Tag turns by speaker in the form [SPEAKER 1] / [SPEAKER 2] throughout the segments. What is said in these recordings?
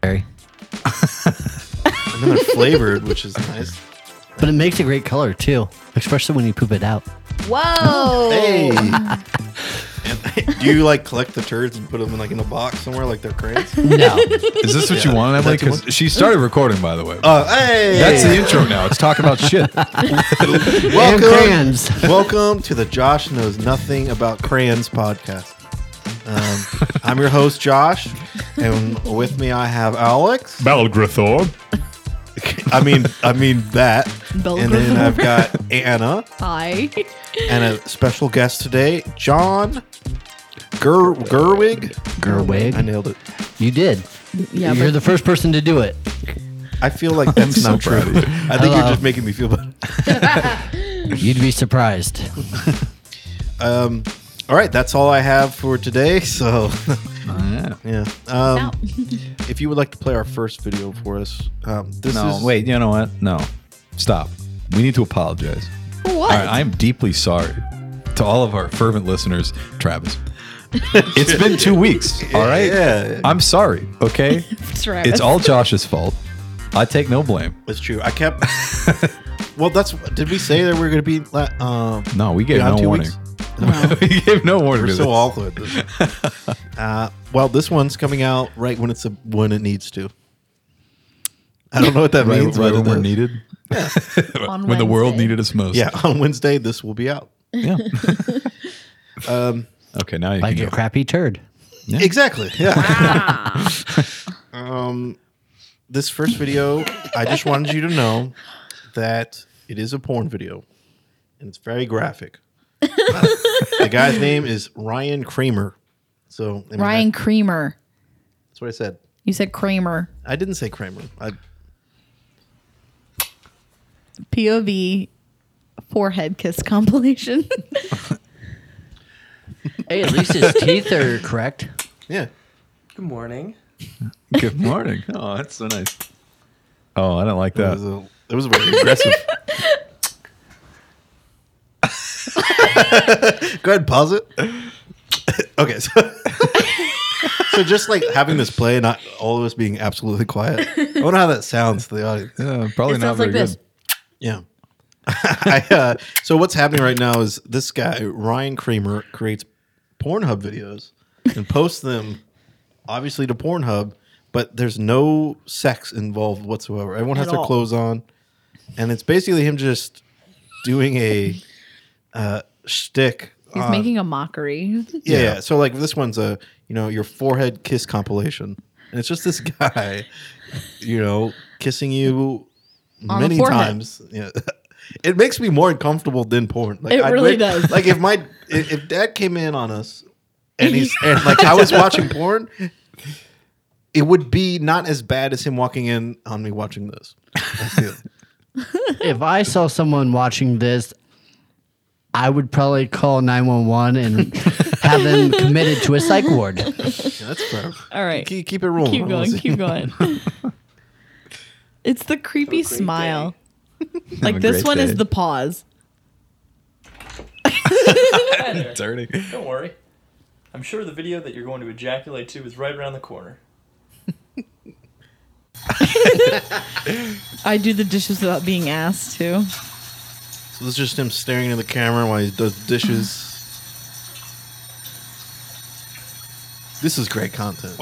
[SPEAKER 1] berry,
[SPEAKER 2] And then they're flavored, which is nice.
[SPEAKER 1] but it makes a great color too, especially when you poop it out.
[SPEAKER 3] Whoa.
[SPEAKER 2] Hey. And- do you like collect the turds and put them in like in a box somewhere like they're cranes?
[SPEAKER 1] No,
[SPEAKER 4] Is this what
[SPEAKER 2] Yeah,
[SPEAKER 4] you wanted,
[SPEAKER 2] is that
[SPEAKER 4] Emily?
[SPEAKER 2] too
[SPEAKER 4] 'Cause she started recording, by the way.
[SPEAKER 2] Uh, hey.
[SPEAKER 4] That's the intro now. It's talking about shit.
[SPEAKER 1] and
[SPEAKER 2] welcome.
[SPEAKER 1] crayons.
[SPEAKER 2] Welcome to the Josh knows nothing about crayons podcast. Um, I'm your host Josh, and with me I have Alex.
[SPEAKER 4] Balgrathor.
[SPEAKER 2] I mean, I mean that.
[SPEAKER 3] Bell
[SPEAKER 2] And then I've got Anna
[SPEAKER 3] Hi.
[SPEAKER 2] and a special guest today, John Ger- Gerwig. I
[SPEAKER 1] Gerwig,
[SPEAKER 2] nailed it.
[SPEAKER 1] you did.
[SPEAKER 3] Yeah,
[SPEAKER 1] You're
[SPEAKER 3] but
[SPEAKER 1] the first person to do it.
[SPEAKER 2] I feel like that's
[SPEAKER 4] so
[SPEAKER 2] not true.
[SPEAKER 4] proud of you.
[SPEAKER 2] I think you're
[SPEAKER 1] Hello.
[SPEAKER 2] just making me feel bad.
[SPEAKER 1] You'd be surprised.
[SPEAKER 2] Um, all right, that's all I have for today. So, yeah. Um,
[SPEAKER 3] out.
[SPEAKER 2] if you would like to play our first video for us, um, this
[SPEAKER 4] No,
[SPEAKER 2] is
[SPEAKER 4] wait. You know what? No. Stop. We need to apologize.
[SPEAKER 3] what?
[SPEAKER 4] All right, I'm deeply sorry to all of our fervent listeners, Travis. It's been two weeks. All right.
[SPEAKER 2] Yeah.
[SPEAKER 4] I'm sorry. Okay.
[SPEAKER 3] Travis.
[SPEAKER 4] It's all Josh's fault. I take no blame.
[SPEAKER 2] It's true. I kept. well, that's. Did we say that we are going to be? la- Um,
[SPEAKER 4] No, we gave
[SPEAKER 2] beyond
[SPEAKER 4] no
[SPEAKER 2] two
[SPEAKER 4] warning.
[SPEAKER 2] weeks?
[SPEAKER 4] we gave no
[SPEAKER 2] We're
[SPEAKER 4] warning. to
[SPEAKER 2] so
[SPEAKER 4] this.
[SPEAKER 2] awful at this. Uh, well, this one's coming out right when it's a, when it needs to. I don't know what that
[SPEAKER 4] right,
[SPEAKER 2] means.
[SPEAKER 4] right
[SPEAKER 2] but
[SPEAKER 4] when
[SPEAKER 2] it
[SPEAKER 4] we're
[SPEAKER 2] does.
[SPEAKER 4] needed.
[SPEAKER 3] On
[SPEAKER 4] when the world
[SPEAKER 3] Wednesday.
[SPEAKER 4] needed us most.
[SPEAKER 2] Yeah, on Wednesday this will be out.
[SPEAKER 4] Yeah. Um, okay, now you
[SPEAKER 1] Like
[SPEAKER 4] can
[SPEAKER 1] a
[SPEAKER 4] go.
[SPEAKER 1] crappy turd.
[SPEAKER 2] Exactly. Yeah. um, this first video, I just wanted you to know that it is a porn video, and it's very graphic. the guy's name is Ryan Kramer. So I mean,
[SPEAKER 3] Ryan Creamer.
[SPEAKER 2] that's what I said.
[SPEAKER 3] You said Kramer.
[SPEAKER 2] I didn't say Kramer. I,
[SPEAKER 3] POV forehead kiss compilation.
[SPEAKER 1] Hey, at least his teeth are correct.
[SPEAKER 2] yeah.
[SPEAKER 5] Good morning.
[SPEAKER 4] Good morning. Oh, that's so nice. Oh, I don't like
[SPEAKER 2] It
[SPEAKER 4] that.
[SPEAKER 2] was, a, it was very aggressive. Go ahead, pause it. okay, so, so just like having this play, and not all of us being absolutely quiet. I wonder how that sounds to the audience.
[SPEAKER 4] Yeah, probably
[SPEAKER 3] It
[SPEAKER 4] Oh, not
[SPEAKER 3] sounds like
[SPEAKER 4] very good.
[SPEAKER 3] this.
[SPEAKER 2] Yeah. I, uh, so what's happening right now is this guy Ryan Kramer creates Pornhub videos and posts them, obviously to Pornhub, but there's no sex involved whatsoever. Everyone has
[SPEAKER 5] At
[SPEAKER 2] their
[SPEAKER 5] all.
[SPEAKER 2] clothes on, and it's basically him just doing a uh, shtick.
[SPEAKER 3] He's
[SPEAKER 2] on-
[SPEAKER 3] making a mockery.
[SPEAKER 2] yeah, yeah. So like this one's a you know your forehead kiss compilation, and it's just this guy, you know, kissing you
[SPEAKER 3] On the
[SPEAKER 2] many
[SPEAKER 3] forehead.
[SPEAKER 2] times. Yeah. It makes me more uncomfortable than porn. Like,
[SPEAKER 3] It
[SPEAKER 2] I'd
[SPEAKER 3] really
[SPEAKER 2] wait-
[SPEAKER 3] does.
[SPEAKER 2] Like if my if, if dad came in on us and he's and like I was watching porn, it would be not as bad as him walking in on me watching this. I feel.
[SPEAKER 1] If I saw someone watching this, I would probably call 911 and have them committed to a psych ward.
[SPEAKER 2] Yeah, that's fair.
[SPEAKER 3] All right.
[SPEAKER 2] Keep, keep it rolling.
[SPEAKER 3] Keep
[SPEAKER 2] I wanna
[SPEAKER 3] going.
[SPEAKER 2] see-
[SPEAKER 3] Keep going. it's the creepy
[SPEAKER 5] great
[SPEAKER 3] smile.
[SPEAKER 4] a
[SPEAKER 3] Like this
[SPEAKER 4] great
[SPEAKER 3] one
[SPEAKER 4] day.
[SPEAKER 3] is the pause.
[SPEAKER 4] Dirty.
[SPEAKER 5] Don't worry. I'm sure the video that you're going to ejaculate to is right around the corner.
[SPEAKER 3] I do the dishes without being asked to.
[SPEAKER 2] So this is just him staring into the camera while he does dishes. This is great content.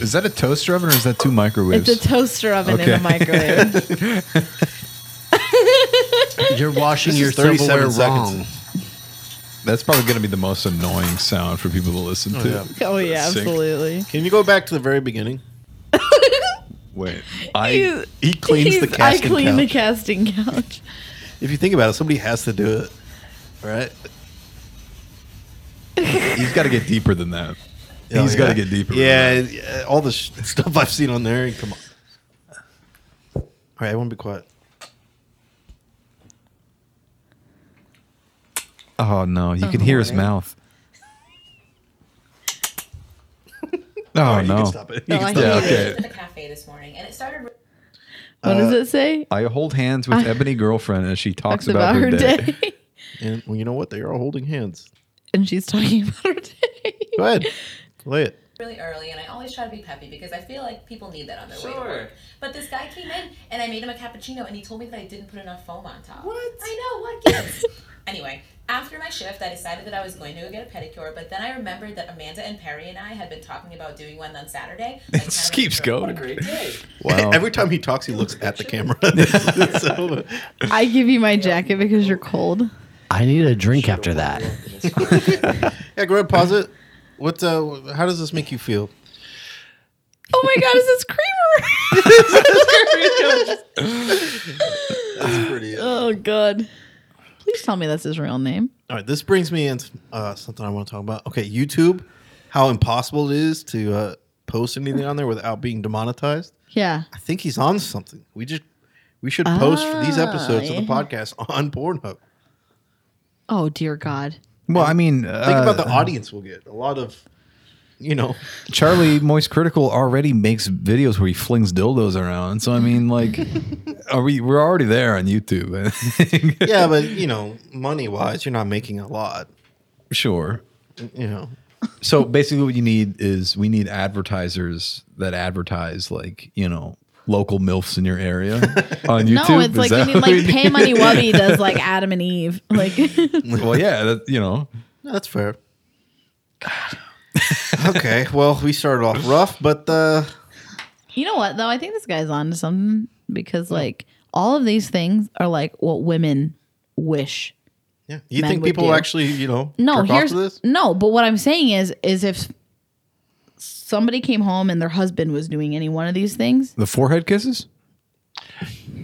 [SPEAKER 4] Is that a toaster oven or is that two microwaves?
[SPEAKER 3] It's a toaster oven in a
[SPEAKER 4] Okay.
[SPEAKER 3] microwave.
[SPEAKER 1] You're washing
[SPEAKER 2] This
[SPEAKER 1] your
[SPEAKER 2] is 37
[SPEAKER 1] silverware
[SPEAKER 2] seconds.
[SPEAKER 1] wrong.
[SPEAKER 4] That's probably going to be the most annoying sound for people to listen to.
[SPEAKER 2] yeah.
[SPEAKER 3] oh yeah,
[SPEAKER 4] Sink.
[SPEAKER 3] absolutely.
[SPEAKER 2] Can you go back to the very beginning?
[SPEAKER 4] Wait, I
[SPEAKER 3] He's-
[SPEAKER 2] He cleans the
[SPEAKER 3] he's-
[SPEAKER 2] casting
[SPEAKER 3] I clean the
[SPEAKER 2] couch.
[SPEAKER 3] casting couch.
[SPEAKER 2] If you think about it, somebody has to do it, right?
[SPEAKER 4] you've got to get deeper than that.
[SPEAKER 2] He's
[SPEAKER 4] He's gotta get deeper.
[SPEAKER 2] Oh, Yeah, yeah, all the sh- stuff I've seen on there. Come on. All right, I won't be quiet.
[SPEAKER 4] Oh no, you can hear his mouth. Oh
[SPEAKER 2] You can
[SPEAKER 4] no.
[SPEAKER 2] stop it.
[SPEAKER 3] Oh, I
[SPEAKER 4] Yeah,
[SPEAKER 3] hate it.
[SPEAKER 4] okay.
[SPEAKER 6] at the cafe this morning, and it started.
[SPEAKER 3] What does it say?
[SPEAKER 4] I hold hands with Ebony girlfriend as she Uh, talks about, her, day.
[SPEAKER 2] And well, you know what? They are all holding hands.
[SPEAKER 3] and she's talking about her day.
[SPEAKER 2] Go ahead, play it.
[SPEAKER 6] really early, and I always try to be peppy because I feel like people need that on their way to
[SPEAKER 5] Sure.
[SPEAKER 6] work. But this guy came in, and I made him a cappuccino, and he told me that I didn't put enough foam on top. What? I know, what gives? anyway, after my shift, I decided that I was going to go get a pedicure, but then I remembered that Amanda and Perry and I had been talking about doing one on Saturday. It
[SPEAKER 4] just keeps
[SPEAKER 5] What a
[SPEAKER 4] going.
[SPEAKER 5] great day.
[SPEAKER 2] Wow. Every time he talks, he looks at the camera. So,
[SPEAKER 3] I give you my jacket because you're cold.
[SPEAKER 1] I need a drink after that.
[SPEAKER 2] yeah, go ahead, pause it. What? Uh, how does this make you feel?
[SPEAKER 3] Oh my god, is this creamer?
[SPEAKER 2] That's pretty. uh, All
[SPEAKER 3] oh god. Please tell me that's his real name.
[SPEAKER 2] right, this brings me into uh, something I want to talk about. Okay, YouTube, how impossible it is to uh, post anything on there without being demonetized.
[SPEAKER 3] Yeah.
[SPEAKER 2] I think he's on something. We just we should post these episodes of
[SPEAKER 3] yeah.
[SPEAKER 2] the podcast on Pornhub.
[SPEAKER 3] Oh dear God.
[SPEAKER 4] Well, I mean, uh,
[SPEAKER 2] Think about the audience we'll get. A lot of, you know,
[SPEAKER 4] Charlie Moist Critical already makes videos where he flings dildos around. So I mean, like, are we we're already there on YouTube?
[SPEAKER 2] yeah, but you know, money wise, you're not making a lot.
[SPEAKER 4] sure.
[SPEAKER 2] You know,
[SPEAKER 4] So basically, what you need is we need advertisers that advertise, like you know, local milfs in your area on YouTube.
[SPEAKER 3] No, it's
[SPEAKER 4] Is
[SPEAKER 3] like
[SPEAKER 4] that
[SPEAKER 3] we need
[SPEAKER 4] what
[SPEAKER 3] like Pay Money Wubby does like Adam and Eve. Like
[SPEAKER 4] Well, yeah, that, you know,
[SPEAKER 2] No, that's fair. okay, well, we started off rough, but uh,
[SPEAKER 3] You know what though? I think this guy's on to something because like all of these things are like what women wish.
[SPEAKER 2] yeah, you
[SPEAKER 3] Men
[SPEAKER 2] think
[SPEAKER 3] would
[SPEAKER 2] people
[SPEAKER 3] do.
[SPEAKER 2] actually, you know,
[SPEAKER 3] No,
[SPEAKER 2] jerk off
[SPEAKER 3] here's
[SPEAKER 2] to this?
[SPEAKER 3] no, but what I'm saying is is if somebody came home and their husband was doing any one of these things,
[SPEAKER 4] the forehead kisses.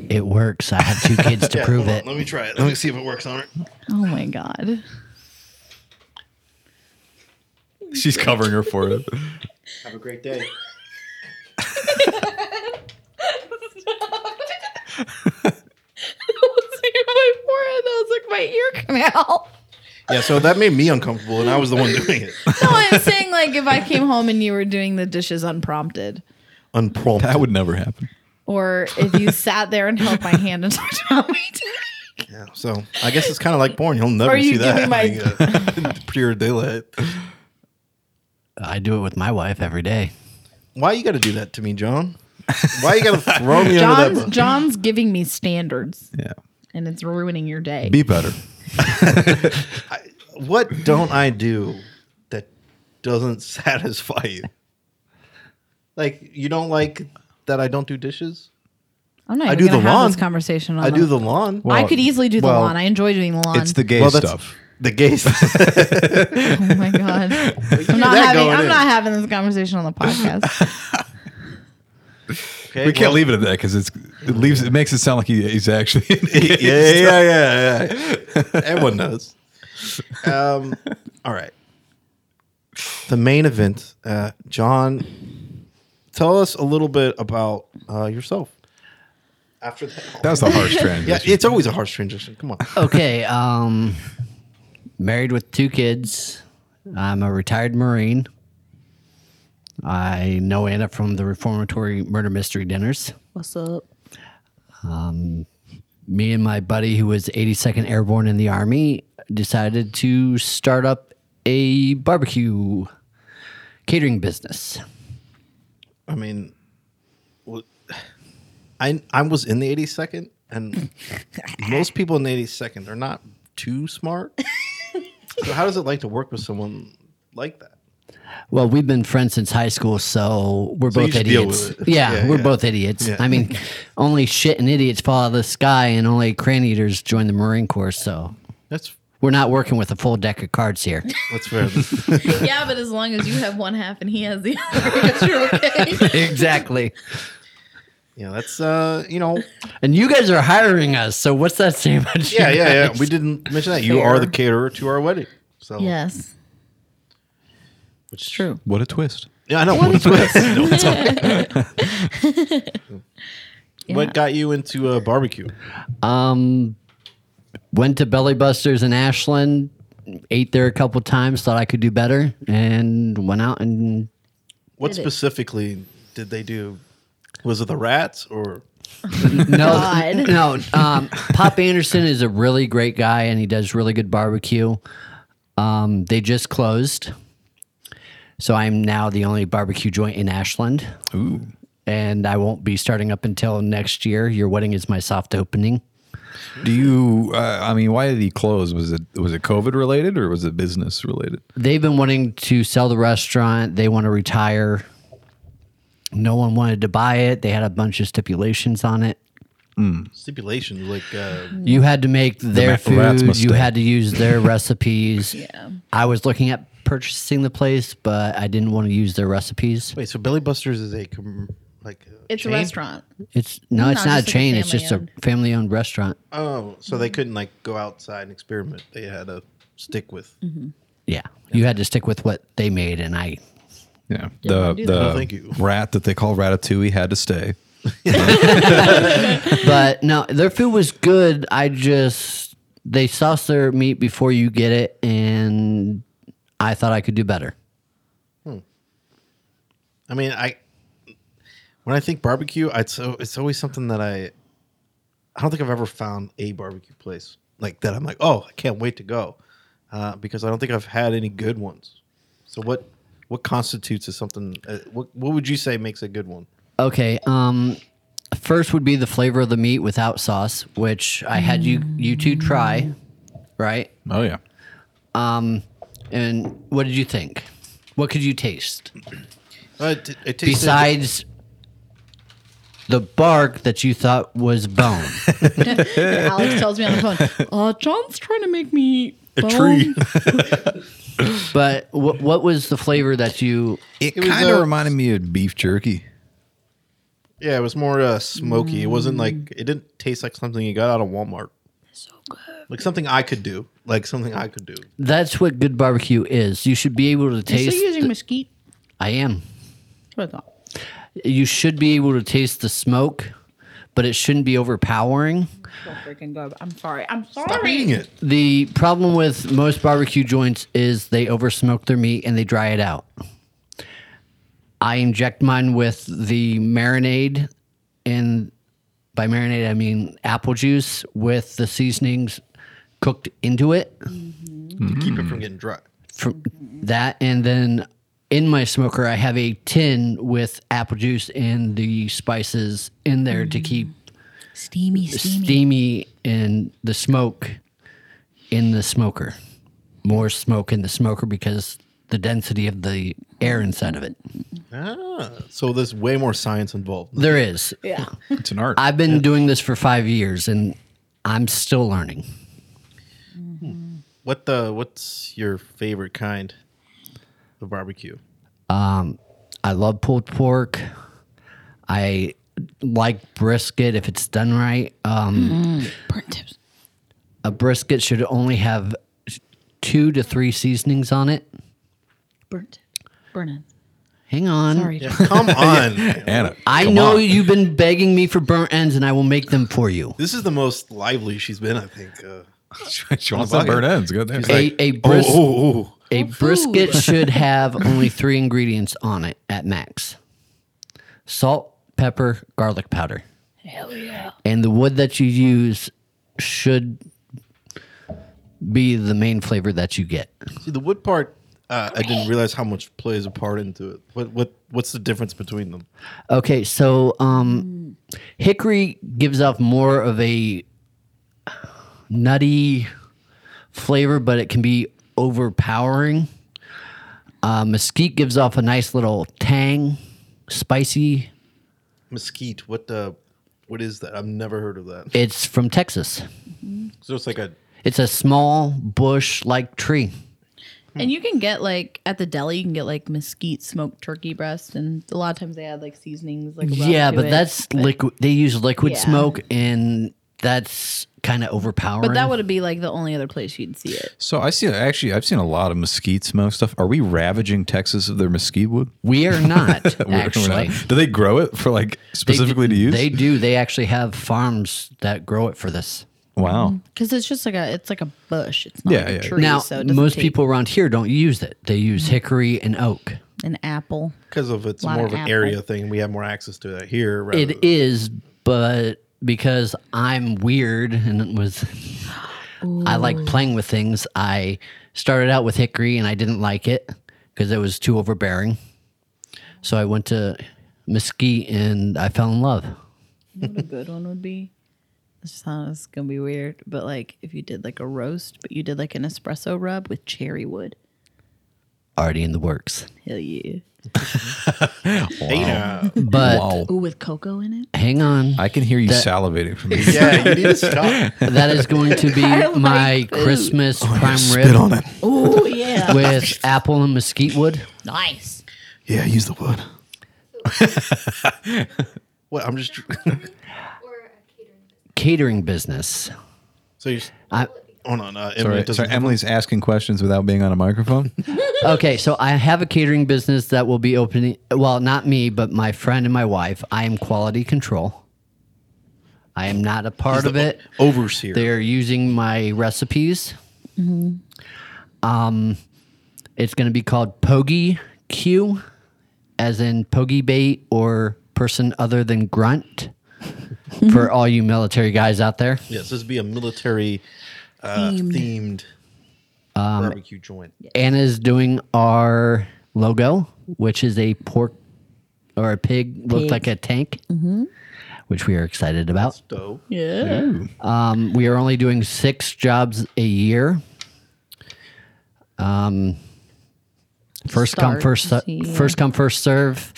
[SPEAKER 1] It works. I have two kids to prove it.
[SPEAKER 2] Let me try it. Let me see if it works on it.
[SPEAKER 3] oh my god.
[SPEAKER 4] She's covering her forehead.
[SPEAKER 2] Have a great day.
[SPEAKER 3] That was like my forehead. That was like my ear canal.
[SPEAKER 2] Yeah, so that made me uncomfortable, and I was the one doing it.
[SPEAKER 3] No, I'm saying like if I came home and you were doing the dishes unprompted,
[SPEAKER 2] Unprompted.
[SPEAKER 4] That would never happen.
[SPEAKER 3] or if you sat there and held my hand and talked about me.
[SPEAKER 2] Yeah, so I guess it's kind of like porn. You'll never
[SPEAKER 3] Or you
[SPEAKER 2] see that
[SPEAKER 3] give me
[SPEAKER 2] happening, uh, in pure daylight.
[SPEAKER 1] I do it with my wife every day.
[SPEAKER 2] Why you got to do that to me, John? Why you got to throw me under that
[SPEAKER 3] John's
[SPEAKER 2] bus?
[SPEAKER 3] John's giving me standards,
[SPEAKER 4] Yeah,
[SPEAKER 3] and it's ruining your day.
[SPEAKER 4] be better.
[SPEAKER 2] What don't I do that doesn't satisfy you? Like you don't like that I don't do dishes?
[SPEAKER 3] I'm not
[SPEAKER 2] I
[SPEAKER 3] even
[SPEAKER 2] do
[SPEAKER 3] gonna
[SPEAKER 2] the
[SPEAKER 3] have
[SPEAKER 2] lawn.
[SPEAKER 3] this conversation. On
[SPEAKER 2] I do the lawn.
[SPEAKER 3] I could easily do
[SPEAKER 2] well,
[SPEAKER 3] the lawn. I enjoy doing the lawn.
[SPEAKER 4] It's the gay
[SPEAKER 2] Well, that's-
[SPEAKER 4] stuff.
[SPEAKER 2] The gays.
[SPEAKER 3] oh my god! I'm not
[SPEAKER 2] that
[SPEAKER 3] having.
[SPEAKER 2] going
[SPEAKER 3] I'm
[SPEAKER 2] in.
[SPEAKER 3] not having this conversation on the podcast.
[SPEAKER 2] Okay,
[SPEAKER 4] We can't
[SPEAKER 2] well,
[SPEAKER 4] leave it at that because it's it leaves it makes it sound like he, he's actually yeah,
[SPEAKER 2] Yeah, yeah, yeah, yeah. yeah. Everyone knows. Um, all right. The main event, uh, John. Tell us a little bit about uh, yourself. After that,
[SPEAKER 4] That was the harsh transition.
[SPEAKER 2] yeah, it's always a harsh transition. Come on.
[SPEAKER 1] Okay. Um, married with two kids. I'm a retired Marine. I know Anna from the Reformatory Murder Mystery Dinners. Um,
[SPEAKER 3] What's up?
[SPEAKER 1] me and my buddy who was 82nd airborne in the army decided to start up a barbecue catering business
[SPEAKER 2] I mean, well, I I was in the 82nd, and most people in the 82nd are not too smart. so how does it like to work with someone like that?
[SPEAKER 1] well we've been friends since high school so we're
[SPEAKER 2] So you
[SPEAKER 1] both
[SPEAKER 2] just deal
[SPEAKER 1] idiots
[SPEAKER 2] with it.
[SPEAKER 1] yeah,
[SPEAKER 2] Yeah,
[SPEAKER 1] we're
[SPEAKER 2] yeah.
[SPEAKER 1] both idiots
[SPEAKER 2] Yeah.
[SPEAKER 1] i mean only shit and idiots fall out of the sky and only crane eaters join the marine corps so
[SPEAKER 2] That's
[SPEAKER 1] we're not working with a full deck of cards here
[SPEAKER 2] that's fair.
[SPEAKER 3] Yeah, but as long as you have one half and he has the other, I guess you're okay.
[SPEAKER 1] exactly
[SPEAKER 2] yeah, that's uh, you know,
[SPEAKER 1] and you guys are hiring us so what's that say about you
[SPEAKER 2] yeah, yeah, yeah.
[SPEAKER 1] guys?
[SPEAKER 2] We didn't mention that you are
[SPEAKER 3] Fair.
[SPEAKER 2] the caterer to our wedding. So Oh.
[SPEAKER 3] Yes,
[SPEAKER 2] which is
[SPEAKER 3] true.
[SPEAKER 4] What a twist.
[SPEAKER 2] Yeah, I know.
[SPEAKER 3] What
[SPEAKER 2] What,
[SPEAKER 3] a twist. Yeah.
[SPEAKER 2] what got you into uh, barbecue?
[SPEAKER 1] Um, went to Belly Busters in Ashland, ate there a couple times, thought I could do better, and went out and
[SPEAKER 2] What
[SPEAKER 3] Did it.
[SPEAKER 2] specifically did they do? Was it the rats or
[SPEAKER 1] no,
[SPEAKER 3] God.
[SPEAKER 1] no. Um, Pop Anderson is a really great guy, and he does really good barbecue. Um, they just closed. So I'm now the only barbecue joint in Ashland. Ooh. And I won't be starting up until next year. Your wedding is my soft opening.
[SPEAKER 4] Do you? Uh, I mean, why did he close? Was it was it COVID related or was it business related?
[SPEAKER 1] They've been wanting to sell the restaurant. They want to retire. No one wanted to buy it. They had a bunch of stipulations on it.
[SPEAKER 2] Stipulations like uh,
[SPEAKER 3] Hmm.
[SPEAKER 1] You had to make their
[SPEAKER 4] ma-
[SPEAKER 1] food.
[SPEAKER 4] rat's
[SPEAKER 1] You
[SPEAKER 4] mistake.
[SPEAKER 1] had to use their recipes. I was looking at purchasing the place, but I didn't want to use their recipes.
[SPEAKER 2] wait. So Billy Buster's is a com- like a
[SPEAKER 3] It's
[SPEAKER 2] chain?
[SPEAKER 3] a restaurant.
[SPEAKER 1] It's no,
[SPEAKER 3] No,
[SPEAKER 1] it's not a
[SPEAKER 3] just like a
[SPEAKER 1] chain. it's just
[SPEAKER 3] family-owned.
[SPEAKER 1] a family-owned restaurant.
[SPEAKER 2] Oh, so
[SPEAKER 3] Hmm.
[SPEAKER 2] they couldn't like go outside and experiment. They had to stick with.
[SPEAKER 1] Yeah, you had to stick with what they made, and I
[SPEAKER 4] Yeah.
[SPEAKER 3] wanna
[SPEAKER 4] the
[SPEAKER 3] do
[SPEAKER 4] the
[SPEAKER 3] that.
[SPEAKER 2] No, Oh, thank you.
[SPEAKER 4] rat that they call Ratatouille had to stay.
[SPEAKER 1] but no, their food was good. I just they sauce their meat before you get it, and I thought I could do better.
[SPEAKER 2] I mean, I when I think barbecue, I, it's al- it's always something that I I don't think I've ever found a barbecue place like that. I'm like, oh, I can't wait to go uh, because I don't think I've had any good ones. So what what constitutes as something? Uh, what what would you say makes a good one?
[SPEAKER 1] Okay, um, first would be the flavor of the meat without sauce, which I had you you two try, right?
[SPEAKER 4] Oh yeah.
[SPEAKER 1] Um, And what did you think? What could you taste
[SPEAKER 2] Uh, it, it tasted-
[SPEAKER 1] besides the bark that you thought was bone?
[SPEAKER 3] Alex tells me on the phone, "Oh, John's trying to make me eat
[SPEAKER 4] A
[SPEAKER 3] bone."
[SPEAKER 4] tree.
[SPEAKER 1] but what what was the flavor that you?
[SPEAKER 4] It,
[SPEAKER 2] It was
[SPEAKER 4] kind of
[SPEAKER 2] a-
[SPEAKER 4] reminded me of beef jerky.
[SPEAKER 2] yeah, it was more uh, smoky. It wasn't like it didn't taste like something you got out of Walmart. So good. Like something I could do. Like something I could do.
[SPEAKER 1] That's what good barbecue is. You should be able to
[SPEAKER 3] You're still
[SPEAKER 1] taste.
[SPEAKER 3] using
[SPEAKER 1] the-
[SPEAKER 3] mesquite.
[SPEAKER 1] I am.
[SPEAKER 3] That's what I thought.
[SPEAKER 1] you should be able to taste the smoke, but it shouldn't be overpowering.
[SPEAKER 3] Don't freaking go. I'm sorry. I'm sorry.
[SPEAKER 2] Stop eating it.
[SPEAKER 1] The problem with most barbecue joints is they oversmoke their meat and they dry it out. I inject mine with the marinade, and by marinade I mean apple juice with the seasonings cooked into it.
[SPEAKER 2] Keep it from getting dry.
[SPEAKER 1] From that, and then in my smoker I have a tin with apple juice and the spices in there to keep
[SPEAKER 3] Mm. Steamy,
[SPEAKER 1] steamy. and the smoke in the smoker. More smoke in the smoker because the density of the air inside of it.
[SPEAKER 2] Ah, so there's way more science involved.
[SPEAKER 1] There is.
[SPEAKER 3] Yeah.
[SPEAKER 4] It's an art.
[SPEAKER 1] I've been doing this for five years and I'm still learning.
[SPEAKER 2] What the? What's your favorite kind of barbecue?
[SPEAKER 1] I love pulled pork. I like brisket if it's done right. Um,
[SPEAKER 3] Burn tips.
[SPEAKER 1] A brisket should only have two to three seasonings on it.
[SPEAKER 3] Burnt. Burning.
[SPEAKER 1] Hang on.
[SPEAKER 3] Sorry.
[SPEAKER 2] Come on,
[SPEAKER 4] Anna.
[SPEAKER 1] I
[SPEAKER 4] come
[SPEAKER 1] know
[SPEAKER 4] on.
[SPEAKER 1] you've been begging me for burnt ends and I will make them for you.
[SPEAKER 2] this is the most lively she's been. I think. Uh,
[SPEAKER 4] she wants some burnt ends. Go there.
[SPEAKER 1] A, a, bris-
[SPEAKER 2] oh, oh,
[SPEAKER 1] a brisket should have only three ingredients on it at max salt, pepper, garlic powder.
[SPEAKER 3] Hell yeah.
[SPEAKER 1] And the wood that you use should be the main flavor that you get.
[SPEAKER 2] oh. see the wood part. Uh, I didn't realize how much plays a part into it. What what what's the difference between them?
[SPEAKER 1] Okay, so um,
[SPEAKER 3] Mm.
[SPEAKER 1] hickory gives off more of a nutty flavor, but it can be overpowering. Uh, mesquite gives off a nice little tang, spicy.
[SPEAKER 2] Mesquite. What uh, what is that? I've never heard of that.
[SPEAKER 1] It's from Texas.
[SPEAKER 2] So it's like a
[SPEAKER 1] It's a small bush like tree.
[SPEAKER 3] And you can get like at the deli, you can get like mesquite smoked turkey breast, and a lot of times they add like seasonings. Like rubbed
[SPEAKER 1] yeah,
[SPEAKER 3] to
[SPEAKER 1] but
[SPEAKER 3] it.
[SPEAKER 1] that's liquid. They use liquid
[SPEAKER 3] Yeah.
[SPEAKER 1] smoke, and that's kind of overpowering.
[SPEAKER 3] But that would be like the only other place you'd see it.
[SPEAKER 4] So I see. Actually, I've seen a lot of mesquite smoke stuff. Are we ravaging Texas of their mesquite wood?
[SPEAKER 1] we are not
[SPEAKER 4] We're- we're
[SPEAKER 1] actually.
[SPEAKER 4] not- do they grow it for like
[SPEAKER 1] They do-
[SPEAKER 4] specifically to use?
[SPEAKER 1] They do. They actually have farms that grow it for this.
[SPEAKER 4] wow.
[SPEAKER 3] Because it's just like a, it's like a bush. It's not
[SPEAKER 4] Yeah,
[SPEAKER 3] like a
[SPEAKER 4] yeah.
[SPEAKER 3] tree.
[SPEAKER 1] now,
[SPEAKER 3] so it doesn't
[SPEAKER 1] most
[SPEAKER 3] take
[SPEAKER 1] people around here don't use it. They use hickory and oak.
[SPEAKER 3] an apple.
[SPEAKER 2] because of it's
[SPEAKER 3] Lot
[SPEAKER 2] more
[SPEAKER 3] of
[SPEAKER 2] of an
[SPEAKER 3] apple.
[SPEAKER 2] area thing. We have more access to that here. Rather
[SPEAKER 1] It is, but because I'm weird and it was, I like playing with things. I started out with hickory and I didn't like it. because it was too overbearing. So I went to Mesquite and I fell in love.
[SPEAKER 3] a good one would be. This sounds gonna be weird, but like if you did like a roast, but you did like an espresso rub with cherry wood.
[SPEAKER 1] Already in the works.
[SPEAKER 3] Hell yeah.
[SPEAKER 2] Dana.
[SPEAKER 1] But
[SPEAKER 4] wow.
[SPEAKER 3] Ooh, with cocoa in it.
[SPEAKER 1] hang on.
[SPEAKER 4] I can hear you salivating from this.
[SPEAKER 2] Yeah, you need to stop.
[SPEAKER 1] that is going to be
[SPEAKER 3] I like
[SPEAKER 1] my
[SPEAKER 3] food.
[SPEAKER 1] Christmas prime
[SPEAKER 4] Oh, Spit
[SPEAKER 1] rib
[SPEAKER 4] on it.
[SPEAKER 3] Oh yeah.
[SPEAKER 1] with apple and mesquite wood.
[SPEAKER 3] nice.
[SPEAKER 4] Yeah, use the wood.
[SPEAKER 2] What? I'm just.
[SPEAKER 7] or a
[SPEAKER 1] Catering
[SPEAKER 7] catering business.
[SPEAKER 1] business.
[SPEAKER 2] So you're.
[SPEAKER 1] I,
[SPEAKER 2] Hold on. Uh, Emily
[SPEAKER 4] Sorry,
[SPEAKER 2] doesn't.
[SPEAKER 4] sorry, Emily's asking questions without being on a microphone.
[SPEAKER 1] okay, so I have a catering business that will be opening. Well, not me, but my friend and my wife. I am quality control. I am not a part of it.
[SPEAKER 2] Overseer.
[SPEAKER 1] They're using my recipes. Um, it's going to be called Pogi Q, as in Pogi Bait or person other than Grunt. for all you military guys out there,
[SPEAKER 2] Yes, this would be a military uh, themed, barbecue joint.
[SPEAKER 1] Anna's doing our logo, which is a pork or a pig, looked
[SPEAKER 3] Pig. Mm-hmm.
[SPEAKER 1] like a tank, which we are excited about.
[SPEAKER 2] So
[SPEAKER 3] Yeah.
[SPEAKER 1] Um, we are only doing six jobs a year. Um, first come,
[SPEAKER 3] Start,
[SPEAKER 1] first se-
[SPEAKER 3] yeah.
[SPEAKER 1] first come, first serve.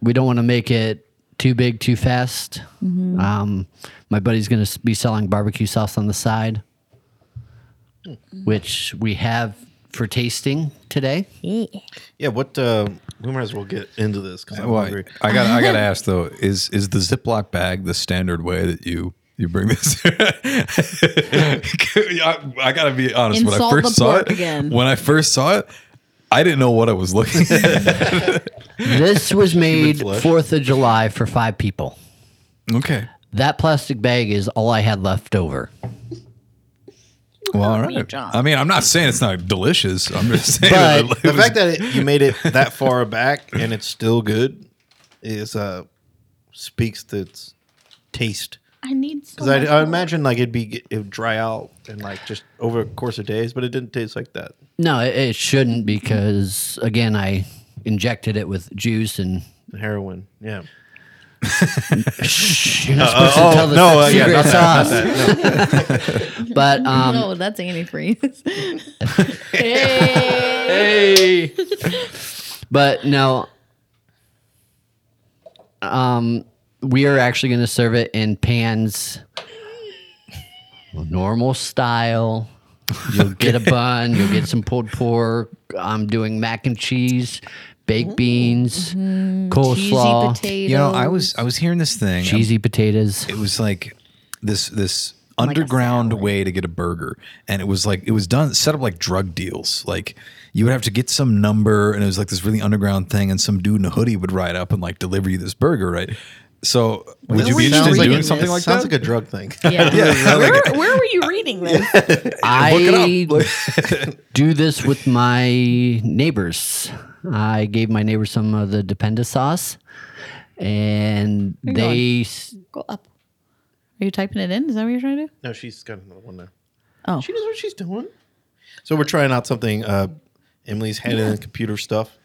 [SPEAKER 1] We don't want to make it too big, too fast.
[SPEAKER 3] Mm-hmm.
[SPEAKER 1] Um, my buddy's going to be selling barbecue sauce on the side, which we have for tasting today.
[SPEAKER 2] yeah, what? Uh, we might as well get into this because I'm
[SPEAKER 4] Well, I
[SPEAKER 2] hungry.
[SPEAKER 4] I got I got to ask though is is the Ziploc bag the standard way that you you bring this? I, I got to be honest.
[SPEAKER 3] Insult
[SPEAKER 4] when
[SPEAKER 3] the
[SPEAKER 4] I first saw
[SPEAKER 3] pork
[SPEAKER 4] it,
[SPEAKER 3] again.
[SPEAKER 4] when I first saw it, I didn't know what I was looking at.
[SPEAKER 1] This was made
[SPEAKER 2] flesh.
[SPEAKER 1] 4th of July for five people.
[SPEAKER 4] okay.
[SPEAKER 1] That plastic bag is all I had left over.
[SPEAKER 4] Well, all right.
[SPEAKER 3] John.
[SPEAKER 4] I mean, I'm not saying it's not delicious. I'm just saying
[SPEAKER 1] But
[SPEAKER 4] that it
[SPEAKER 2] The
[SPEAKER 4] was-
[SPEAKER 2] fact that it, you made it that far back and it's still good is uh, speaks to its taste.
[SPEAKER 3] I need some.
[SPEAKER 2] Because
[SPEAKER 4] Oh,
[SPEAKER 2] I, I imagine like it'd be it would dry out and like just over the course of days, but it didn't taste like that.
[SPEAKER 1] No, it, it shouldn't because again, I injected it with juice and
[SPEAKER 2] Heroin, yeah.
[SPEAKER 1] you're not supposed to tell the
[SPEAKER 2] no, uh, yeah,
[SPEAKER 1] secret
[SPEAKER 2] not
[SPEAKER 1] sauce. but um,
[SPEAKER 3] no, that's antifreeze. hey.
[SPEAKER 1] but no, um, we are actually going to serve it in pans, normal style. You'll get a bun. You'll get some pulled pork. I'm doing mac and cheese, baked beans,
[SPEAKER 3] Cheesy
[SPEAKER 1] coleslaw,
[SPEAKER 3] potatoes.
[SPEAKER 4] you know, I was I was hearing this thing.
[SPEAKER 1] cheesy potatoes.
[SPEAKER 4] it was like this this underground way to get a burger and it was like it was done set up like drug deals like you would have to get some number and it was like this really underground thing and some dude in a hoodie would ride up and like deliver you this burger right so would you be
[SPEAKER 2] Sounds
[SPEAKER 4] interested in
[SPEAKER 2] like-
[SPEAKER 4] doing something
[SPEAKER 2] it
[SPEAKER 4] like
[SPEAKER 2] sounds
[SPEAKER 4] that
[SPEAKER 2] like a drug thing.
[SPEAKER 3] Yeah. Where, where were you reading this?
[SPEAKER 1] I do this with my neighbors. I gave my neighbors some of the dependa sauce, and they s-
[SPEAKER 3] Go up. Are you typing it in? Is that what you're trying to do?
[SPEAKER 2] no, she's got another one now.
[SPEAKER 3] Oh.
[SPEAKER 2] She knows what she's doing. So we're trying out something. Uh, Emily's handling the computer stuff,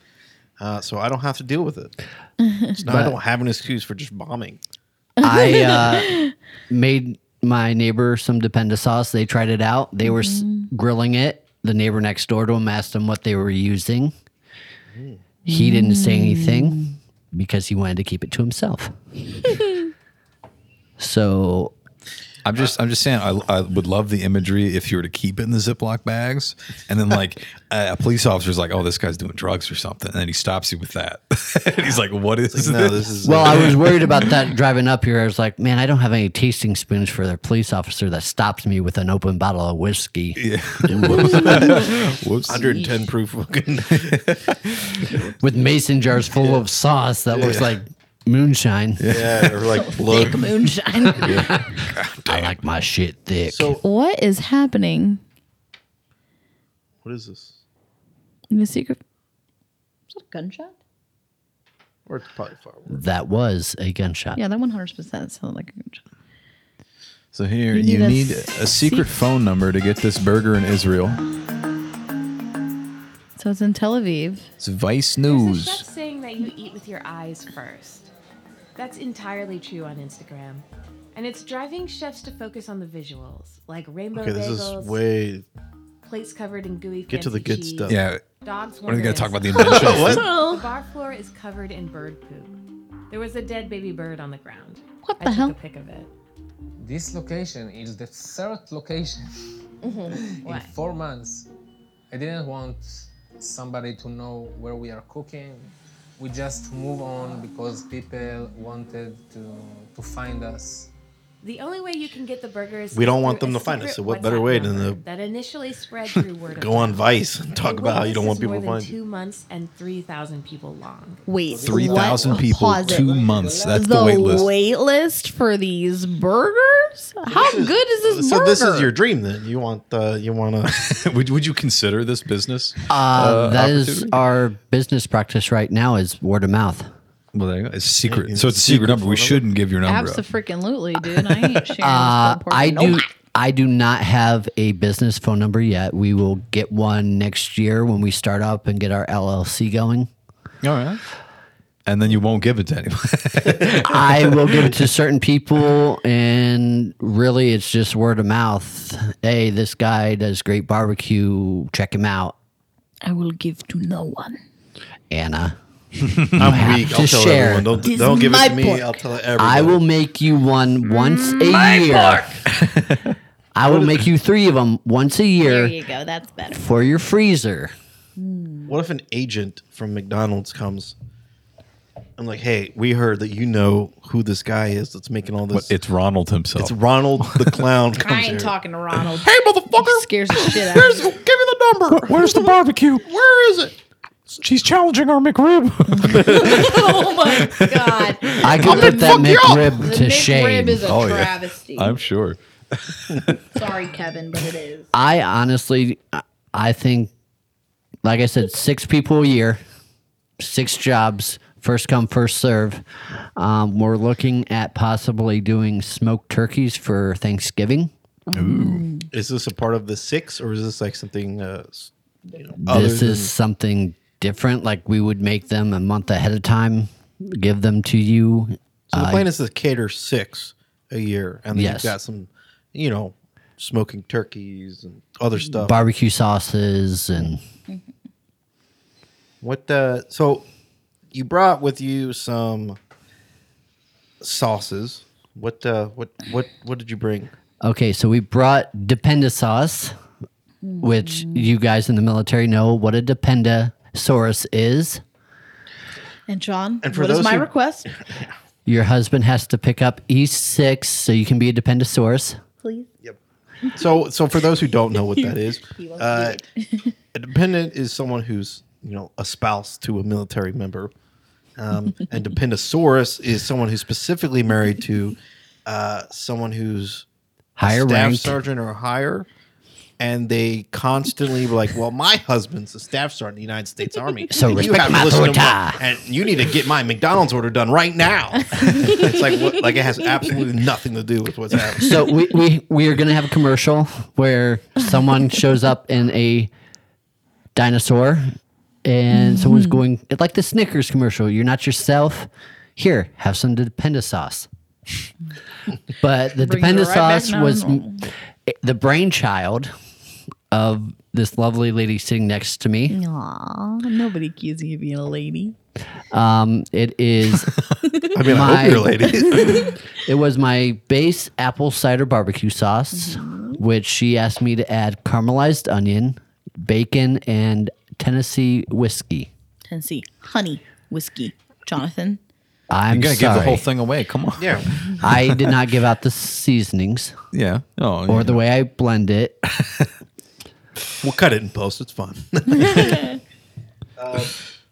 [SPEAKER 2] uh, so I don't have to deal with it. So now I don't have an excuse for just bombing.
[SPEAKER 1] I uh, made my neighbor some dependa sauce. They tried it out. They were s grilling it. The neighbor next door to him asked him what they were using. He didn't say anything because he wanted to keep it to himself. so
[SPEAKER 4] i'm just i'm just saying I, I would love the imagery if you were to keep it in the ziploc bags and then like a, a police officer's like oh this guy's doing drugs or something and then he stops you with that and he's like what is this
[SPEAKER 2] No, this is
[SPEAKER 1] Well, I was worried about that driving up here. I was like, man, I don't have any tasting spoons for their police officer that stops me with an open bottle of whiskey.
[SPEAKER 4] whoops
[SPEAKER 2] 110 proof. fucking-
[SPEAKER 1] With mason jars full of sauce that looks like moonshine.
[SPEAKER 2] yeah, or like blood.
[SPEAKER 3] Moonshine.
[SPEAKER 1] I like my shit thick.
[SPEAKER 2] So
[SPEAKER 3] what is happening
[SPEAKER 2] what is this?
[SPEAKER 3] in the secret? Is that a gunshot?
[SPEAKER 2] Or it's probably fireworks.
[SPEAKER 1] that was a gunshot.
[SPEAKER 3] Yeah, that 100% sounded like a gunshot.
[SPEAKER 4] So here
[SPEAKER 3] You
[SPEAKER 4] you,
[SPEAKER 3] need a
[SPEAKER 4] need a
[SPEAKER 3] s-
[SPEAKER 4] secret phone number to get this burger in Israel.
[SPEAKER 3] So it's in Tel Aviv.
[SPEAKER 4] It's Vice
[SPEAKER 8] There's a chef
[SPEAKER 4] News.
[SPEAKER 8] saying that you eat with your eyes first. That's entirely true on Instagram. And it's driving chefs to focus on the visuals, like rainbow
[SPEAKER 2] Okay, this is
[SPEAKER 8] bagels,
[SPEAKER 2] way.
[SPEAKER 8] plates covered in gooey
[SPEAKER 2] Get
[SPEAKER 8] fancy
[SPEAKER 2] to the good
[SPEAKER 8] cheese,
[SPEAKER 2] stuff.
[SPEAKER 4] Yeah.
[SPEAKER 8] Dogs
[SPEAKER 4] What are they going to talk about? The
[SPEAKER 2] Oh,
[SPEAKER 4] invention? of
[SPEAKER 2] what?
[SPEAKER 4] food?
[SPEAKER 8] The bar floor is covered in bird poop. There was a dead baby bird on the ground.
[SPEAKER 3] What
[SPEAKER 8] I
[SPEAKER 3] the
[SPEAKER 8] took
[SPEAKER 3] hell?
[SPEAKER 8] a pic of it.
[SPEAKER 9] This location is the third location in
[SPEAKER 8] What?
[SPEAKER 9] four months. I didn't want somebody to know where we are cooking. We just move on because people wanted to, to find us.
[SPEAKER 8] The only way you can get the burgers.
[SPEAKER 2] We
[SPEAKER 8] is
[SPEAKER 2] don't want
[SPEAKER 8] through
[SPEAKER 2] them
[SPEAKER 8] a
[SPEAKER 2] to find
[SPEAKER 8] secret
[SPEAKER 2] us, so what better
[SPEAKER 8] WhatsApp
[SPEAKER 2] way than
[SPEAKER 8] number
[SPEAKER 2] the-
[SPEAKER 8] that initially spread through word of
[SPEAKER 2] Go on
[SPEAKER 8] mouth.
[SPEAKER 2] Vice and talk about how you don't want
[SPEAKER 8] This is
[SPEAKER 2] people to
[SPEAKER 8] more than
[SPEAKER 2] find you.
[SPEAKER 8] Two months and three thousand people long.
[SPEAKER 3] Wait,
[SPEAKER 4] 3,000
[SPEAKER 3] what?
[SPEAKER 4] people,
[SPEAKER 3] Pause it.
[SPEAKER 4] two months. That's
[SPEAKER 3] the,
[SPEAKER 4] the wait list.
[SPEAKER 3] wait list for these burgers? How good is this
[SPEAKER 2] So
[SPEAKER 3] burger?
[SPEAKER 2] this is your dream then. You want uh, you want to
[SPEAKER 4] would, would you consider this business?
[SPEAKER 1] Uh, that is
[SPEAKER 4] opportunity?
[SPEAKER 1] our business practice right now is word of mouth.
[SPEAKER 4] Well, there you go. It's secret.
[SPEAKER 2] Yeah,
[SPEAKER 4] so it's a secret number. We
[SPEAKER 2] phone number.
[SPEAKER 4] shouldn't give your number. Up.
[SPEAKER 3] Absolutely, dude. I ain't sharing this
[SPEAKER 1] Uh,
[SPEAKER 3] popcorn.
[SPEAKER 1] I
[SPEAKER 3] Nope.
[SPEAKER 1] do. I do not have a business phone number yet. We will get one next year when we start up and get our LLC going.
[SPEAKER 4] All right. And then you won't give it to anyone.
[SPEAKER 1] I will give it to certain people, and really, it's just word of mouth. Hey, this guy does great barbecue. Check him out,
[SPEAKER 3] I will give to no one.
[SPEAKER 1] Anna.
[SPEAKER 2] I'm weak.
[SPEAKER 1] to
[SPEAKER 2] I'll tell
[SPEAKER 1] share.
[SPEAKER 2] everyone. Don't,
[SPEAKER 3] This
[SPEAKER 2] don't
[SPEAKER 3] is
[SPEAKER 2] give it
[SPEAKER 3] my
[SPEAKER 2] to me.
[SPEAKER 3] pork.
[SPEAKER 2] I'll tell everyone.
[SPEAKER 1] I will make you one
[SPEAKER 3] Mm.
[SPEAKER 1] once a year. I will make you three of them once a
[SPEAKER 3] There
[SPEAKER 1] year
[SPEAKER 3] you go. That's better.
[SPEAKER 1] for your freezer.
[SPEAKER 2] What if an agent from McDonald's comes? I'm like, "Hey, we heard that you know who this guy is that's making all this.
[SPEAKER 4] it's Ronald himself.
[SPEAKER 2] It's Ronald the clown comes
[SPEAKER 3] I
[SPEAKER 2] here.
[SPEAKER 3] ain't talking to Ronald.
[SPEAKER 2] Hey, motherfucker!
[SPEAKER 3] scares the shit out of
[SPEAKER 2] Here's-
[SPEAKER 3] me.
[SPEAKER 2] give me the number.
[SPEAKER 4] Where's the barbecue?
[SPEAKER 2] Where is it?
[SPEAKER 4] She's challenging our McRib.
[SPEAKER 3] Oh my god.
[SPEAKER 1] I can put that
[SPEAKER 2] fuck you up.
[SPEAKER 3] The
[SPEAKER 1] McRib to shame.
[SPEAKER 3] McRib is a
[SPEAKER 4] Oh, yeah.
[SPEAKER 3] travesty.
[SPEAKER 4] I'm sure.
[SPEAKER 3] Sorry, Kevin, but it is.
[SPEAKER 1] I honestly, I think, like I said, six people a year, six jobs, first come, first serve. Um, we're looking at possibly doing smoked turkeys for Thanksgiving.
[SPEAKER 2] Is this a part of the six, or is this like something? Uh, s- you know, other
[SPEAKER 1] This is something different. Like we would make them a month ahead of time, give them to you.
[SPEAKER 2] than- so the plan is to cater six a year, and then
[SPEAKER 1] Yes.
[SPEAKER 2] you've got some, you know, smoking turkeys and other stuff.
[SPEAKER 1] Barbecue sauces and
[SPEAKER 2] What the? So you brought with you some sauces. What uh what what what did you bring?
[SPEAKER 1] okay, so we brought dependa sauce, which you guys in the military know what a dependa source is.
[SPEAKER 3] And John,
[SPEAKER 2] And for
[SPEAKER 3] what is
[SPEAKER 2] those
[SPEAKER 3] my
[SPEAKER 2] who-
[SPEAKER 3] request?
[SPEAKER 1] Your husband has to pick up E6 so you can be a dependosaurus.
[SPEAKER 3] Please.
[SPEAKER 2] So so for those who don't know what that is, uh, a dependent is someone who's you know a spouse to a military member, um, and dependosaurus is someone who's specifically married to uh, someone who's
[SPEAKER 1] Higher
[SPEAKER 2] staff
[SPEAKER 1] ranked.
[SPEAKER 2] sergeant or higher, and they constantly were like, "Well, my husband's a staff sergeant in the United States Army,
[SPEAKER 1] So
[SPEAKER 2] and
[SPEAKER 1] respect my
[SPEAKER 2] to
[SPEAKER 1] authority."
[SPEAKER 2] and you need to get my McDonald's order done right now." it's like what, like it has absolutely nothing to do with what's happening.
[SPEAKER 1] So we, we, we are going to have a commercial where someone shows up in a dinosaur and someone's
[SPEAKER 3] Hmm.
[SPEAKER 1] going, it's like the Snickers commercial, you're not yourself. Here, have some dependosauce. but the
[SPEAKER 3] Brings you right back
[SPEAKER 1] dependosauce
[SPEAKER 3] down to
[SPEAKER 1] was eh,
[SPEAKER 3] normal.
[SPEAKER 1] the brainchild of this lovely lady sitting next to me.
[SPEAKER 3] Aw, nobody accusing you of being a lady. Mm.
[SPEAKER 1] Um, it is
[SPEAKER 2] I mean, I
[SPEAKER 1] My-
[SPEAKER 2] hope you're lady.
[SPEAKER 1] It was my base apple cider barbecue sauce, which she asked me to add caramelized onion, bacon, and Tennessee whiskey.
[SPEAKER 3] Tennessee. Honey. Whiskey. Jonathan.
[SPEAKER 1] I'm
[SPEAKER 4] You're going to give
[SPEAKER 1] sorry.
[SPEAKER 4] the whole thing away. Come on.
[SPEAKER 2] yeah.
[SPEAKER 1] I did not give out the seasonings
[SPEAKER 4] Yeah. Oh,
[SPEAKER 1] or the way I blend it.
[SPEAKER 2] We'll cut it in post. It's fun. Um,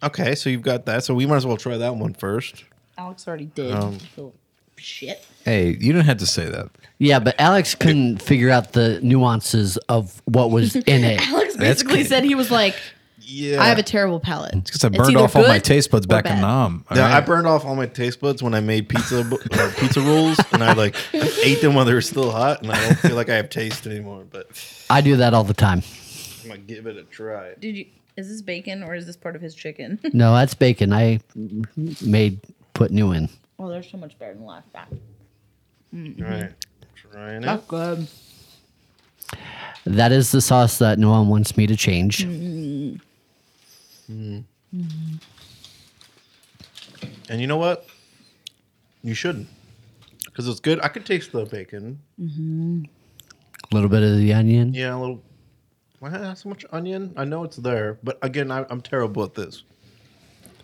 [SPEAKER 2] okay, so you've got that. So we might as well try that one first.
[SPEAKER 3] Alex already did. Little Shit.
[SPEAKER 4] Hey, you don't have to say that.
[SPEAKER 1] Yeah, but Alex couldn't figure out the nuances of what was in it.
[SPEAKER 3] Alex basically
[SPEAKER 4] good.
[SPEAKER 3] said he was like,
[SPEAKER 2] Yeah.
[SPEAKER 3] I have a terrible palate.
[SPEAKER 4] Because I
[SPEAKER 3] It's
[SPEAKER 4] burned
[SPEAKER 3] either
[SPEAKER 4] off all my
[SPEAKER 3] good
[SPEAKER 4] taste buds
[SPEAKER 3] or
[SPEAKER 4] back in
[SPEAKER 3] bad.
[SPEAKER 4] Nam. all
[SPEAKER 2] Yeah, I
[SPEAKER 4] right?
[SPEAKER 2] burned off all my taste buds when I made pizza bu- uh, pizza rolls, and I like ate them while they were still hot, and I don't feel like I have taste anymore. But
[SPEAKER 1] I do that all the time.
[SPEAKER 2] I'm gonna give it a try.
[SPEAKER 3] Did you? Is this bacon or is this part of his chicken?
[SPEAKER 1] No, that's bacon. I made put new in.
[SPEAKER 3] oh, there's so much better than last time.
[SPEAKER 2] All right. Trying it.
[SPEAKER 3] Mm-hmm. Oh, Good.
[SPEAKER 1] That is the sauce that no one wants me to change.
[SPEAKER 2] And you know what? You shouldn't. Because it's good. I could taste the bacon.
[SPEAKER 1] A little bit of the onion.
[SPEAKER 2] Yeah, a little. Why not so much onion? I know it's there, but again, I, I'm terrible at this.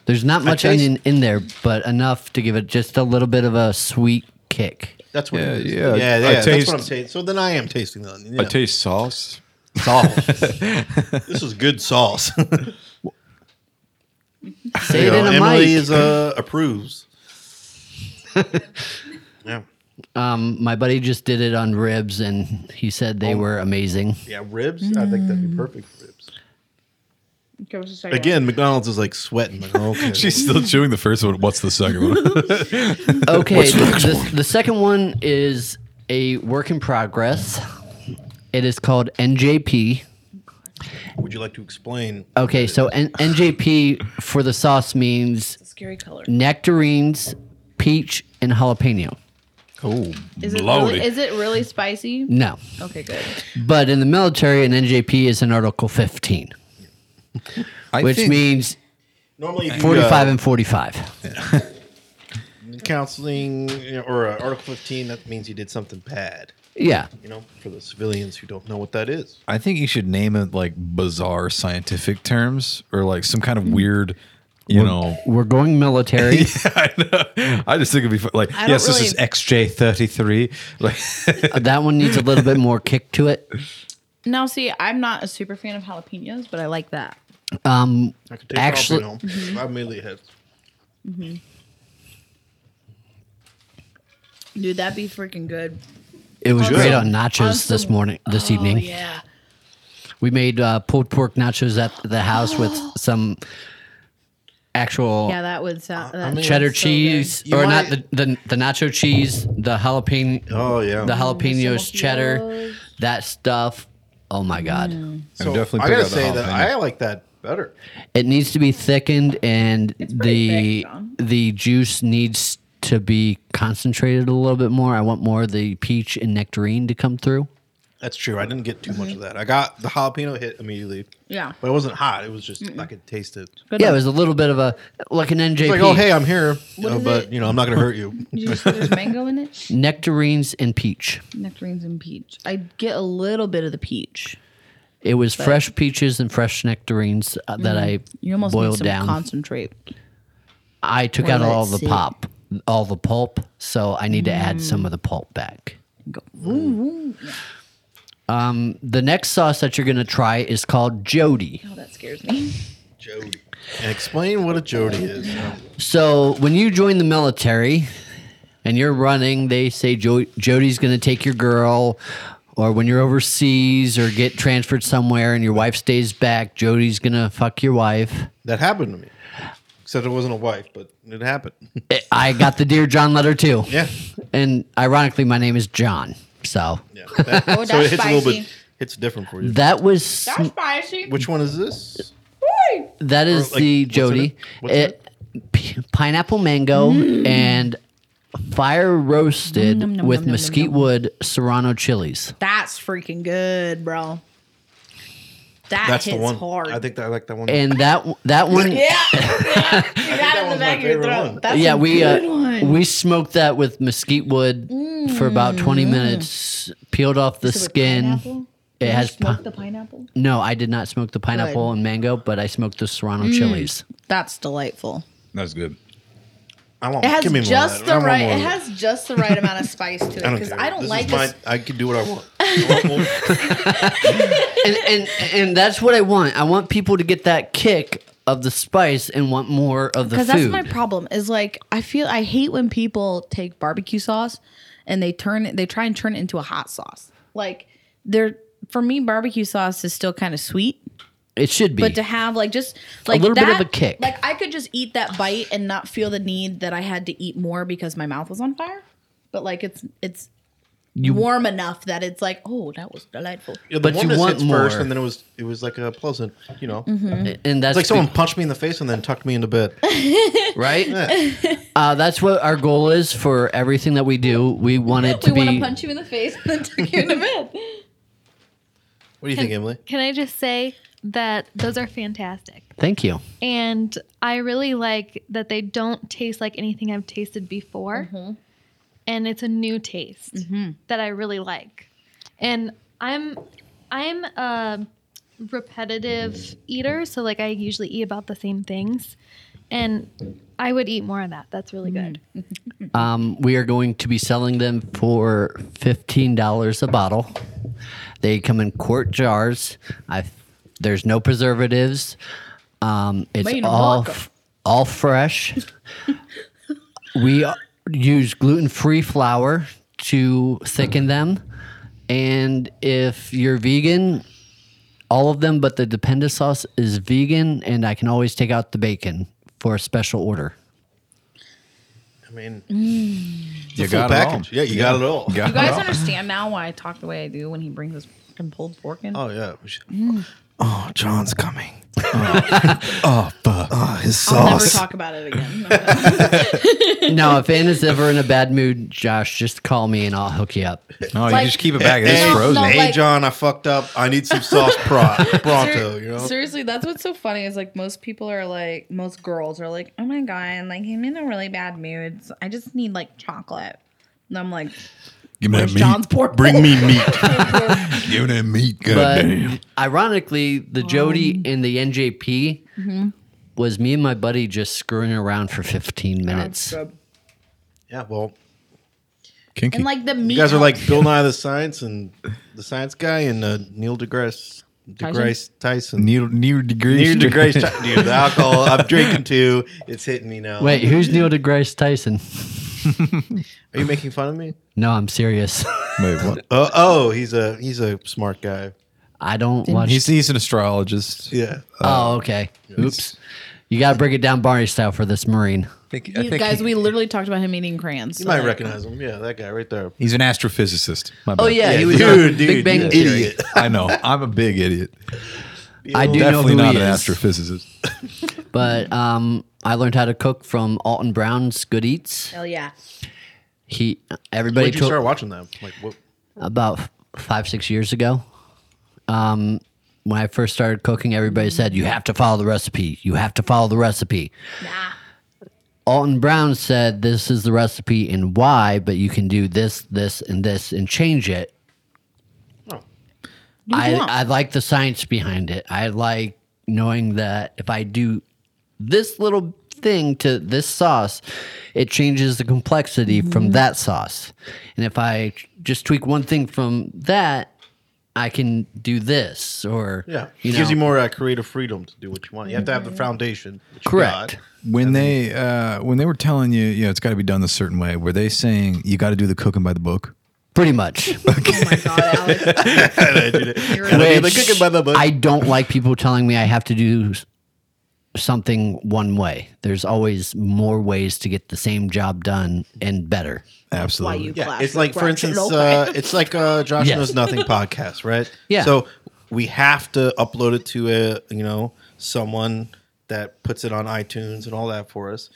[SPEAKER 1] There's not much
[SPEAKER 2] taste-
[SPEAKER 1] onion in there, but enough to give it just a little bit of a sweet kick.
[SPEAKER 2] That's what it is.
[SPEAKER 4] Yeah, yeah,
[SPEAKER 2] yeah,
[SPEAKER 4] I
[SPEAKER 2] yeah, that's
[SPEAKER 4] taste-
[SPEAKER 2] what I'm saying. So then I am tasting the onion.
[SPEAKER 4] I
[SPEAKER 2] yeah.
[SPEAKER 4] taste sauce.
[SPEAKER 2] sauce. this is good sauce.
[SPEAKER 1] Say
[SPEAKER 2] You
[SPEAKER 1] it
[SPEAKER 2] know,
[SPEAKER 1] in a
[SPEAKER 2] Emily
[SPEAKER 1] mic.
[SPEAKER 2] is uh, approves. yeah,
[SPEAKER 1] um, my buddy just did it on ribs, and he said they were amazing.
[SPEAKER 2] yeah, ribs. I think that'd be perfect for ribs.
[SPEAKER 3] Okay, what's the second one?
[SPEAKER 2] Again, McDonald's is like sweating. Like, okay,
[SPEAKER 4] She's still chewing the first one. What's the second one?
[SPEAKER 1] Okay, the, the, the second one is a work in progress. It is called NJP.
[SPEAKER 2] would you like to explain?
[SPEAKER 1] Okay, so N- NJP for the sauce means
[SPEAKER 3] Scary color.
[SPEAKER 1] nectarines, peach, and jalapeno.
[SPEAKER 4] oh,
[SPEAKER 3] Is it,
[SPEAKER 4] Lordy.
[SPEAKER 3] really, is it really spicy?
[SPEAKER 1] No.
[SPEAKER 3] Okay, good.
[SPEAKER 1] But in the military, an NJP is an Article 15,
[SPEAKER 4] I
[SPEAKER 1] which
[SPEAKER 4] think-
[SPEAKER 1] means
[SPEAKER 2] Normally, if you,
[SPEAKER 1] 45
[SPEAKER 2] uh,
[SPEAKER 1] and 45.
[SPEAKER 2] counseling you know, or uh, Article 15, that means you did something bad.
[SPEAKER 1] Yeah.
[SPEAKER 2] You know, for the civilians who don't know what that is.
[SPEAKER 4] I think you should name it like bizarre scientific terms or like some kind of weird, you know.
[SPEAKER 1] We're going military.
[SPEAKER 4] I know. I just think it'd be fun. like,
[SPEAKER 3] I don't
[SPEAKER 4] yes, this is
[SPEAKER 3] really-
[SPEAKER 4] XJ33. Like,
[SPEAKER 1] Uh, that one needs a little bit more kick to it.
[SPEAKER 3] Now, see, I'm not a super fan of jalapenos, but I like that.
[SPEAKER 1] Um,
[SPEAKER 2] I could take
[SPEAKER 1] Actually-
[SPEAKER 2] Actually, Mm-hmm. home. I immediately had.
[SPEAKER 3] Dude, that'd be freaking good.
[SPEAKER 1] it was
[SPEAKER 3] Awesome.
[SPEAKER 1] great on nachos this
[SPEAKER 3] Awesome.
[SPEAKER 1] morning, this evening.
[SPEAKER 3] Oh, yeah.
[SPEAKER 1] We made uh, pulled pork nachos at the house with some actual
[SPEAKER 3] Yeah, that would sound. That
[SPEAKER 2] mean-
[SPEAKER 1] cheddar
[SPEAKER 3] sounds so
[SPEAKER 1] cheese,
[SPEAKER 2] You
[SPEAKER 1] or not the,
[SPEAKER 2] might-
[SPEAKER 1] the the nacho cheese, the jalapeno,
[SPEAKER 2] Oh, yeah.
[SPEAKER 1] the jalapenos,
[SPEAKER 3] jalapenos.
[SPEAKER 1] cheddar, that stuff. Oh my god,
[SPEAKER 3] Mm.
[SPEAKER 2] So
[SPEAKER 4] definitely
[SPEAKER 2] I
[SPEAKER 4] pick
[SPEAKER 2] gotta
[SPEAKER 4] out the
[SPEAKER 2] say that
[SPEAKER 4] jalapeno.
[SPEAKER 2] I like that better.
[SPEAKER 1] it needs to be thickened, and
[SPEAKER 3] pretty
[SPEAKER 1] the
[SPEAKER 3] thick, John.
[SPEAKER 1] the juice needs to be concentrated a little bit more. I want more of the peach and nectarine to come through.
[SPEAKER 2] That's true. I didn't get too much of that. I got the jalapeno hit immediately,
[SPEAKER 3] good. Yeah.
[SPEAKER 2] but it wasn't hot. It was just I could taste it.
[SPEAKER 3] Good
[SPEAKER 1] Yeah, it
[SPEAKER 3] luck.
[SPEAKER 1] was a little bit of a like an NJP.
[SPEAKER 2] It's like, oh hey, I'm here, you know,
[SPEAKER 3] is
[SPEAKER 2] but
[SPEAKER 3] it?
[SPEAKER 2] you know, I'm not gonna hurt you.
[SPEAKER 3] Did you say there's mango in it?
[SPEAKER 1] nectarines and peach.
[SPEAKER 3] Nectarines and peach. I get a little bit of the peach.
[SPEAKER 1] It was fresh peaches and fresh nectarines uh, that I
[SPEAKER 3] Mm-hmm. You almost need
[SPEAKER 1] boiled
[SPEAKER 3] some
[SPEAKER 1] down.
[SPEAKER 3] concentrate.
[SPEAKER 1] I took
[SPEAKER 3] Well,
[SPEAKER 1] out all
[SPEAKER 3] let's
[SPEAKER 1] the
[SPEAKER 3] see. Mm.
[SPEAKER 1] pop, all the pulp, so I need to add some of the pulp back. Um,
[SPEAKER 3] Go. Vroom, vroom.
[SPEAKER 1] The next sauce that you're gonna try is called Jody.
[SPEAKER 3] Oh, that scares me.
[SPEAKER 2] Jody, and explain what a Jody is.
[SPEAKER 1] So when you join the military and you're running, they say jo- Jody's going to take your girl, or when you're overseas or get transferred somewhere and your wife stays back, Jody's going to fuck your wife.
[SPEAKER 2] That happened to me. Except it wasn't a wife, but it happened.
[SPEAKER 1] I- Eh, I got the Dear John letter too.
[SPEAKER 2] Yeah.
[SPEAKER 1] And ironically, my name is John. So
[SPEAKER 2] Yeah. That-
[SPEAKER 3] Oh,
[SPEAKER 2] so
[SPEAKER 3] that's
[SPEAKER 2] it hits a little bit.
[SPEAKER 3] spicy.
[SPEAKER 2] Hits different for you.
[SPEAKER 1] that was
[SPEAKER 3] That's spicy.
[SPEAKER 2] Which one is this?
[SPEAKER 1] that is
[SPEAKER 2] Or, like,
[SPEAKER 1] the
[SPEAKER 2] what's in
[SPEAKER 1] Jody.
[SPEAKER 2] it? What's in
[SPEAKER 1] It- p- pineapple mango and fire roasted
[SPEAKER 3] Mm. Nom, nom, nom,
[SPEAKER 1] with
[SPEAKER 3] nom, nom,
[SPEAKER 1] mesquite
[SPEAKER 3] nom.
[SPEAKER 1] wood serrano chilies.
[SPEAKER 3] That's freaking good, bro. That
[SPEAKER 2] That's
[SPEAKER 3] hits
[SPEAKER 2] the one.
[SPEAKER 3] hard.
[SPEAKER 2] I think that I like that one.
[SPEAKER 1] And that that one
[SPEAKER 3] Yeah, yeah. you got it in the
[SPEAKER 2] one's
[SPEAKER 3] back
[SPEAKER 2] my
[SPEAKER 3] of your
[SPEAKER 2] favorite
[SPEAKER 3] throat.
[SPEAKER 2] one.
[SPEAKER 3] That's
[SPEAKER 1] yeah,
[SPEAKER 3] a
[SPEAKER 1] we
[SPEAKER 3] good
[SPEAKER 1] uh,
[SPEAKER 3] one.
[SPEAKER 1] we smoked that with mesquite wood for about 20 minutes, peeled off the
[SPEAKER 3] So Mm. with
[SPEAKER 1] skin.
[SPEAKER 3] pineapple?
[SPEAKER 1] It
[SPEAKER 3] You
[SPEAKER 1] has
[SPEAKER 3] smoked
[SPEAKER 1] pi-
[SPEAKER 3] the pineapple.
[SPEAKER 1] no, I did not smoke the pineapple
[SPEAKER 3] Good. Mm.
[SPEAKER 1] and mango, but I smoked the serrano chilies.
[SPEAKER 3] That's delightful.
[SPEAKER 4] That's good.
[SPEAKER 2] I want,
[SPEAKER 3] It has
[SPEAKER 2] give me more of
[SPEAKER 3] just
[SPEAKER 2] that. I
[SPEAKER 3] the
[SPEAKER 2] want
[SPEAKER 3] right.
[SPEAKER 2] more
[SPEAKER 3] It
[SPEAKER 2] of that.
[SPEAKER 3] has just the right amount of spice to it because
[SPEAKER 2] care.
[SPEAKER 3] I don't
[SPEAKER 2] This is
[SPEAKER 3] like
[SPEAKER 2] my-
[SPEAKER 3] this.
[SPEAKER 2] I can do what I want. I want more.
[SPEAKER 1] And, and and that's what I want. I want people to get that kick of the spice and want more of the
[SPEAKER 3] Because
[SPEAKER 1] food.
[SPEAKER 3] that's my problem. Is like I feel I hate when people take barbecue sauce and they turn it. They try and turn it into a hot sauce. Like they're for me, barbecue sauce is still kind of sweet.
[SPEAKER 1] it should be.
[SPEAKER 3] but to have like just like
[SPEAKER 1] little bit
[SPEAKER 3] that,
[SPEAKER 1] of a kick.
[SPEAKER 3] Like I could just eat that bite and not feel the need that I had to eat more because my mouth was on fire. But like it's it's warm enough that it's like, oh, that was delightful.
[SPEAKER 2] Yeah, the
[SPEAKER 1] But you
[SPEAKER 2] warmness
[SPEAKER 1] want
[SPEAKER 2] hits first,
[SPEAKER 1] more.
[SPEAKER 2] and then it was it was like a pleasant, you know.
[SPEAKER 3] Mm-hmm.
[SPEAKER 1] and that's
[SPEAKER 2] It's like
[SPEAKER 1] be-
[SPEAKER 2] someone punched me in the face and then tucked me into bed.
[SPEAKER 1] right.
[SPEAKER 2] Yeah.
[SPEAKER 1] Uh, that's what our goal is for everything that we do. We want it
[SPEAKER 3] We
[SPEAKER 1] to
[SPEAKER 3] want to
[SPEAKER 1] be.
[SPEAKER 3] punch you in the face and then tuck you into bed.
[SPEAKER 2] What do you think, Emily?
[SPEAKER 7] Can I just say that those are fantastic.
[SPEAKER 1] Thank you.
[SPEAKER 7] And I really like that they don't taste like anything I've tasted before.
[SPEAKER 3] Mm-hmm.
[SPEAKER 7] And it's a new taste that I really like. And I'm I'm a repetitive eater, so like I usually eat about the same things. And I would eat more of that. That's really
[SPEAKER 3] Mm-hmm.
[SPEAKER 7] good.
[SPEAKER 1] Um, we are going to be selling them for fifteen dollars a bottle. They come in quart jars. I there's no preservatives. Um, it's
[SPEAKER 3] Made in
[SPEAKER 1] all
[SPEAKER 3] Morocco.
[SPEAKER 1] f- all fresh. we uh, use gluten free flour to thicken them, and if you're vegan. All of them, but the dependa sauce is vegan, and I can always take out the bacon for a special order.
[SPEAKER 2] I mean,
[SPEAKER 3] Mm.
[SPEAKER 4] You
[SPEAKER 2] full
[SPEAKER 4] got it all.
[SPEAKER 2] package. Yeah, you got it all.
[SPEAKER 4] Got
[SPEAKER 3] You
[SPEAKER 4] it
[SPEAKER 3] guys
[SPEAKER 1] Uh-huh.
[SPEAKER 4] all.
[SPEAKER 3] understand now why I talk the way I do when he brings his fucking pulled pork in?
[SPEAKER 2] Oh yeah. We should-
[SPEAKER 3] Mm.
[SPEAKER 2] Oh, John's coming.
[SPEAKER 4] Oh, fuck.
[SPEAKER 2] Oh, his
[SPEAKER 3] I'll never
[SPEAKER 2] sauce.
[SPEAKER 3] talk about it again.
[SPEAKER 1] No, if Anna's ever in a bad mood, Josh, just call me and I'll hook you up.
[SPEAKER 4] No,
[SPEAKER 3] Like-
[SPEAKER 4] you just keep it back. It's
[SPEAKER 2] Hey,
[SPEAKER 4] frozen.
[SPEAKER 3] no.
[SPEAKER 2] Hey,
[SPEAKER 3] like-
[SPEAKER 2] John, I fucked up. I need some sauce pro- pronto.
[SPEAKER 3] Ser-
[SPEAKER 2] You know.
[SPEAKER 3] Seriously, that's what's so funny is like most people are like, most girls are like, oh my God, like I'm in a really bad mood. So I just need like chocolate. And I'm like,
[SPEAKER 4] Give me
[SPEAKER 3] where's John's pork?
[SPEAKER 4] Bring me meat. Give me that meat.
[SPEAKER 1] But
[SPEAKER 4] Goddamn.
[SPEAKER 1] ironically, the Jody and the NJP was me and my buddy just screwing around for 15 minutes.
[SPEAKER 2] Yeah. Well,
[SPEAKER 4] Kinky.
[SPEAKER 3] And like the meat.
[SPEAKER 2] you guys are like Bill Nye the Science and the Science Guy and uh, Neil deGrasse deGrasse Tyson.
[SPEAKER 4] Neil, Neil deGrasse.
[SPEAKER 2] Neil deGrasse Tyson. Dude, the alcohol I'm drinking too. It's hitting me now.
[SPEAKER 1] Wait, who's Neil deGrasse Tyson?
[SPEAKER 2] Are you making fun of me?
[SPEAKER 1] No, I'm serious.
[SPEAKER 4] Wait, what?
[SPEAKER 2] Oh, oh, he's a he's a smart guy.
[SPEAKER 1] I don't watch.
[SPEAKER 4] He's, he's an astrologist.
[SPEAKER 2] Yeah.
[SPEAKER 1] oh, okay. Oops. You got to break it down Barney style for this Marine.
[SPEAKER 4] think,
[SPEAKER 3] You guys, we literally talked about him eating crayons.
[SPEAKER 2] You might recognize him. Yeah, that guy right there.
[SPEAKER 4] he's an astrophysicist. My
[SPEAKER 3] Oh,
[SPEAKER 4] bad.
[SPEAKER 2] he was on dude, Big Bang Theory.
[SPEAKER 1] Idiot.
[SPEAKER 4] I know. I'm a big idiot.
[SPEAKER 1] I do know
[SPEAKER 4] Definitely
[SPEAKER 1] who
[SPEAKER 4] not
[SPEAKER 1] he
[SPEAKER 4] an
[SPEAKER 1] is.
[SPEAKER 4] astrophysicist.
[SPEAKER 1] But um, I learned how to cook from Alton Brown's Good Eats.
[SPEAKER 3] Hell yeah.
[SPEAKER 1] He everybody
[SPEAKER 2] When did you
[SPEAKER 1] told
[SPEAKER 2] start watching them? Like what?
[SPEAKER 1] about f- five six years ago um when i first started cooking everybody said you have to follow the recipe you have to follow the recipe
[SPEAKER 3] Nah.
[SPEAKER 1] alton brown said this is the recipe and why but you can do this this and this and change it
[SPEAKER 2] Oh.
[SPEAKER 1] I,
[SPEAKER 3] want.
[SPEAKER 1] I like the science behind it i like knowing that if i do this little thing to this sauce it changes the complexity from that sauce and if i just tweak one thing from that I can do this or
[SPEAKER 2] Yeah,
[SPEAKER 1] you
[SPEAKER 2] it
[SPEAKER 1] know,
[SPEAKER 2] gives you more uh, creative freedom to do what you want. You have to have the foundation. which you
[SPEAKER 1] Correct.
[SPEAKER 2] got.
[SPEAKER 4] When they uh, when they were telling you, you know, it's got to be done a certain way. Were they saying you got to do the cooking by the book?
[SPEAKER 1] pretty much.
[SPEAKER 3] Oh my God, Alex.
[SPEAKER 2] And I did it.
[SPEAKER 3] You're
[SPEAKER 2] And I did the
[SPEAKER 1] Which
[SPEAKER 2] cooking by the book.
[SPEAKER 1] I don't like people telling me I have to do s- something one way. There's always more ways to get the same job done and better.
[SPEAKER 4] Absolutely.
[SPEAKER 3] you-
[SPEAKER 2] yeah,
[SPEAKER 3] Classic
[SPEAKER 2] it's like for instance,
[SPEAKER 3] rational
[SPEAKER 2] uh, it's like uh, Josh
[SPEAKER 1] Yes.
[SPEAKER 2] knows nothing podcast, right?
[SPEAKER 1] Yeah.
[SPEAKER 2] So we have to upload it to a you know someone that puts it on iTunes and all that for us.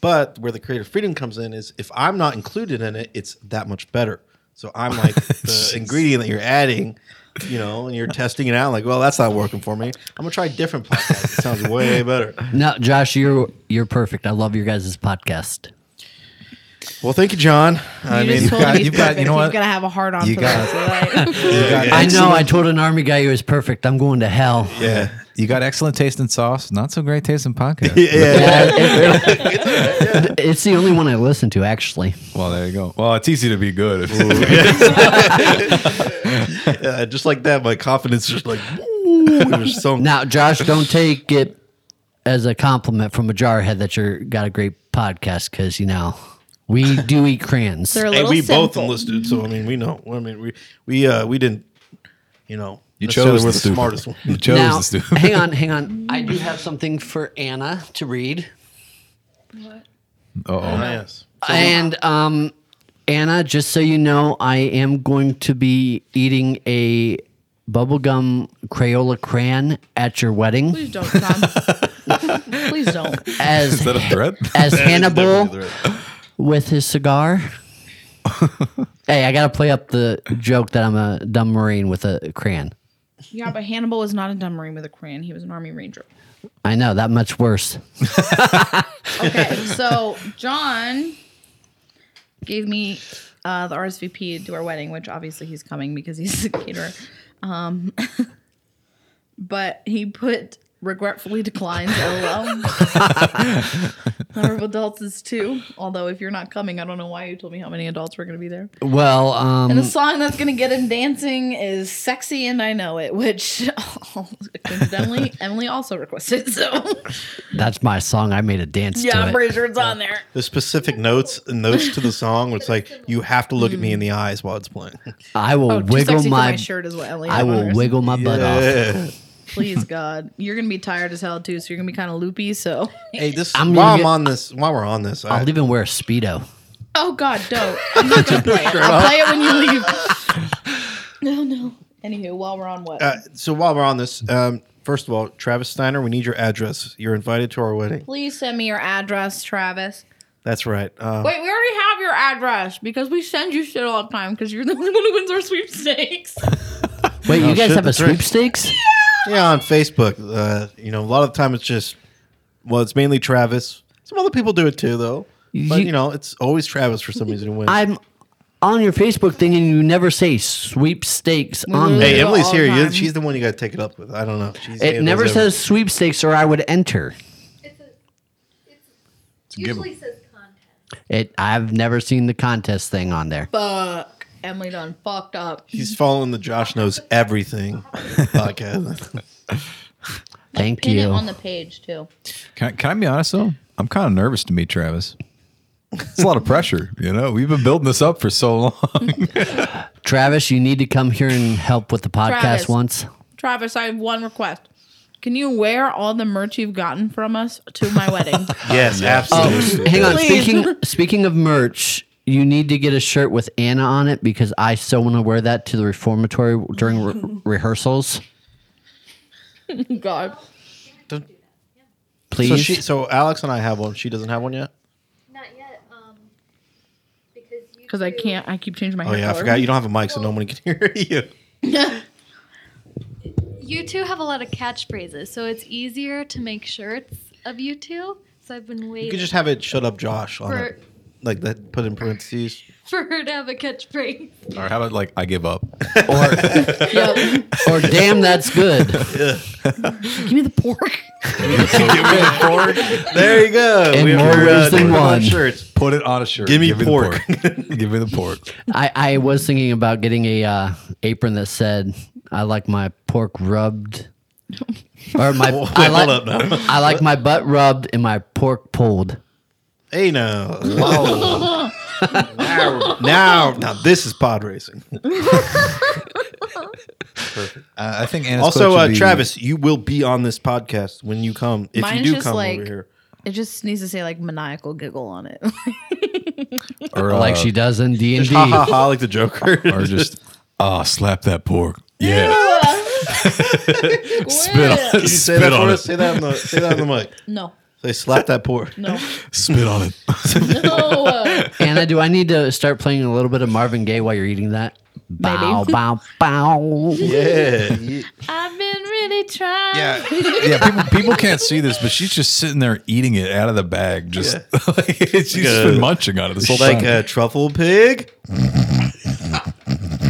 [SPEAKER 2] But where the creative freedom comes in is if I'm not included in it, it's that much better. So I'm like the ingredient that you're adding, you know, and you're testing it out. Like, well, that's not working for me. I'm gonna try a different podcast. It sounds way better.
[SPEAKER 1] No, Josh, you're you're perfect. I love your guys' podcast.
[SPEAKER 2] Well, thank you, John. Uh, I mean,
[SPEAKER 3] You just
[SPEAKER 4] you've
[SPEAKER 3] told
[SPEAKER 4] got-
[SPEAKER 3] me
[SPEAKER 4] you've got- you know
[SPEAKER 3] he's
[SPEAKER 4] what?
[SPEAKER 3] gonna have a hard on
[SPEAKER 4] You
[SPEAKER 3] for the rest of the night.
[SPEAKER 1] I
[SPEAKER 4] You got
[SPEAKER 1] know I
[SPEAKER 4] excellent-
[SPEAKER 1] told an army guy he was perfect. I'm going to hell.
[SPEAKER 4] Yeah. You got excellent taste in sauce, not so great taste in podcast.
[SPEAKER 1] Yeah, it- it's the only one I listen to actually.
[SPEAKER 4] Well, there you go. Well, it's easy to be good.
[SPEAKER 2] yeah, uh, just like that, my confidence just like woo, it was so.
[SPEAKER 1] Now, Josh, don't take it as a compliment from a jarhead that you're got a great podcast because you know we do eat crayons.
[SPEAKER 3] They're a
[SPEAKER 2] hey,
[SPEAKER 3] little
[SPEAKER 2] we both
[SPEAKER 3] sinful.
[SPEAKER 2] enlisted, so I mean, we know. I mean, we we uh we didn't, you know,
[SPEAKER 4] You
[SPEAKER 2] necessarily
[SPEAKER 4] chose
[SPEAKER 2] we're
[SPEAKER 4] the
[SPEAKER 2] the
[SPEAKER 4] stupid.
[SPEAKER 2] smartest one.
[SPEAKER 4] You chose
[SPEAKER 1] Now,
[SPEAKER 4] this dude.
[SPEAKER 1] hang on, hang on. I do have something for Anna to read,
[SPEAKER 4] Uh-oh.
[SPEAKER 2] yes,
[SPEAKER 1] and um, Anna, just so you know, I am going to be eating a bubblegum Crayola crayon at your wedding
[SPEAKER 3] Please don't, Tom. Please don't.
[SPEAKER 1] as
[SPEAKER 4] Is that a threat?
[SPEAKER 1] as
[SPEAKER 2] That is
[SPEAKER 1] Hannibal
[SPEAKER 2] definitely
[SPEAKER 1] with his cigar. hey, I gotta play up the joke that I'm a dumb marine with a crayon.
[SPEAKER 3] Yeah, but Hannibal was not a dumb marine with a crayon. He was an army ranger.
[SPEAKER 1] I know that much worse.
[SPEAKER 3] Okay, so John gave me uh, the RSVP to our wedding, which obviously he's coming because he's a caterer. Um, but he put regretfully declines. LOL. Number of adults is two. Although if you're not coming, I don't know why you told me how many adults were going to be there.
[SPEAKER 1] Well,
[SPEAKER 3] And the
[SPEAKER 1] um,
[SPEAKER 3] song that's going to get him dancing is "Sexy and I Know It," which coincidentally Emily also requested. So
[SPEAKER 1] that's my song. I made a dance
[SPEAKER 3] yeah,
[SPEAKER 1] to
[SPEAKER 3] I'm
[SPEAKER 1] it.
[SPEAKER 3] pretty sure it's on there.
[SPEAKER 2] The specific notes notes to the song, where it's like you have to look at me in the eyes while it's playing.
[SPEAKER 1] I will
[SPEAKER 3] Oh, too
[SPEAKER 1] wiggle
[SPEAKER 3] sexy for
[SPEAKER 1] my.
[SPEAKER 3] my shirt is what Ellie.
[SPEAKER 1] I will
[SPEAKER 3] orders.
[SPEAKER 1] wiggle my butt off.
[SPEAKER 2] Yeah.
[SPEAKER 3] Please God, you're gonna be tired as hell too, so you're gonna be kind of loopy. So,
[SPEAKER 2] Hey, this
[SPEAKER 1] I'm
[SPEAKER 2] while
[SPEAKER 1] gonna
[SPEAKER 2] I'm
[SPEAKER 1] get-
[SPEAKER 2] on this, while we're on this, I,
[SPEAKER 1] I'll even wear a speedo.
[SPEAKER 3] oh God, don't! I'm not gonna play it. I'll play it when you leave. No, no. Anywho, while we're on what?
[SPEAKER 2] uh, so while we're on this, um, first of all, Travis Steiner, we need your address. You're invited to our wedding.
[SPEAKER 3] Please send me your address, Travis.
[SPEAKER 2] That's right. Um,
[SPEAKER 3] Wait, we already have your address because we send you shit all the time because you're the only one who wins our sweepstakes.
[SPEAKER 1] Wait,
[SPEAKER 2] Oh,
[SPEAKER 1] you guys
[SPEAKER 2] shit,
[SPEAKER 1] have a
[SPEAKER 2] that's right.
[SPEAKER 1] sweepstakes?
[SPEAKER 2] yeah, on Facebook, uh, you know, a lot of the time it's just, well, it's mainly Travis. Some other people do it too, though. But
[SPEAKER 1] You-
[SPEAKER 2] you, know, it's always Travis for some reason who wins.
[SPEAKER 1] I'm on your Facebook thing and you never say sweepstakes
[SPEAKER 3] Mm-hmm.
[SPEAKER 1] on
[SPEAKER 2] hey,
[SPEAKER 1] there.
[SPEAKER 3] Em-
[SPEAKER 2] Emily's
[SPEAKER 3] all
[SPEAKER 2] here.
[SPEAKER 3] the
[SPEAKER 2] You-
[SPEAKER 3] time.
[SPEAKER 2] She's the one you got to take it up with. I don't know. She's
[SPEAKER 1] It
[SPEAKER 2] handles
[SPEAKER 1] never
[SPEAKER 2] everything.
[SPEAKER 1] says sweepstakes or I would enter.
[SPEAKER 10] It's a, it's, usually says contest.
[SPEAKER 1] It I've never seen the contest thing on there.
[SPEAKER 3] Fuck, Emily done fucked up.
[SPEAKER 2] He's following the Josh knows everything podcast.
[SPEAKER 1] Thank
[SPEAKER 3] Pin it
[SPEAKER 1] you.
[SPEAKER 3] on the page too.
[SPEAKER 4] Can I, can I be honest though? I'm kind of nervous to meet Travis. It's a lot of pressure, you know. We've been building this up for so long.
[SPEAKER 1] Travis, you need to come here and help with the podcast
[SPEAKER 3] Travis.
[SPEAKER 1] once.
[SPEAKER 3] Travis, I have one request. Can you wear all the merch you've gotten from us to my wedding?
[SPEAKER 2] yes, absolutely.
[SPEAKER 1] Oh, Hang on.
[SPEAKER 3] Please.
[SPEAKER 1] Speaking speaking of merch, you need to get a shirt with Anna on it because I so want to wear that to the reformatory during re- rehearsals.
[SPEAKER 3] God.
[SPEAKER 1] Oh, Please.
[SPEAKER 2] So, she, so Alex and I have one. She doesn't have one yet.
[SPEAKER 10] Not yet, um, because you
[SPEAKER 3] Because I
[SPEAKER 10] two-
[SPEAKER 3] can't, I keep changing my
[SPEAKER 2] Oh
[SPEAKER 3] hair
[SPEAKER 2] yeah, I
[SPEAKER 3] color.
[SPEAKER 2] forgot you don't have a mic, so nobody can hear you.
[SPEAKER 7] You two have a lot of catchphrases, so it's easier to make shirts of you two. So I've been
[SPEAKER 2] You
[SPEAKER 7] waiting
[SPEAKER 2] could just have it. Shut up, Josh. On
[SPEAKER 7] for,
[SPEAKER 2] it, like that. Put in parentheses.
[SPEAKER 7] for her to have a catchphrase.
[SPEAKER 4] or how about like I give up?
[SPEAKER 1] or damn, that's good.
[SPEAKER 3] Give me the pork.
[SPEAKER 2] There you go.
[SPEAKER 1] In
[SPEAKER 2] have
[SPEAKER 1] more
[SPEAKER 2] your,
[SPEAKER 1] ways than
[SPEAKER 2] Pokemon
[SPEAKER 1] one.
[SPEAKER 2] Shirts.
[SPEAKER 4] Put it on a shirt.
[SPEAKER 2] Give me
[SPEAKER 4] the
[SPEAKER 2] pork.
[SPEAKER 4] Give me the pork.
[SPEAKER 1] I, I was thinking about getting a uh, apron that said I like my pork rubbed, or my I
[SPEAKER 2] Hold
[SPEAKER 1] like
[SPEAKER 2] up now.
[SPEAKER 1] I like my butt rubbed and my pork pulled.
[SPEAKER 2] Hey now. now, now, now, this is pod racing.
[SPEAKER 4] Uh, I think. Anna's
[SPEAKER 2] Also,
[SPEAKER 4] clothes should
[SPEAKER 2] uh,
[SPEAKER 4] be-
[SPEAKER 2] Travis, you will be on this podcast when you come. If
[SPEAKER 3] Mine's
[SPEAKER 2] you do
[SPEAKER 3] just
[SPEAKER 2] come
[SPEAKER 3] like-
[SPEAKER 2] over here,
[SPEAKER 3] It just needs to say like maniacal giggle on it.
[SPEAKER 4] or
[SPEAKER 1] like
[SPEAKER 4] uh,
[SPEAKER 1] she does in D and
[SPEAKER 2] just ha ha
[SPEAKER 1] D.
[SPEAKER 2] ha, like the Joker.
[SPEAKER 4] or just ah slap that pork. Yeah, spit on
[SPEAKER 2] Can
[SPEAKER 4] it.
[SPEAKER 2] you say that
[SPEAKER 4] Spit on
[SPEAKER 2] for
[SPEAKER 4] it.
[SPEAKER 2] us? Say that on the say that on the mic.
[SPEAKER 3] no,
[SPEAKER 2] Say slap that pork.
[SPEAKER 3] no,
[SPEAKER 4] Spit on it.
[SPEAKER 3] no.
[SPEAKER 1] Anna, do I need to start playing a little bit of Marvin Gaye while you're eating that? Bow bow bow.
[SPEAKER 2] Yeah. you-
[SPEAKER 7] I've been really trying.
[SPEAKER 4] Yeah, yeah. People, people can't see this, but she's just sitting there eating it out of the bag. Just like, she's just been
[SPEAKER 2] uh,
[SPEAKER 4] munching on it this whole
[SPEAKER 2] like
[SPEAKER 4] time.
[SPEAKER 2] a truffle pig.
[SPEAKER 7] Oh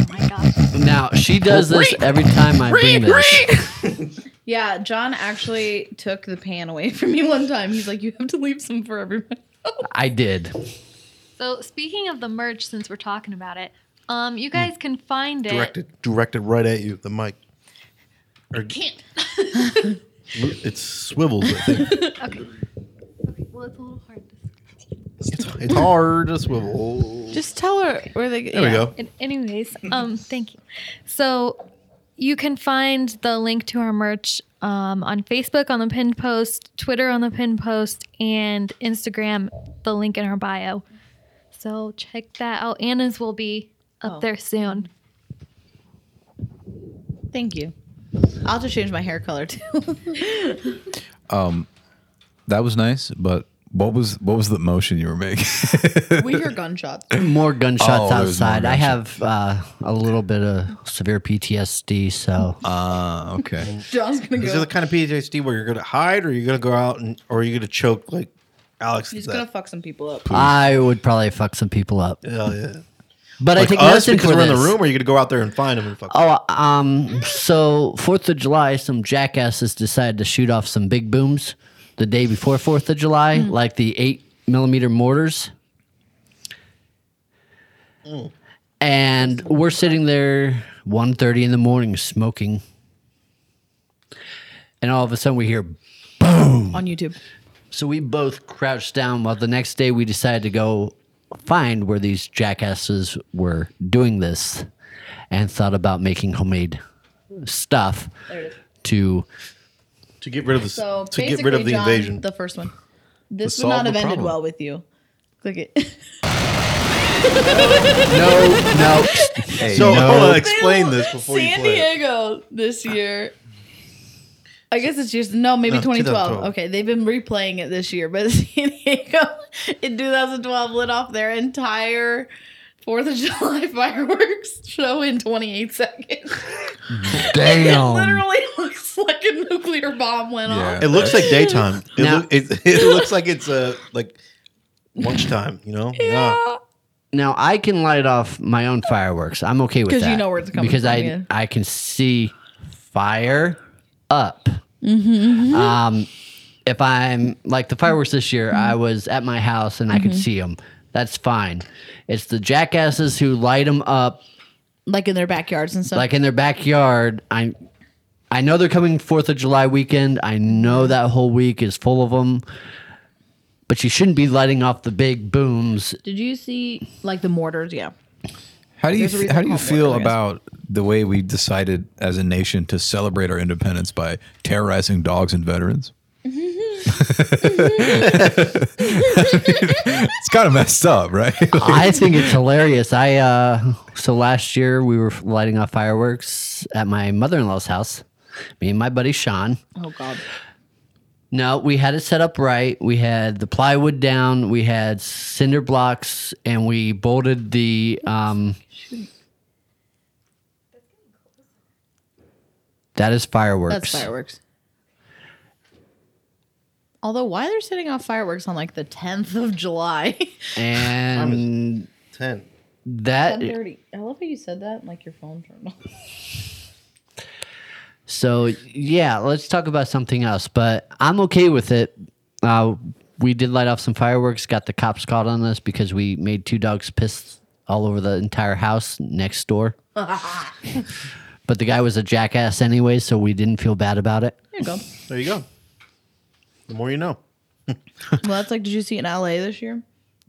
[SPEAKER 7] my gosh.
[SPEAKER 1] Now she does this every time I bring this.
[SPEAKER 3] Yeah, John actually took the pan away from me one time. He's like, you have to leave some for everybody.
[SPEAKER 1] I did.
[SPEAKER 7] So speaking of the merch, since we're talking about it, um, you guys can find it.
[SPEAKER 2] Hmm. Directed directed right at you. The mic. Or,
[SPEAKER 7] Can't.
[SPEAKER 2] it swivels. I think
[SPEAKER 7] Okay, well, it's a little hard. To
[SPEAKER 2] it's, it's hard to swivel.
[SPEAKER 3] Just tell her where they.
[SPEAKER 2] There we go.
[SPEAKER 7] And anyways, um, thank you. So you can find the link to our merch um, on Facebook on the pinned post, Twitter on the pinned post, and Instagram. The link in our bio. So check that out. Anna's will be up
[SPEAKER 3] Oh.
[SPEAKER 7] there soon.
[SPEAKER 3] Thank you. I'll just change my hair color too.
[SPEAKER 4] Um, that was nice, but what was what was the motion you were making?
[SPEAKER 3] we hear gunshots.
[SPEAKER 1] more gunshots
[SPEAKER 4] Oh, there's more
[SPEAKER 1] outside. I have uh, a little bit of severe PTSD, so
[SPEAKER 4] Ah, okay.
[SPEAKER 3] John's gonna
[SPEAKER 2] Is
[SPEAKER 3] go.
[SPEAKER 2] it the kind of PTSD where you're gonna hide, or you're gonna go out and, or you're gonna choke like Alex?
[SPEAKER 3] He's
[SPEAKER 2] did
[SPEAKER 3] gonna
[SPEAKER 2] that?
[SPEAKER 3] fuck some people up.
[SPEAKER 1] I would probably fuck some people up.
[SPEAKER 2] Hell yeah!
[SPEAKER 1] But I
[SPEAKER 2] Like
[SPEAKER 1] take
[SPEAKER 2] us
[SPEAKER 1] medicine
[SPEAKER 2] because
[SPEAKER 1] for
[SPEAKER 2] we're
[SPEAKER 1] this.
[SPEAKER 2] in the room, or you're gonna go out there and find him and fuck.
[SPEAKER 1] Oh, um, so Fourth of July, some jackasses decided to shoot off some big booms the day before Fourth of July, like the eight millimeter mortars.
[SPEAKER 2] Mm.
[SPEAKER 1] And we're sitting there 1.30 in the morning smoking. And all of a sudden we hear
[SPEAKER 3] on YouTube.
[SPEAKER 1] so we both crouched down while the next day we decided to go find where these jackasses were doing this and thought about making homemade stuff to
[SPEAKER 2] to get rid of the
[SPEAKER 3] So
[SPEAKER 2] to get rid of
[SPEAKER 3] basically,
[SPEAKER 2] the
[SPEAKER 3] John,
[SPEAKER 2] invasion.
[SPEAKER 3] The first one. This
[SPEAKER 2] To
[SPEAKER 3] would
[SPEAKER 2] solve
[SPEAKER 3] not have
[SPEAKER 2] the
[SPEAKER 3] ended
[SPEAKER 2] problem.
[SPEAKER 3] well with you. Click it.
[SPEAKER 1] no no
[SPEAKER 2] so
[SPEAKER 1] no.
[SPEAKER 2] hold on, explain this before you
[SPEAKER 3] San
[SPEAKER 2] play. it.
[SPEAKER 3] Diego this year. I guess it's just no, maybe
[SPEAKER 2] No,
[SPEAKER 3] 2012.
[SPEAKER 2] 2012.
[SPEAKER 3] Okay, they've been replaying it this year, but San Diego in 2012 lit off their entire Fourth of July fireworks show in 28 seconds. it literally looks like a nuclear bomb went
[SPEAKER 4] Yeah.
[SPEAKER 3] off.
[SPEAKER 2] It looks like daytime. It,
[SPEAKER 1] Now-
[SPEAKER 2] loo- it, it looks like it's uh, like lunchtime. You know? Yeah.
[SPEAKER 1] now i can light off my own fireworks i'm okay with that
[SPEAKER 3] 'Cause you know where it's coming
[SPEAKER 1] because
[SPEAKER 3] from,
[SPEAKER 1] i
[SPEAKER 3] yeah.
[SPEAKER 1] i can see fire up
[SPEAKER 3] Mm-hmm,
[SPEAKER 1] um if i'm like the fireworks this year
[SPEAKER 3] Mm-hmm.
[SPEAKER 1] i was at my house and i could see them that's fine it's the jackasses who light them up
[SPEAKER 3] Like in their backyards and stuff.
[SPEAKER 1] like in their backyard. I I know they're coming Fourth of July weekend. I know that whole week is full of them, but you shouldn't be lighting off the big booms.
[SPEAKER 3] Did you see like the mortars? Yeah.
[SPEAKER 4] How do you
[SPEAKER 3] There's a
[SPEAKER 4] f-
[SPEAKER 3] reason
[SPEAKER 4] how do you
[SPEAKER 3] called
[SPEAKER 4] feel
[SPEAKER 3] Warcraft.
[SPEAKER 4] about the way we decided as a nation to celebrate our independence by terrorizing dogs and veterans?
[SPEAKER 3] Mm-hmm.
[SPEAKER 4] it's kind of messed up, right?
[SPEAKER 1] I think it's hilarious. I uh, so last year we were lighting off fireworks at my mother in law's house. Me and my buddy Sean.
[SPEAKER 3] Oh God.
[SPEAKER 1] No, we had it set up right. We had the plywood down. We had cinder blocks, and we bolted the. Um, that is
[SPEAKER 3] That's
[SPEAKER 1] fireworks.
[SPEAKER 3] fireworks. Although, why they're setting off fireworks on like the 10th of July?
[SPEAKER 1] And
[SPEAKER 2] Ten.
[SPEAKER 1] that.
[SPEAKER 3] 10:30. I love how you said that. Like your phone turned off.
[SPEAKER 1] So yeah, let's talk about something else. But I'm okay with it. Uh, we did light off some fireworks. Got the cops called on us because we made two dogs piss all over the entire house next door. but the guy was a jackass anyway, so we didn't feel bad about it.
[SPEAKER 3] There you go.
[SPEAKER 2] There you go. The more you know.
[SPEAKER 3] Well, that's like, did you see in LA this year?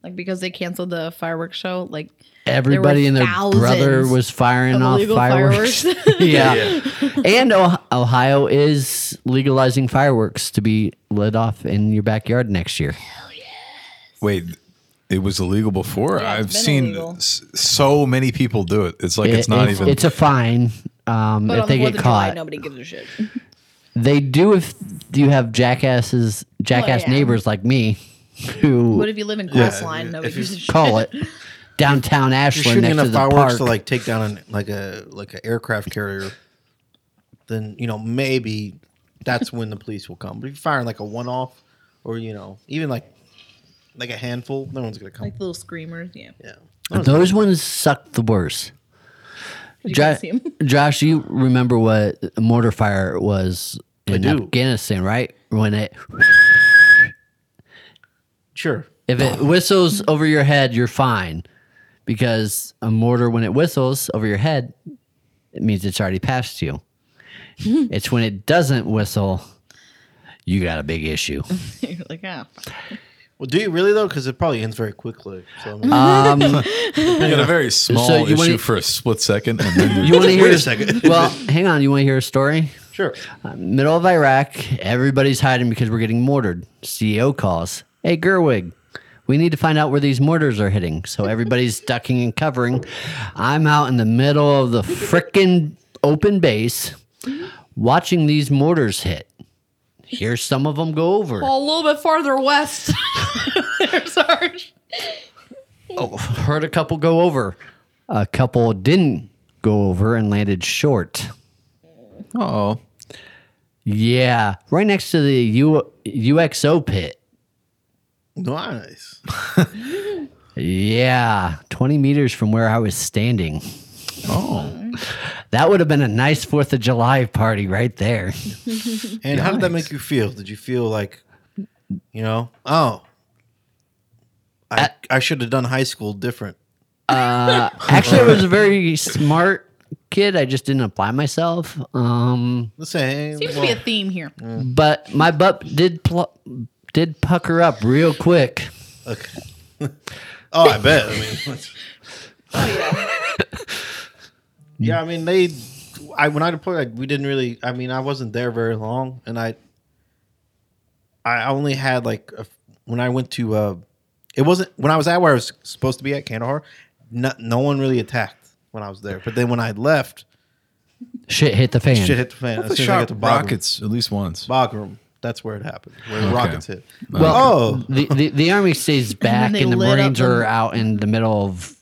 [SPEAKER 3] Like because they canceled the fireworks show. Like
[SPEAKER 1] Everybody and their brother
[SPEAKER 3] thousands
[SPEAKER 1] was firing
[SPEAKER 3] of
[SPEAKER 1] off
[SPEAKER 3] illegal
[SPEAKER 1] fireworks.
[SPEAKER 3] fireworks.
[SPEAKER 1] yeah. and oh- Ohio is legalizing fireworks to be lit off in your backyard next year.
[SPEAKER 4] Wait, it was illegal before.
[SPEAKER 3] Yeah, it's
[SPEAKER 4] I've
[SPEAKER 3] been
[SPEAKER 4] seen
[SPEAKER 3] illegal.
[SPEAKER 4] s- so many people do it. It's like it's
[SPEAKER 1] It-
[SPEAKER 4] not even.
[SPEAKER 1] It's a fine um,
[SPEAKER 3] but
[SPEAKER 1] if
[SPEAKER 3] on the
[SPEAKER 1] they
[SPEAKER 3] 4th
[SPEAKER 1] get
[SPEAKER 3] of July,
[SPEAKER 1] caught.
[SPEAKER 3] nobody gives a shit.
[SPEAKER 1] They do if you have jackasses, jackass
[SPEAKER 3] yeah.
[SPEAKER 1] neighbors like me who
[SPEAKER 3] What if you live in Crossline?
[SPEAKER 2] if
[SPEAKER 3] Nobody
[SPEAKER 2] you
[SPEAKER 3] gives a shit.
[SPEAKER 1] call it downtown
[SPEAKER 2] If
[SPEAKER 1] Ashland
[SPEAKER 2] you're
[SPEAKER 1] next
[SPEAKER 2] shooting
[SPEAKER 1] to
[SPEAKER 2] enough
[SPEAKER 1] the
[SPEAKER 2] fireworks
[SPEAKER 1] park.
[SPEAKER 2] to like take down an, like a like an aircraft carrier, then you know maybe that's when the police will come. But if you're firing like a one off, or you know even like like a handful, no one's gonna come.
[SPEAKER 3] Like the little screamers. Yeah.
[SPEAKER 2] yeah.
[SPEAKER 1] Those ones suck the worst.
[SPEAKER 3] You
[SPEAKER 1] Jo-
[SPEAKER 3] can see 'em.
[SPEAKER 1] Josh, you remember what mortar fire was in
[SPEAKER 2] do.
[SPEAKER 1] Afghanistan, right? When it
[SPEAKER 2] Sure.
[SPEAKER 1] if it whistles over your head, you're fine. Because a mortar when it whistles over your head, it means it's already past you. it's when it doesn't whistle, you got a big issue.
[SPEAKER 3] You're like, ah.
[SPEAKER 2] Well, do you really though? Because it probably ends very quickly. So I mean,
[SPEAKER 1] Uh,
[SPEAKER 4] you got a very small
[SPEAKER 1] So you
[SPEAKER 4] issue
[SPEAKER 1] wanna-
[SPEAKER 4] for a split second, and then
[SPEAKER 1] You want to hear?
[SPEAKER 2] Wait a second.
[SPEAKER 1] Well, hang on. You want to hear a story?
[SPEAKER 2] sure.
[SPEAKER 1] Middle of E Iraq, everybody's hiding because we're getting mortared. CEO calls. Hey, Gerwig, We need to find out where these mortars are hitting. So everybody's ducking and covering. I'm out in the middle of the frickin' open base watching these mortars hit. Here's some of them go over.
[SPEAKER 3] Well, a little bit farther west. There's Arch.
[SPEAKER 1] Oh, heard a couple go over. A couple didn't go over and landed short.
[SPEAKER 4] Oh,
[SPEAKER 1] Yeah, right next to the U- UXO pit.
[SPEAKER 2] Nice.
[SPEAKER 1] Yeah, 20 meters from where I was standing.
[SPEAKER 4] oh,
[SPEAKER 1] That would have been a nice 4th of July party right there.
[SPEAKER 2] And how did that make you feel? Did you feel like, you know, oh, I I should have done high school different.
[SPEAKER 1] Actually, I was a very smart kid. I just didn't apply myself. Um,
[SPEAKER 2] Let's say, hey,
[SPEAKER 3] Seems to
[SPEAKER 2] well,
[SPEAKER 3] be a theme here.
[SPEAKER 1] but my butt did pl- did pucker up real quick.
[SPEAKER 2] okay. oh, I bet. I mean, what's- yeah, I mean they. I when I deployed, like, we didn't really. I mean, I wasn't there very long, and I. I only had like a, when I went to. Uh, it wasn't when I was at where I was supposed to be at Kandahar. No, no one really attacked when I was there, but then when I left,
[SPEAKER 1] Shit hit the fan.
[SPEAKER 2] shit hit the fan.
[SPEAKER 4] I
[SPEAKER 2] As soon as I got
[SPEAKER 4] shot
[SPEAKER 2] to Bagram.
[SPEAKER 4] rockets at least once.
[SPEAKER 2] Bagram. That's where it happened. Where the
[SPEAKER 4] Okay.
[SPEAKER 2] rockets hit.
[SPEAKER 1] Well,
[SPEAKER 2] oh,
[SPEAKER 1] the, the the army stays back,
[SPEAKER 3] they
[SPEAKER 1] and, the
[SPEAKER 3] lit up
[SPEAKER 1] Marines
[SPEAKER 3] the-
[SPEAKER 1] are out in the middle of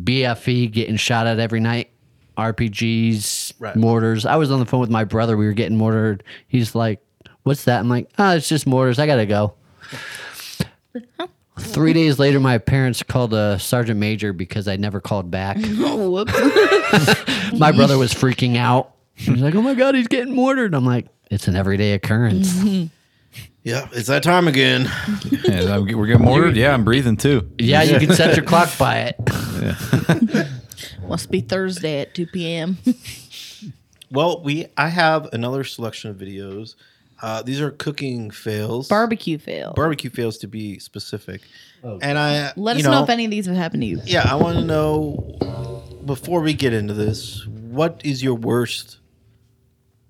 [SPEAKER 1] BFE getting shot at every night. RPGs,
[SPEAKER 2] Right.
[SPEAKER 1] mortars. I was on the phone with my brother. We were getting mortared. He's like, "What's that?" I'm like, "Ah, it's just mortars. I gotta go." Three days later, my parents called a sergeant major because I never called back.
[SPEAKER 3] Oh, whoops.
[SPEAKER 1] my brother was freaking out. He was like, "Oh my god, he's getting mortared!" I'm like, "It's an everyday occurrence."
[SPEAKER 2] yeah, it's that time again.
[SPEAKER 4] Yeah, I'm- we're getting mortared. Yeah, I'm breathing too.
[SPEAKER 1] Yeah, you can set your clock by it.
[SPEAKER 3] Must be Thursday at 2 p.m.
[SPEAKER 2] Well, we I have another selection of videos. Uh, these are cooking fails,
[SPEAKER 3] Barbecue fail.
[SPEAKER 2] barbecue fails to be specific.
[SPEAKER 4] Oh,
[SPEAKER 2] and I
[SPEAKER 3] Let
[SPEAKER 2] you
[SPEAKER 3] us know, if any of these have happened to you.
[SPEAKER 2] Yeah, I want to know before we get into this, what is your worst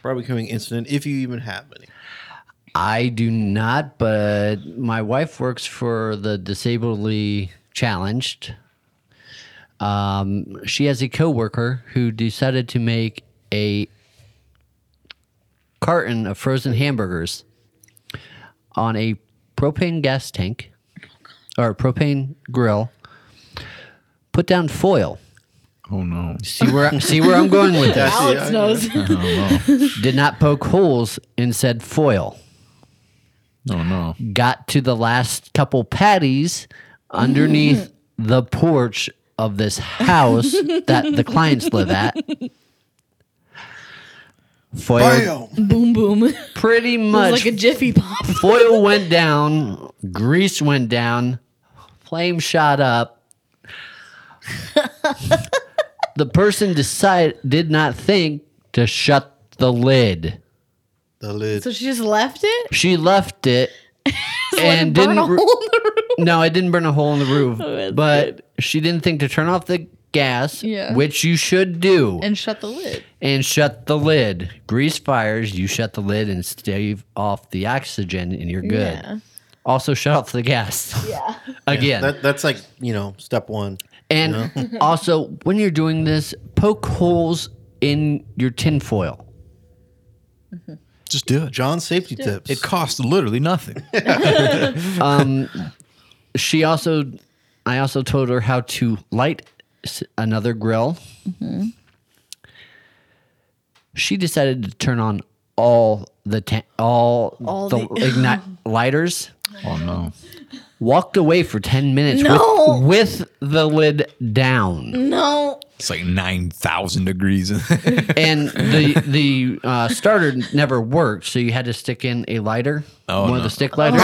[SPEAKER 2] barbecuing incident, if you even have any?
[SPEAKER 1] I do not, but my wife works for the Disabledly Challenged. Um, she has a coworker who decided to make a carton of frozen hamburgers on a propane gas tank or propane grill. Put down foil.
[SPEAKER 4] Oh no.
[SPEAKER 1] See where see where I'm going with this.
[SPEAKER 2] That's-
[SPEAKER 3] Alex
[SPEAKER 2] yeah,
[SPEAKER 3] knows.
[SPEAKER 1] Did not poke holes in said foil.
[SPEAKER 4] Oh no.
[SPEAKER 1] got to the last couple patties underneath the porch of this house that the clients live at. Foil
[SPEAKER 3] boom, boom. It
[SPEAKER 1] pretty
[SPEAKER 3] was
[SPEAKER 1] much
[SPEAKER 3] like a jiffy pop.
[SPEAKER 1] foil went down, grease went down, flame shot up. the person decided did not think to shut the lid.
[SPEAKER 2] The lid.
[SPEAKER 3] So she just left it?
[SPEAKER 1] She left it and
[SPEAKER 3] Burn
[SPEAKER 1] didn't
[SPEAKER 3] a
[SPEAKER 1] re-
[SPEAKER 3] hole in the roof. Oh,
[SPEAKER 1] No, it didn't burn a hole in the roof,
[SPEAKER 3] that's
[SPEAKER 1] but she didn't think to turn off the gas,
[SPEAKER 3] Yeah.
[SPEAKER 1] which you should do, and,
[SPEAKER 3] And shut the lid.
[SPEAKER 1] shut the lid. Grease fires, you shut the lid and stave off the oxygen, and you're good.
[SPEAKER 3] Yeah.
[SPEAKER 1] Also, shut off the gas. Yeah. Again.
[SPEAKER 2] That, that's like you know step one.
[SPEAKER 1] and also, when you're doing this, poke holes in your tinfoil.
[SPEAKER 4] Just do it.
[SPEAKER 2] John's safety tips.
[SPEAKER 4] It costs literally nothing.
[SPEAKER 1] she also i also told her how to light s- another grill
[SPEAKER 3] Mm-hmm.
[SPEAKER 1] she decided to turn on all the ta- all,
[SPEAKER 3] All
[SPEAKER 1] the,
[SPEAKER 3] the-
[SPEAKER 1] ignite lighters
[SPEAKER 4] oh no.
[SPEAKER 1] walked away for 10 minutes
[SPEAKER 3] No. Mm-hmm.
[SPEAKER 1] with, with the lid down
[SPEAKER 3] No.
[SPEAKER 4] It's like nine thousand degrees.
[SPEAKER 1] and the the uh, starter never worked so you had to stick in a lighter
[SPEAKER 4] Oh,
[SPEAKER 1] one of
[SPEAKER 4] no.
[SPEAKER 1] the stick lighters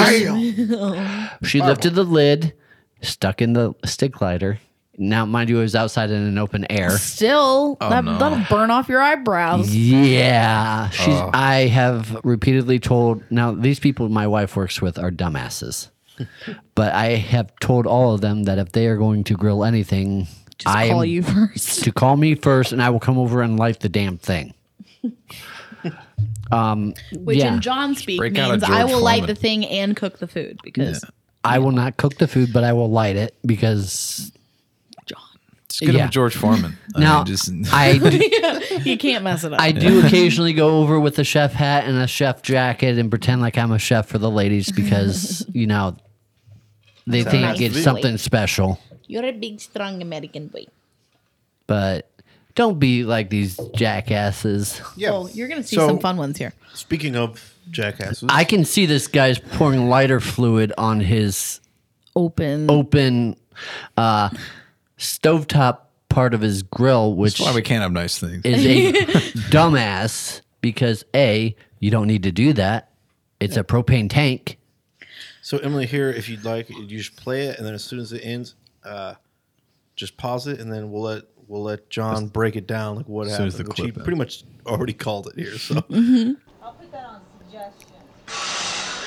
[SPEAKER 1] She lifted the lid, stuck in the stick lighter. Now, mind you, it was outside in an open air.
[SPEAKER 3] Still, that,
[SPEAKER 4] no.
[SPEAKER 3] that'll burn off your eyebrows.
[SPEAKER 1] Yeah, she's.
[SPEAKER 4] Oh.
[SPEAKER 1] I have repeatedly told. Now, these people my wife works with are dumbasses, but I have told all of them that if they are going to grill anything,
[SPEAKER 3] Just
[SPEAKER 1] I
[SPEAKER 3] call
[SPEAKER 1] am-
[SPEAKER 3] you first.
[SPEAKER 1] to call me first, and I will come over and light the damn thing. Um,
[SPEAKER 3] Which
[SPEAKER 1] yeah.
[SPEAKER 3] in John speak
[SPEAKER 4] Break out a
[SPEAKER 3] means I
[SPEAKER 4] George
[SPEAKER 3] will light
[SPEAKER 4] Foreman.
[SPEAKER 3] the thing and cook the food because
[SPEAKER 1] I will not cook the food, but I will light it because
[SPEAKER 4] Just get him
[SPEAKER 1] Yeah.
[SPEAKER 4] a George Foreman.
[SPEAKER 1] Now, I do-
[SPEAKER 3] you can't mess it up.
[SPEAKER 1] I do occasionally go over with a chef hat and a chef jacket and pretend like I'm a chef for the ladies because you know they
[SPEAKER 3] Sounds
[SPEAKER 1] think
[SPEAKER 3] nice.
[SPEAKER 1] it's something special.
[SPEAKER 3] You're a big, strong American boy.
[SPEAKER 1] But don't be like these jackasses.
[SPEAKER 2] Yeah.
[SPEAKER 3] Well, you're gonna see
[SPEAKER 2] So-
[SPEAKER 3] some fun ones here.
[SPEAKER 2] Speaking of jackasses,
[SPEAKER 1] I can see this guy's pouring lighter fluid on his
[SPEAKER 3] Open.
[SPEAKER 1] Oh. open uh, stovetop part of his grill, which
[SPEAKER 4] That's why we can't have nice things.
[SPEAKER 1] is a dumbass because a you don't need to do that. It's a propane tank.
[SPEAKER 2] So Emily, here, if you'd like, you just play it, and then as soon as it ends, uh, just pause it, and then we'll let we'll let John break it down, like what
[SPEAKER 4] As soon
[SPEAKER 2] happened,
[SPEAKER 4] as the
[SPEAKER 2] which he
[SPEAKER 4] clip ends.
[SPEAKER 2] pretty much already called it here. So
[SPEAKER 6] Mm-hmm.
[SPEAKER 10] I'll put that on suggestion.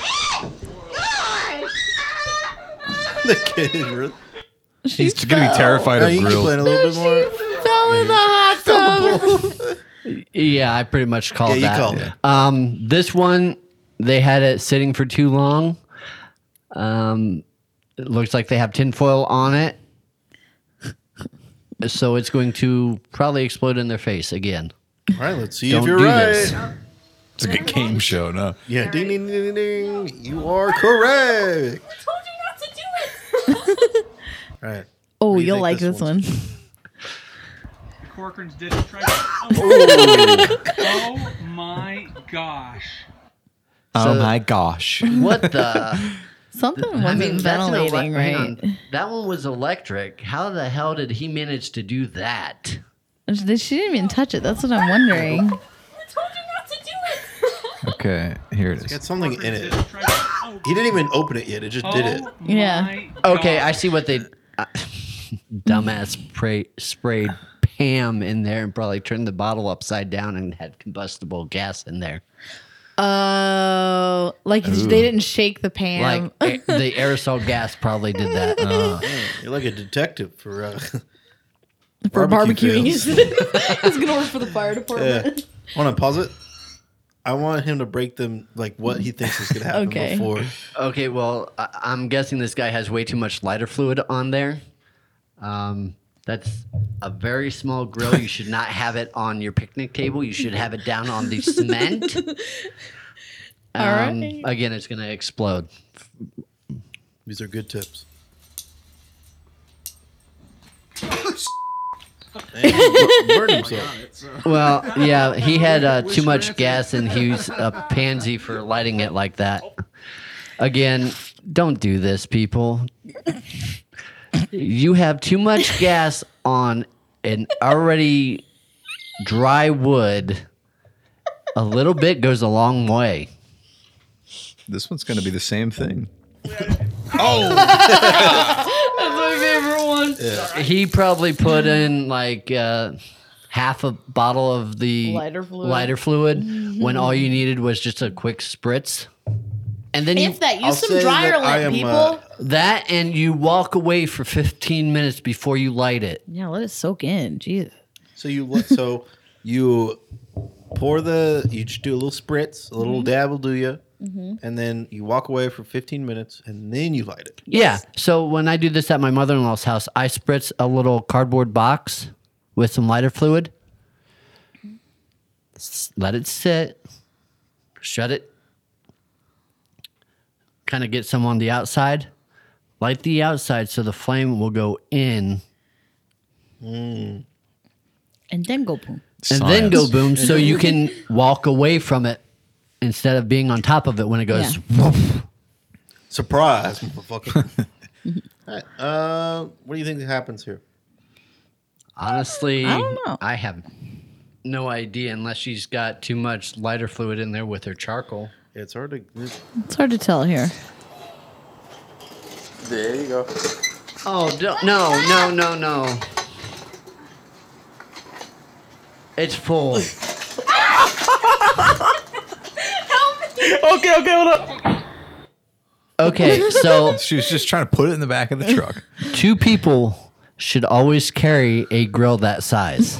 [SPEAKER 2] the kid is really
[SPEAKER 4] He's gonna be terrified
[SPEAKER 2] Now
[SPEAKER 4] of
[SPEAKER 2] you can play it
[SPEAKER 4] grill.
[SPEAKER 2] a little bit more.
[SPEAKER 3] Fell in the hot tub.
[SPEAKER 1] Yeah, I pretty much called
[SPEAKER 2] Yeah, you
[SPEAKER 1] that.
[SPEAKER 2] called it.
[SPEAKER 1] Um, this one they had it sitting for too long. Um, it looks like they have tinfoil on it, so it's going to probably explode in their face again.
[SPEAKER 2] All right, let's see
[SPEAKER 1] Don't
[SPEAKER 2] if you're
[SPEAKER 1] do
[SPEAKER 2] right.
[SPEAKER 1] this.
[SPEAKER 4] It's like a game show. No,
[SPEAKER 2] Yeah, ding, ding, ding, ding, ding. You are correct.
[SPEAKER 6] I told you not to do it.
[SPEAKER 2] All right.
[SPEAKER 3] Oh,
[SPEAKER 2] What do you
[SPEAKER 3] you'll
[SPEAKER 2] think
[SPEAKER 3] like
[SPEAKER 2] this
[SPEAKER 3] this one.
[SPEAKER 11] Corcoran's did it. Try- oh my gosh.
[SPEAKER 4] oh my gosh!
[SPEAKER 1] What the?
[SPEAKER 3] Something wasn't
[SPEAKER 1] I mean, that's an ele-
[SPEAKER 3] ventilating,
[SPEAKER 1] hang
[SPEAKER 3] right?
[SPEAKER 1] on. That one was electric. How the hell did he manage to do that?
[SPEAKER 3] She she didn't even touch it. That's what I'm wondering.
[SPEAKER 6] I told you not to do it.
[SPEAKER 4] Okay, here it
[SPEAKER 2] Got
[SPEAKER 4] is.
[SPEAKER 2] something in it.
[SPEAKER 11] Try- oh,
[SPEAKER 2] He didn't even open it yet. It just did it.
[SPEAKER 11] oh my
[SPEAKER 3] Yeah.
[SPEAKER 1] Okay,
[SPEAKER 11] gosh.
[SPEAKER 1] I see what they. I- dumbass spray, sprayed Pam in there and probably turned the bottle upside down and had combustible gas in there.
[SPEAKER 3] Oh, like they didn't shake the pan.
[SPEAKER 1] Like a- the aerosol gas probably did that. Uh,
[SPEAKER 2] You're like a detective for uh,
[SPEAKER 3] for
[SPEAKER 2] barbecue
[SPEAKER 3] barbecuing
[SPEAKER 2] fails.
[SPEAKER 3] it's gonna work for the fire department.
[SPEAKER 2] Want to pause it? I want him to break them like what he thinks is gonna happen
[SPEAKER 3] Okay.
[SPEAKER 2] before.
[SPEAKER 1] okay, well, I, I'm guessing this guy has way too much lighter fluid on there. Um, that's a very small grill. You should not have it on your picnic table. You should have it down on the cement. Um,
[SPEAKER 3] All right.
[SPEAKER 1] Again, it's going to explode.
[SPEAKER 2] These are good tips. Damn, bur- burned himself.
[SPEAKER 1] Well, yeah, he had uh, too much gas and he was a pansy for lighting it like that. Again, don't do this, people. You have too much gas on an already dry wood. A little bit goes a long way.
[SPEAKER 4] This one's gonna be the same thing.
[SPEAKER 1] He probably put in like uh, half a bottle of the
[SPEAKER 3] Lighter fluid. Mm-hmm.
[SPEAKER 1] lighter fluid when all you needed was just a quick spritz. And then you
[SPEAKER 3] If that,
[SPEAKER 2] I'll
[SPEAKER 3] use some
[SPEAKER 2] say
[SPEAKER 3] dryer
[SPEAKER 2] that I
[SPEAKER 3] lint,
[SPEAKER 2] am,
[SPEAKER 3] people.
[SPEAKER 2] uh,
[SPEAKER 1] That and you walk away for 15 minutes before you light it.
[SPEAKER 3] yeah, let it soak in. Jesus.
[SPEAKER 2] So you let- so you pour the you just do a little spritz, a little dab will do you, and then you walk away for 15 minutes, and then you light it.
[SPEAKER 1] Yeah. So when I do this at my mother in law's house, I spritz a little cardboard box with some lighter fluid, S- let it sit, shut it, kind of get some on the outside, light the outside so the flame will go in
[SPEAKER 3] And then go boom.
[SPEAKER 1] and then go
[SPEAKER 4] Science.
[SPEAKER 1] boom so you can walk away from it instead of being on top of it when it goes.
[SPEAKER 2] Surprise, motherfucker. All right, uh, what do you think happens here?
[SPEAKER 1] Honestly,
[SPEAKER 3] I don't know.
[SPEAKER 1] I have no idea unless she's got too much lighter fluid in there with her charcoal.
[SPEAKER 2] It's hard to.
[SPEAKER 3] It's hard to tell here.
[SPEAKER 5] There you go.
[SPEAKER 1] Oh do- no, no, no, no! It's full.
[SPEAKER 5] Okay, okay, hold up.
[SPEAKER 1] Okay, so
[SPEAKER 4] She was just trying to put it in the back of the truck.
[SPEAKER 1] two people should always carry a grill that size.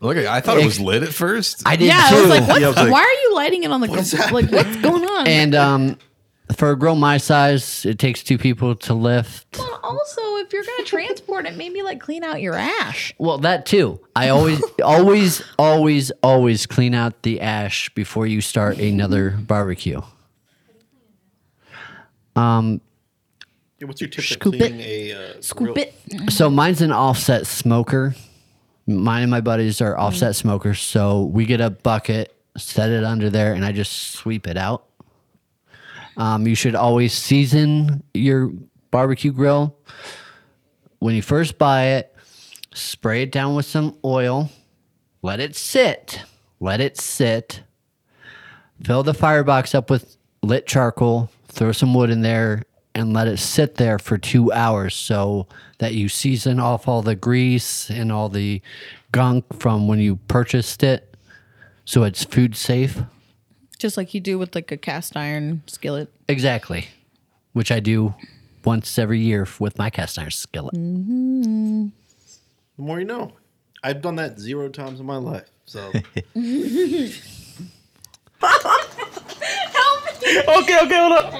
[SPEAKER 4] Look, I thought it was lit at first.
[SPEAKER 1] I did
[SPEAKER 3] Yeah, I
[SPEAKER 1] too.
[SPEAKER 3] was like, what?
[SPEAKER 2] Yeah, I was like,
[SPEAKER 3] why are you lighting it on the grill? Like, what's going on?
[SPEAKER 1] and um, for a girl my size, it takes two people to lift.
[SPEAKER 12] Well, also, if you're gonna transport it, maybe like clean out your ash.
[SPEAKER 1] Well, that too. I always, always, always, always clean out the ash before you start another barbecue. Um,
[SPEAKER 2] Yeah, what's your tip for
[SPEAKER 1] Scoop it.
[SPEAKER 2] cleaning a uh, grill?
[SPEAKER 1] So mine's an offset smoker. Mine and my buddies are offset smokers. So we get a bucket, set it under there, and I just sweep it out. Um, you should always season your barbecue grill. When you first buy it, spray it down with some oil, let it sit, let it sit. Fill the firebox up with lit charcoal, throw some wood in there, and let it sit there for two hours so that you season off all the grease and all the gunk from when you purchased it. So it's food safe.
[SPEAKER 12] Just like you do with like a cast iron skillet.
[SPEAKER 1] Exactly. Which I do once every year with my cast iron skillet.
[SPEAKER 12] Mm-hmm.
[SPEAKER 2] The more you know. I've done that zero times in my life. So
[SPEAKER 11] Okay, okay, hold up.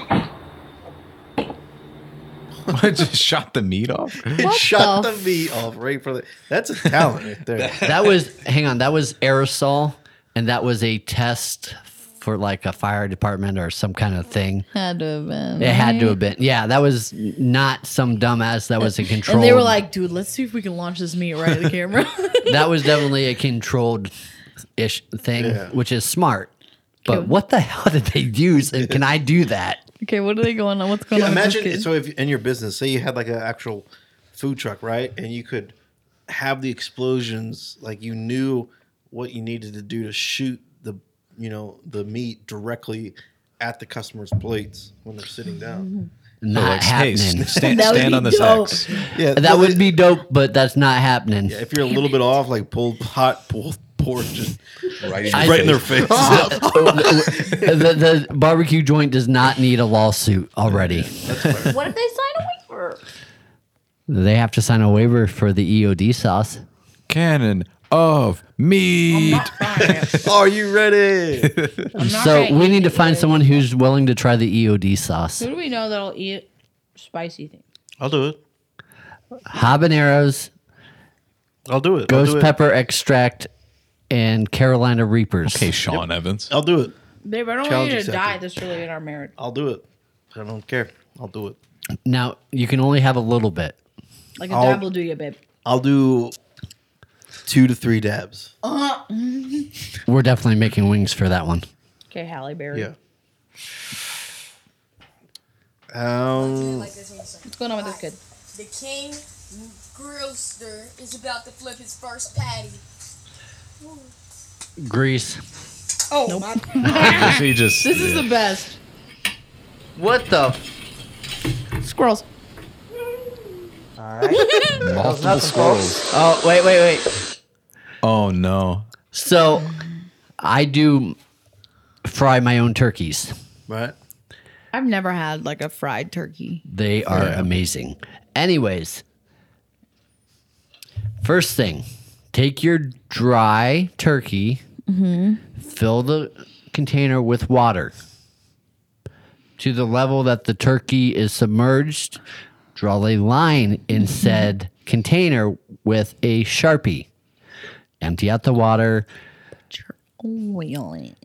[SPEAKER 4] I just shot the meat off.
[SPEAKER 2] it shut the, V off right for the. That's a talent right there.
[SPEAKER 1] that was hang on that was aerosol and that was a test for like a fire department or some kind of thing
[SPEAKER 12] Had to have been.
[SPEAKER 1] it had to
[SPEAKER 12] right?
[SPEAKER 1] have been yeah that was not some dumbass that was a control
[SPEAKER 12] And they were like, dude, let's see if we can launch this meat right at the camera.
[SPEAKER 1] that was definitely a controlled ish thing
[SPEAKER 12] Yeah.
[SPEAKER 1] which is smart but what the hell did they use and can i do that
[SPEAKER 12] okay, what are they going on? What's going
[SPEAKER 2] Yeah,
[SPEAKER 12] on? with this
[SPEAKER 2] imagine
[SPEAKER 12] kid?
[SPEAKER 2] so if in your business, say you had like an actual food truck, right, and you could have the explosions, like you knew what you needed to do to shoot the you know the meat directly at the customer's plates when they're sitting
[SPEAKER 1] Mm-hmm.
[SPEAKER 2] down.
[SPEAKER 1] not Uh, happening
[SPEAKER 2] Yeah,
[SPEAKER 1] yeah that would be dope but that's not happening
[SPEAKER 2] Yeah, if you're a little bit off, like pulled hot pulled pork just right,
[SPEAKER 1] I-
[SPEAKER 2] in their face.
[SPEAKER 1] the, the barbecue joint does not need a lawsuit already
[SPEAKER 10] what if they sign a waiver?
[SPEAKER 1] They have to sign a waiver for the EOD sauce.
[SPEAKER 4] Cannon of meat.
[SPEAKER 2] Oh, Are you ready?
[SPEAKER 1] so we need to find someone who's willing to try the EOD sauce.
[SPEAKER 10] Who do we know that'll eat spicy things?
[SPEAKER 2] I'll do it.
[SPEAKER 1] Habaneros,
[SPEAKER 2] I'll do it.
[SPEAKER 1] ghost pepper extract, and Carolina Reapers. Okay,
[SPEAKER 4] Sean Evans.
[SPEAKER 2] I'll do it.
[SPEAKER 10] Babe, I don't want
[SPEAKER 1] Challenge
[SPEAKER 10] you to
[SPEAKER 1] accepted.
[SPEAKER 10] die this early in our marriage.
[SPEAKER 2] I'll do it. I don't care. I'll do it.
[SPEAKER 1] Now you can only have a little bit.
[SPEAKER 10] Like a
[SPEAKER 2] I'll-
[SPEAKER 10] dab will do you, babe.
[SPEAKER 2] I'll do two to three dabs.
[SPEAKER 10] Uh,
[SPEAKER 1] We're definitely making wings for that one.
[SPEAKER 10] okay, Halle Berry.
[SPEAKER 2] Yeah. Um,
[SPEAKER 10] What's going on with this kid?
[SPEAKER 13] The king grillster is about to flip his first patty.
[SPEAKER 1] Grease.
[SPEAKER 10] Oh,
[SPEAKER 1] my- He just-
[SPEAKER 10] this is
[SPEAKER 1] yeah.
[SPEAKER 10] the best.
[SPEAKER 1] What the? F-
[SPEAKER 10] Squirrels.
[SPEAKER 1] All
[SPEAKER 10] right.
[SPEAKER 4] Multiple squirrels.
[SPEAKER 1] Oh wait, wait, wait.
[SPEAKER 4] Oh no.
[SPEAKER 1] So I do fry my own turkeys.
[SPEAKER 2] Right.
[SPEAKER 12] I've never had like a fried turkey.
[SPEAKER 1] They are
[SPEAKER 12] Yeah.
[SPEAKER 1] amazing. Anyways, first thing, take your dry turkey,
[SPEAKER 12] Mm-hmm.
[SPEAKER 1] fill the container with water to the level that the turkey is submerged. Draw a line in said container with a sharpie. Empty out the water.
[SPEAKER 12] Oily.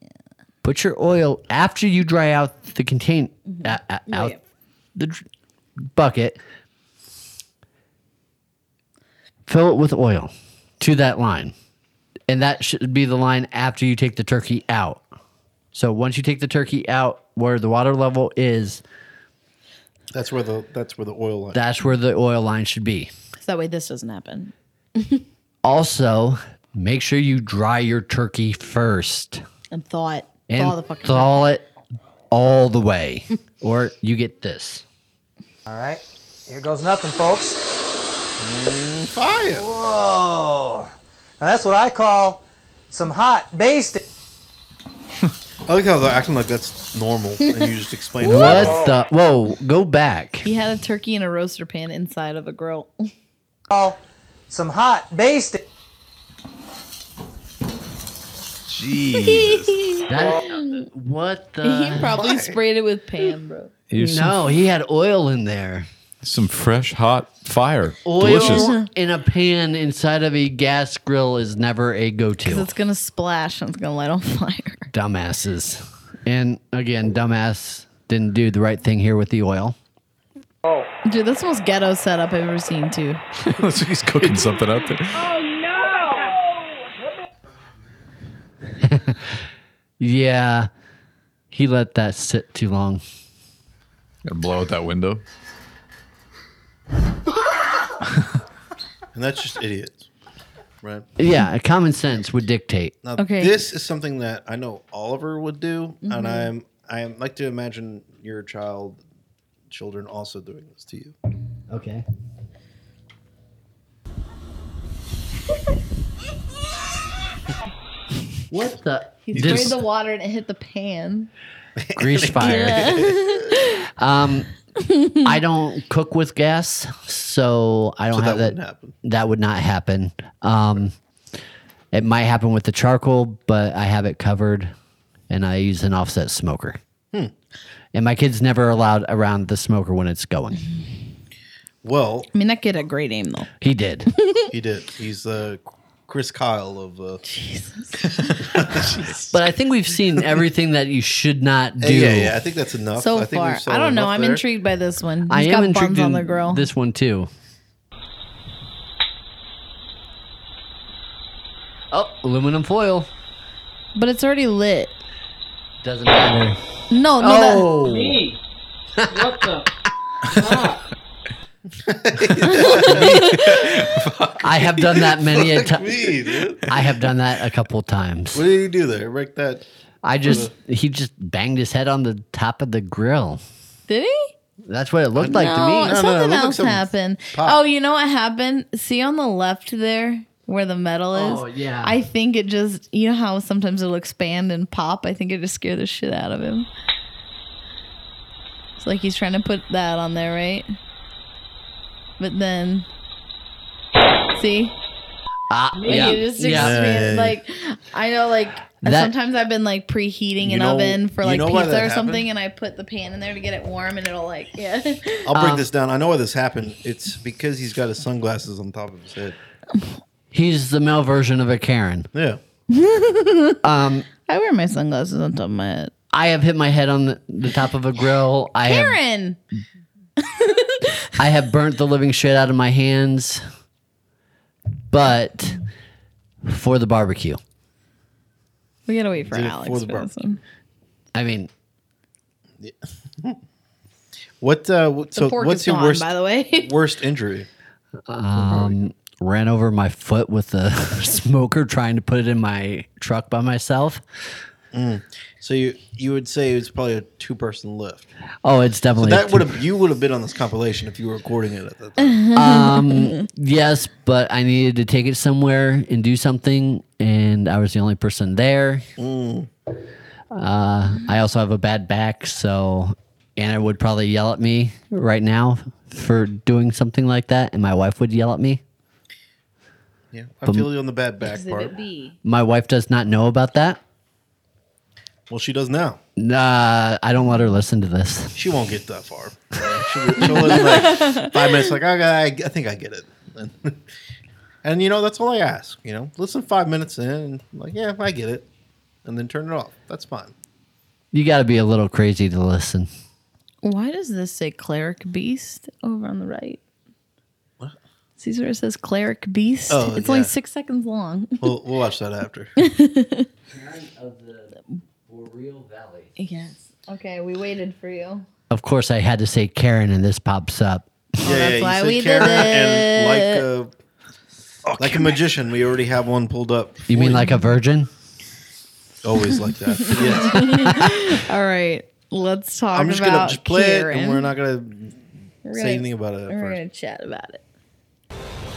[SPEAKER 1] Put your oil after you dry out the contain
[SPEAKER 12] Mm-hmm.
[SPEAKER 1] uh, uh, out the dr- bucket. Fill it with oil to that line, and that should be the line after you take the turkey out. So once you take the turkey out, where the water level is,
[SPEAKER 2] That's where the that's where the oil line.
[SPEAKER 1] that's where the oil line should be.
[SPEAKER 12] So that way this doesn't happen.
[SPEAKER 1] Also, make sure you dry your turkey first.
[SPEAKER 12] And thaw it.
[SPEAKER 1] and
[SPEAKER 12] thaw the fucking
[SPEAKER 1] thaw it all the way, or you get this.
[SPEAKER 14] All right, here goes nothing, folks.
[SPEAKER 2] fire!
[SPEAKER 14] Whoa! Oh, Now that's what I call some hot basting.
[SPEAKER 2] I like how they're acting like that's normal, and you just explain
[SPEAKER 1] What the? Whoa, go back.
[SPEAKER 12] He had a turkey in a roaster pan inside of a grill.
[SPEAKER 14] Call some hot basting.
[SPEAKER 4] Jesus.
[SPEAKER 1] That- what the?
[SPEAKER 3] he probably sprayed it with Pam, bro.
[SPEAKER 4] Here's some-
[SPEAKER 1] no, he had oil in there.
[SPEAKER 15] Some fresh hot fire.
[SPEAKER 1] Oil
[SPEAKER 15] Delicious.
[SPEAKER 1] in a pan inside of a gas grill is never a go-to.
[SPEAKER 3] It's gonna splash and it's gonna light on fire.
[SPEAKER 1] Dumbasses. And again, dumbass didn't do the right thing here with the oil.
[SPEAKER 3] Oh, dude, that's the most ghetto setup I've ever seen too.
[SPEAKER 15] so he's cooking something out there.
[SPEAKER 1] Yeah, he let that sit too long.
[SPEAKER 15] Gotta blow out that window.
[SPEAKER 2] And that's just idiots, right?
[SPEAKER 1] Yeah, common sense would dictate.
[SPEAKER 2] Now, this is something that I know Oliver would do,
[SPEAKER 1] Mhm.
[SPEAKER 3] Mm-hmm.
[SPEAKER 2] and I'm I am like to imagine your child, children also doing this to you.
[SPEAKER 1] Okay. What the?
[SPEAKER 3] He sprayed
[SPEAKER 1] This-
[SPEAKER 3] the water and it hit the pan.
[SPEAKER 1] grease fire. um, I don't cook with gas, so I don't
[SPEAKER 2] So
[SPEAKER 1] have
[SPEAKER 2] that
[SPEAKER 1] that.
[SPEAKER 2] wouldn't
[SPEAKER 1] That would not happen. Um, it might happen with the charcoal, but I have it covered, and I use an offset smoker.
[SPEAKER 2] Hmm.
[SPEAKER 1] And my kids never allowed around the smoker when it's going.
[SPEAKER 2] Well,
[SPEAKER 3] I mean, that kid had a great aim though.
[SPEAKER 1] He did.
[SPEAKER 2] he did. He's uh, Chris Kyle of uh,
[SPEAKER 1] But I think we've seen everything that you should not
[SPEAKER 2] Yeah,
[SPEAKER 1] do.
[SPEAKER 2] yeah, yeah, I think that's enough.
[SPEAKER 3] So far, I don't know. I'm intrigued by this one. He's
[SPEAKER 1] I am
[SPEAKER 3] got
[SPEAKER 1] intrigued
[SPEAKER 3] buns on
[SPEAKER 1] in
[SPEAKER 3] the grill.
[SPEAKER 1] this one too. Oh, aluminum foil
[SPEAKER 3] but it's already lit.
[SPEAKER 1] doesn't matter.
[SPEAKER 3] No, no.
[SPEAKER 1] Oh.
[SPEAKER 3] That-
[SPEAKER 1] Me.
[SPEAKER 3] What the?
[SPEAKER 1] I have done that many a
[SPEAKER 2] Fuck
[SPEAKER 1] time.
[SPEAKER 2] me, dude.
[SPEAKER 1] I have done that a couple times.
[SPEAKER 2] What did he do there? Wreck that.
[SPEAKER 1] I just he just banged his head on the top of the grill.
[SPEAKER 3] Did he?
[SPEAKER 1] That's what it looked like
[SPEAKER 3] no,
[SPEAKER 1] to me.
[SPEAKER 3] something else happened.
[SPEAKER 1] pop.
[SPEAKER 3] Oh, you know what happened? See on the left there where the metal is?
[SPEAKER 1] Oh, yeah.
[SPEAKER 3] I think it just, you know how sometimes it'll expand and pop? I think it just scared the shit out of him. It's like he's trying to put that on there, right? But then. See?
[SPEAKER 1] Ah,
[SPEAKER 3] Like,
[SPEAKER 1] yeah.
[SPEAKER 3] it just
[SPEAKER 1] yeah.
[SPEAKER 3] expands. Like, I know, like.
[SPEAKER 1] That-
[SPEAKER 3] Sometimes I've been like preheating
[SPEAKER 1] You
[SPEAKER 3] an
[SPEAKER 1] know-
[SPEAKER 3] oven for
[SPEAKER 2] you
[SPEAKER 3] like
[SPEAKER 2] know why
[SPEAKER 3] pizza
[SPEAKER 2] that
[SPEAKER 3] or something,
[SPEAKER 2] happened?
[SPEAKER 3] and I put the pan in there to get it warm, and it'll like yeah.
[SPEAKER 2] I'll break this down. I know why this happened. It's because he's got his sunglasses on top of his head.
[SPEAKER 1] He's the male version of a Karen.
[SPEAKER 2] Yeah.
[SPEAKER 1] um,
[SPEAKER 3] I wear my sunglasses on top of my head.
[SPEAKER 1] I have hit my head on the, the top of a grill. I have
[SPEAKER 3] Karen.
[SPEAKER 1] I have burnt the living shit out of my hands, but for the barbecue.
[SPEAKER 3] We gotta wait for
[SPEAKER 2] Did it
[SPEAKER 3] Alex
[SPEAKER 2] for
[SPEAKER 3] for,
[SPEAKER 2] the
[SPEAKER 3] this one.
[SPEAKER 1] I mean,
[SPEAKER 2] What? Uh, what so,
[SPEAKER 3] pork
[SPEAKER 2] what's
[SPEAKER 3] is
[SPEAKER 2] your
[SPEAKER 3] gone,
[SPEAKER 2] worst?
[SPEAKER 3] by the way.
[SPEAKER 2] worst injury.
[SPEAKER 1] um, ran over my foot with a smoker trying to put it in my truck by myself.
[SPEAKER 2] Mm. So you you would say it's probably a two person lift.
[SPEAKER 1] Oh, it's
[SPEAKER 2] So
[SPEAKER 1] definitely a
[SPEAKER 2] that
[SPEAKER 1] two-
[SPEAKER 2] would have you would have been on this compilation if you were recording it at the
[SPEAKER 3] Eh.
[SPEAKER 2] time.
[SPEAKER 1] um, yes, but I needed to take it somewhere and do something, and I was the only person there. Uh, I also have a bad back, so Anna would probably yell at me right now for doing something like that, and my wife would yell at me.
[SPEAKER 2] Yeah, I
[SPEAKER 1] But-
[SPEAKER 2] feel you on the bad back part.
[SPEAKER 1] My wife does not know about that.
[SPEAKER 2] Well, she does now.
[SPEAKER 1] Nah, Uh, I don't let her listen to this.
[SPEAKER 2] She won't get that far. She'll, she'll live like five minutes. Like okay, I, I think I get it. And, and, you know that's all I ask. You know, listen five minutes in, and like yeah, I get it, and then turn it off. That's fine.
[SPEAKER 1] You got to be a little crazy to listen.
[SPEAKER 3] Why does this say cleric beast over on the right? See where it says cleric beast?
[SPEAKER 2] Oh,
[SPEAKER 3] it's only
[SPEAKER 2] yeah.
[SPEAKER 3] six seconds long.
[SPEAKER 2] We'll, we'll watch that after.
[SPEAKER 3] Oh, yes. Okay, we waited for you.
[SPEAKER 1] Of course, I had to say Karen, and this pops up.
[SPEAKER 2] yeah,
[SPEAKER 3] that's
[SPEAKER 2] you
[SPEAKER 3] why
[SPEAKER 2] said
[SPEAKER 3] we did
[SPEAKER 2] Karen,
[SPEAKER 3] it.
[SPEAKER 2] And like a, like a magician, we already have one pulled up.
[SPEAKER 1] You mean like a virgin?
[SPEAKER 2] Always like that. Yes.
[SPEAKER 3] All right, let's talk
[SPEAKER 2] I'm just
[SPEAKER 3] about
[SPEAKER 2] gonna just play
[SPEAKER 3] Karen.
[SPEAKER 2] it, and we're not gonna
[SPEAKER 3] We're
[SPEAKER 2] say
[SPEAKER 3] gonna-
[SPEAKER 2] anything about it. at
[SPEAKER 3] We're
[SPEAKER 2] first.
[SPEAKER 3] gonna chat about it.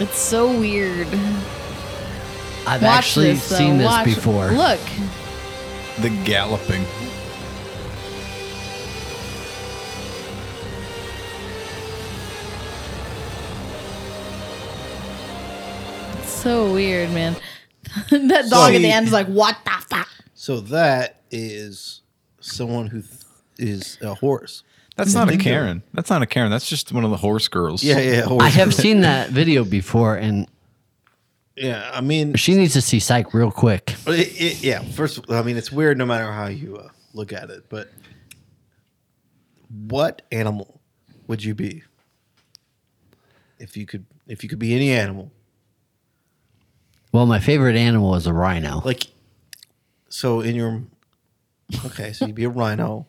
[SPEAKER 3] It's so weird.
[SPEAKER 1] I've
[SPEAKER 3] Watch
[SPEAKER 1] actually
[SPEAKER 3] this, though.
[SPEAKER 1] seen this
[SPEAKER 3] Watch-
[SPEAKER 1] before.
[SPEAKER 3] Look,
[SPEAKER 16] The galloping.
[SPEAKER 3] it's so weird, man. that dog at the end is like, what the fuck?
[SPEAKER 2] So that is someone who th- is a horse.
[SPEAKER 4] That's not a
[SPEAKER 2] Thank you.
[SPEAKER 4] Karen. That's not a Karen. That's just one of the horse girls.
[SPEAKER 2] Yeah, yeah, horse
[SPEAKER 1] I have
[SPEAKER 2] girl.
[SPEAKER 1] seen that video before, and
[SPEAKER 2] Yeah, I mean,
[SPEAKER 1] she needs to see Psych real quick.
[SPEAKER 2] But it, it, yeah, first, I mean, it's weird no matter how you uh, look at it. But what animal would you be if you could if you could be any animal?
[SPEAKER 1] Well, my favorite animal is a rhino.
[SPEAKER 2] Like, so in your okay, so you'd be a rhino.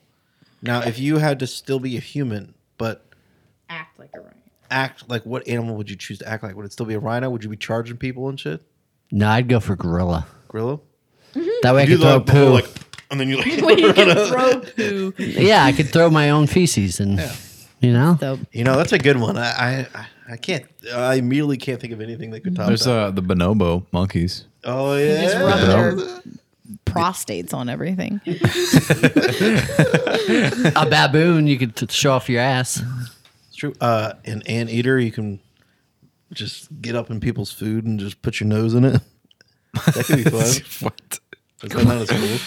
[SPEAKER 2] Now, if you had to still be a human, but
[SPEAKER 3] Act like a rhino.
[SPEAKER 2] act like what animal would you choose to act like? Would it still be a rhino? Would you be charging people and shit?
[SPEAKER 1] No, I'd go for gorilla.
[SPEAKER 2] Gorilla.
[SPEAKER 1] That way I
[SPEAKER 2] You
[SPEAKER 1] could throw
[SPEAKER 2] do the- the whole,
[SPEAKER 1] poo.
[SPEAKER 2] like, and then you like
[SPEAKER 3] Well, you can
[SPEAKER 2] run up.
[SPEAKER 3] throw poo.
[SPEAKER 1] yeah, I could throw my own feces, and you know,
[SPEAKER 2] You know, that's a good one. I I- I, I can't. I immediately can't think of anything that could top
[SPEAKER 4] There's
[SPEAKER 2] that.
[SPEAKER 4] uh, the bonobo monkeys.
[SPEAKER 2] oh
[SPEAKER 3] You
[SPEAKER 2] yeah.
[SPEAKER 3] just
[SPEAKER 4] Yeah.
[SPEAKER 3] rub
[SPEAKER 4] Yeah.
[SPEAKER 3] their prostates on everything.
[SPEAKER 1] a baboon, you could t- show off your ass.
[SPEAKER 2] It's true. Uh, an anteater, you can just get up in people's food and just put your nose in it. That could be fun.
[SPEAKER 4] what?
[SPEAKER 2] Is that not as cool?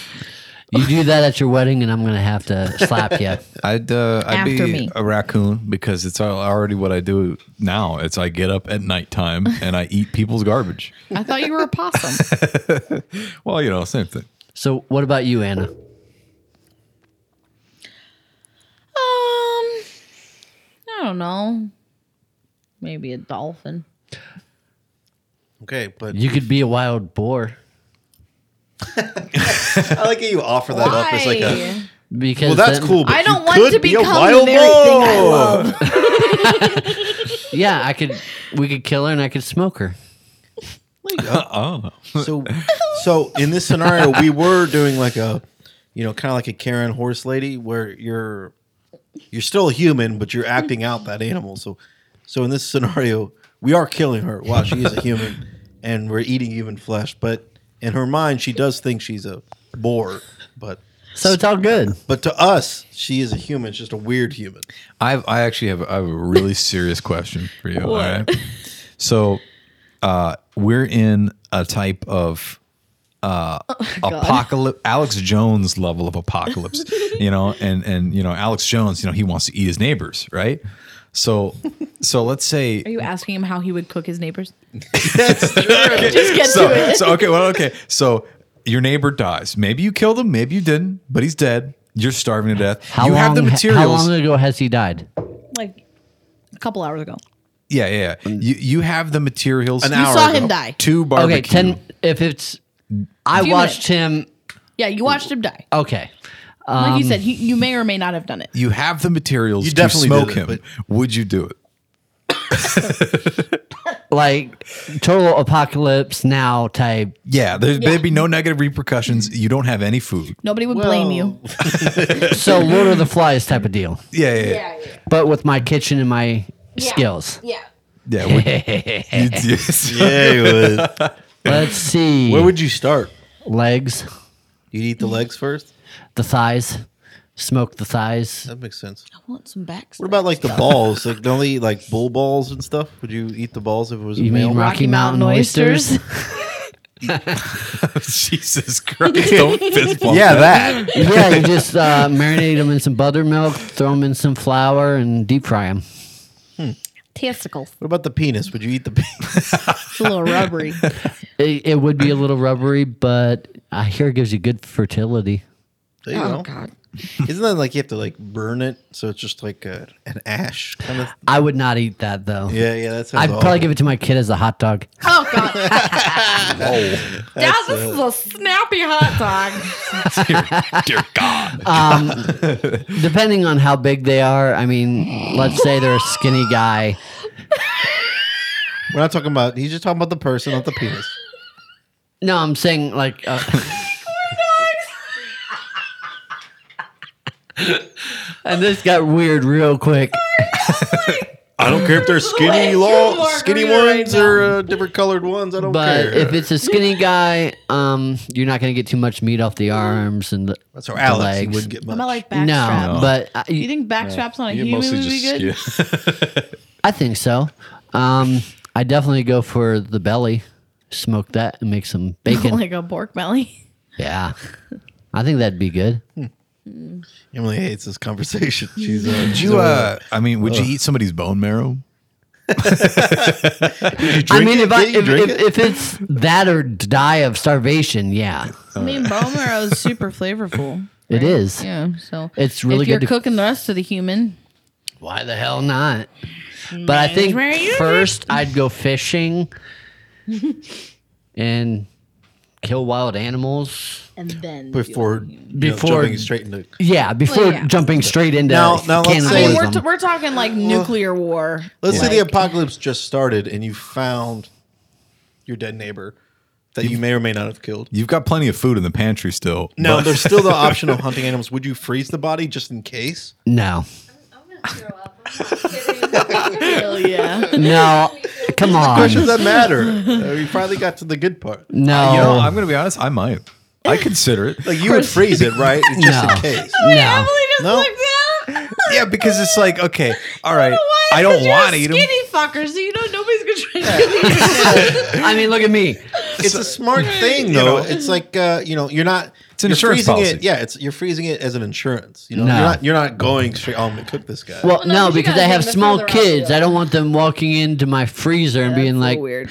[SPEAKER 1] You do that at your wedding, and I'm gonna have to slap you.
[SPEAKER 4] I'd uh, I'd
[SPEAKER 1] After
[SPEAKER 4] be
[SPEAKER 1] me.
[SPEAKER 4] a raccoon because it's al- already what I do now. It's I get up at nighttime and I eat people's garbage.
[SPEAKER 3] I thought you were a possum.
[SPEAKER 4] Well, you know, same thing.
[SPEAKER 1] So, what about you, Anna?
[SPEAKER 3] Um, I don't know. Maybe a dolphin.
[SPEAKER 2] Okay, but
[SPEAKER 1] you could be a wild boar
[SPEAKER 2] I like how you offer that up as like a.
[SPEAKER 3] Why?
[SPEAKER 1] because
[SPEAKER 2] well, that's
[SPEAKER 1] then-
[SPEAKER 2] cool. But
[SPEAKER 3] I don't
[SPEAKER 2] you
[SPEAKER 3] want
[SPEAKER 2] could
[SPEAKER 3] to
[SPEAKER 2] be a
[SPEAKER 3] become
[SPEAKER 2] wild
[SPEAKER 3] the very thing
[SPEAKER 2] boar.
[SPEAKER 3] I love.
[SPEAKER 1] Yeah, I could. We could kill her, and I could smoke her.
[SPEAKER 4] oh,
[SPEAKER 2] so so in this scenario, we were doing like a, you know, kind of like a Karen horse lady, where you're you're still a human, but you're acting out that animal. So so in this scenario, we are killing her while she is a human, and we're eating human flesh. But in her mind, she does think she's a boar. But
[SPEAKER 1] so it's all good.
[SPEAKER 2] But to us, she is a human. It's just a weird human.
[SPEAKER 4] I've I actually have I have a really serious question for you. All
[SPEAKER 2] What?
[SPEAKER 4] right. So uh we're in a type of uh apocalypse Alex Jones level of apocalypse, you know, and and you know, Alex Jones, you know, he wants to eat his neighbors, right? So so let's say
[SPEAKER 3] Are you asking him how he would cook his neighbors?
[SPEAKER 4] Okay,
[SPEAKER 3] Just get
[SPEAKER 4] so,
[SPEAKER 3] to it.
[SPEAKER 4] so, okay, well, okay. So your neighbor dies. Maybe you killed him, maybe you didn't, but he's dead. You're starving to death.
[SPEAKER 1] How
[SPEAKER 4] you
[SPEAKER 1] long,
[SPEAKER 4] have the materials.
[SPEAKER 1] How long ago has he died?
[SPEAKER 3] Like a couple hours ago.
[SPEAKER 4] Yeah, yeah, yeah. You you have the materials.
[SPEAKER 3] An You hour saw him ago. die.
[SPEAKER 4] Two barbecue.
[SPEAKER 1] Okay, ten. If it's, I
[SPEAKER 3] Few
[SPEAKER 1] watched him.
[SPEAKER 3] Yeah, you watched him die.
[SPEAKER 1] Okay,
[SPEAKER 3] like you
[SPEAKER 4] Um,
[SPEAKER 3] said, he, you may or may not have done it.
[SPEAKER 4] You have the materials.
[SPEAKER 2] You
[SPEAKER 4] to
[SPEAKER 2] definitely
[SPEAKER 4] smoke
[SPEAKER 2] did it,
[SPEAKER 4] him. Would you do it?
[SPEAKER 1] like total apocalypse now type.
[SPEAKER 4] Yeah, there, there'd be no negative repercussions. You don't have any food.
[SPEAKER 3] Nobody would blame you.
[SPEAKER 1] so Lord of the Flies type of deal.
[SPEAKER 4] Yeah, yeah, yeah.
[SPEAKER 1] But with my kitchen and my skills.
[SPEAKER 17] Yeah.
[SPEAKER 4] Yeah, would- you'd- yes.
[SPEAKER 2] Yeah, you would.
[SPEAKER 1] Let's see.
[SPEAKER 2] Where would you start?
[SPEAKER 1] Legs.
[SPEAKER 2] You'd eat the legs first.
[SPEAKER 1] The thighs. Smoke the thighs.
[SPEAKER 2] That makes sense.
[SPEAKER 3] I want some back.
[SPEAKER 2] What about like the balls? Like don't they eat like bull balls and stuff? Would you eat the balls if it was a
[SPEAKER 1] You mean
[SPEAKER 2] male?
[SPEAKER 1] Rocky Mountain oysters?
[SPEAKER 4] Jesus Christ! Don't fist bump.
[SPEAKER 2] Yeah, that.
[SPEAKER 1] yeah, you just uh, marinate them in some buttermilk, throw them in some flour, and deep fry them.
[SPEAKER 3] Testicles.
[SPEAKER 2] What about the penis? Would you eat the penis?
[SPEAKER 3] It's a little rubbery.
[SPEAKER 1] It, it would be a little rubbery, but I hear it gives you good fertility.
[SPEAKER 2] There you
[SPEAKER 3] Oh,
[SPEAKER 2] go. Isn't that like you have to like burn it so it's just like a, an ash kind of?
[SPEAKER 1] I would not eat that though.
[SPEAKER 2] Yeah, yeah, that sounds
[SPEAKER 1] I'd
[SPEAKER 2] awful.
[SPEAKER 1] probably give it to my kid as a hot dog.
[SPEAKER 3] Oh god.
[SPEAKER 4] Whoa.
[SPEAKER 3] Dad, this is a snappy hot dog.
[SPEAKER 4] Dear God.
[SPEAKER 1] Um, depending on how big they are, I mean, let's say they're a skinny guy.
[SPEAKER 2] We're not talking about. He's just talking about the person, not the penis.
[SPEAKER 1] No, I'm saying like. Uh, and this got weird real quick.
[SPEAKER 2] I don't care if they're skinny, long, skinny ones or uh, different colored ones. I don't
[SPEAKER 1] But
[SPEAKER 2] care.
[SPEAKER 1] if it's a skinny guy, um, you're not going to get too much meat off the arms and the,
[SPEAKER 2] That's how
[SPEAKER 1] the
[SPEAKER 2] Alex
[SPEAKER 1] legs.
[SPEAKER 2] would get
[SPEAKER 3] What about like
[SPEAKER 1] No,
[SPEAKER 3] backstrap?
[SPEAKER 1] but I,
[SPEAKER 3] you think backstraps on a human would be good?
[SPEAKER 1] I think so. Um, I definitely go for the belly. Smoke that and make some bacon.
[SPEAKER 3] like a pork belly.
[SPEAKER 1] yeah, I think that'd be good.
[SPEAKER 2] Emily hates this conversation. She's uh,
[SPEAKER 4] Would
[SPEAKER 2] she's
[SPEAKER 4] you,
[SPEAKER 2] over
[SPEAKER 4] uh,
[SPEAKER 2] there.
[SPEAKER 4] I mean, would you
[SPEAKER 2] Ugh.
[SPEAKER 4] eat somebody's bone marrow?
[SPEAKER 1] I
[SPEAKER 2] drink
[SPEAKER 1] mean,
[SPEAKER 2] it?
[SPEAKER 1] if I
[SPEAKER 2] Did you
[SPEAKER 1] if,
[SPEAKER 2] drink
[SPEAKER 1] if, if it's that or die of starvation, yeah,
[SPEAKER 3] I mean, bone marrow is super flavorful.
[SPEAKER 1] it is.
[SPEAKER 3] Yeah, so
[SPEAKER 1] It's really
[SPEAKER 3] if you're
[SPEAKER 1] good to-
[SPEAKER 3] cooking the rest of the human.
[SPEAKER 1] Why the hell not? But I think
[SPEAKER 3] where you
[SPEAKER 1] first I'd go fishing and kill wild animals
[SPEAKER 3] and then
[SPEAKER 2] before before
[SPEAKER 1] before
[SPEAKER 2] jumping straight into
[SPEAKER 1] yeah before
[SPEAKER 3] yeah.
[SPEAKER 1] jumping straight into
[SPEAKER 2] Now- now let's
[SPEAKER 3] I mean, we're,
[SPEAKER 1] cannibalism.
[SPEAKER 3] t- we're talking like nuclear war.
[SPEAKER 2] Let's
[SPEAKER 3] like,
[SPEAKER 2] say the apocalypse just started and you found your dead neighbor that you may or may not have killed.
[SPEAKER 4] You've got plenty of food in the pantry still.
[SPEAKER 2] No,
[SPEAKER 4] but-
[SPEAKER 2] there's still the option of hunting animals. Would you freeze the body just in case?
[SPEAKER 1] no
[SPEAKER 3] Hell yeah.
[SPEAKER 1] no come
[SPEAKER 2] The
[SPEAKER 1] on
[SPEAKER 2] question doesn't matter. Uh, we finally got to the good part.
[SPEAKER 1] no
[SPEAKER 4] You know, I'm going to be honest. I might. I consider it.
[SPEAKER 2] Like you would freeze it, right? It's just
[SPEAKER 1] No.
[SPEAKER 2] in case.
[SPEAKER 1] no
[SPEAKER 2] No,
[SPEAKER 4] yeah, because it's like, okay, all right. I don't want to eat them.
[SPEAKER 3] Skinny fucker, so you know nobody's gonna try to kill you.
[SPEAKER 1] I mean look at me
[SPEAKER 2] it's a smart thing
[SPEAKER 4] You
[SPEAKER 2] though.
[SPEAKER 4] know.
[SPEAKER 2] It's like uh, you know, you're not.
[SPEAKER 4] It's an
[SPEAKER 2] you're
[SPEAKER 4] insurance
[SPEAKER 2] freezing
[SPEAKER 4] policy.
[SPEAKER 2] It, yeah, it's you're freezing it as an insurance. You know,
[SPEAKER 1] No.
[SPEAKER 2] you're not you're not going straight. Oh, I'm gonna cook this guy.
[SPEAKER 1] well
[SPEAKER 12] but
[SPEAKER 1] no
[SPEAKER 12] you
[SPEAKER 1] because I
[SPEAKER 12] gotta
[SPEAKER 1] have
[SPEAKER 12] think the
[SPEAKER 1] small
[SPEAKER 12] further out
[SPEAKER 1] kids
[SPEAKER 12] you
[SPEAKER 1] I don't want them walking into my freezer and being like
[SPEAKER 3] weird.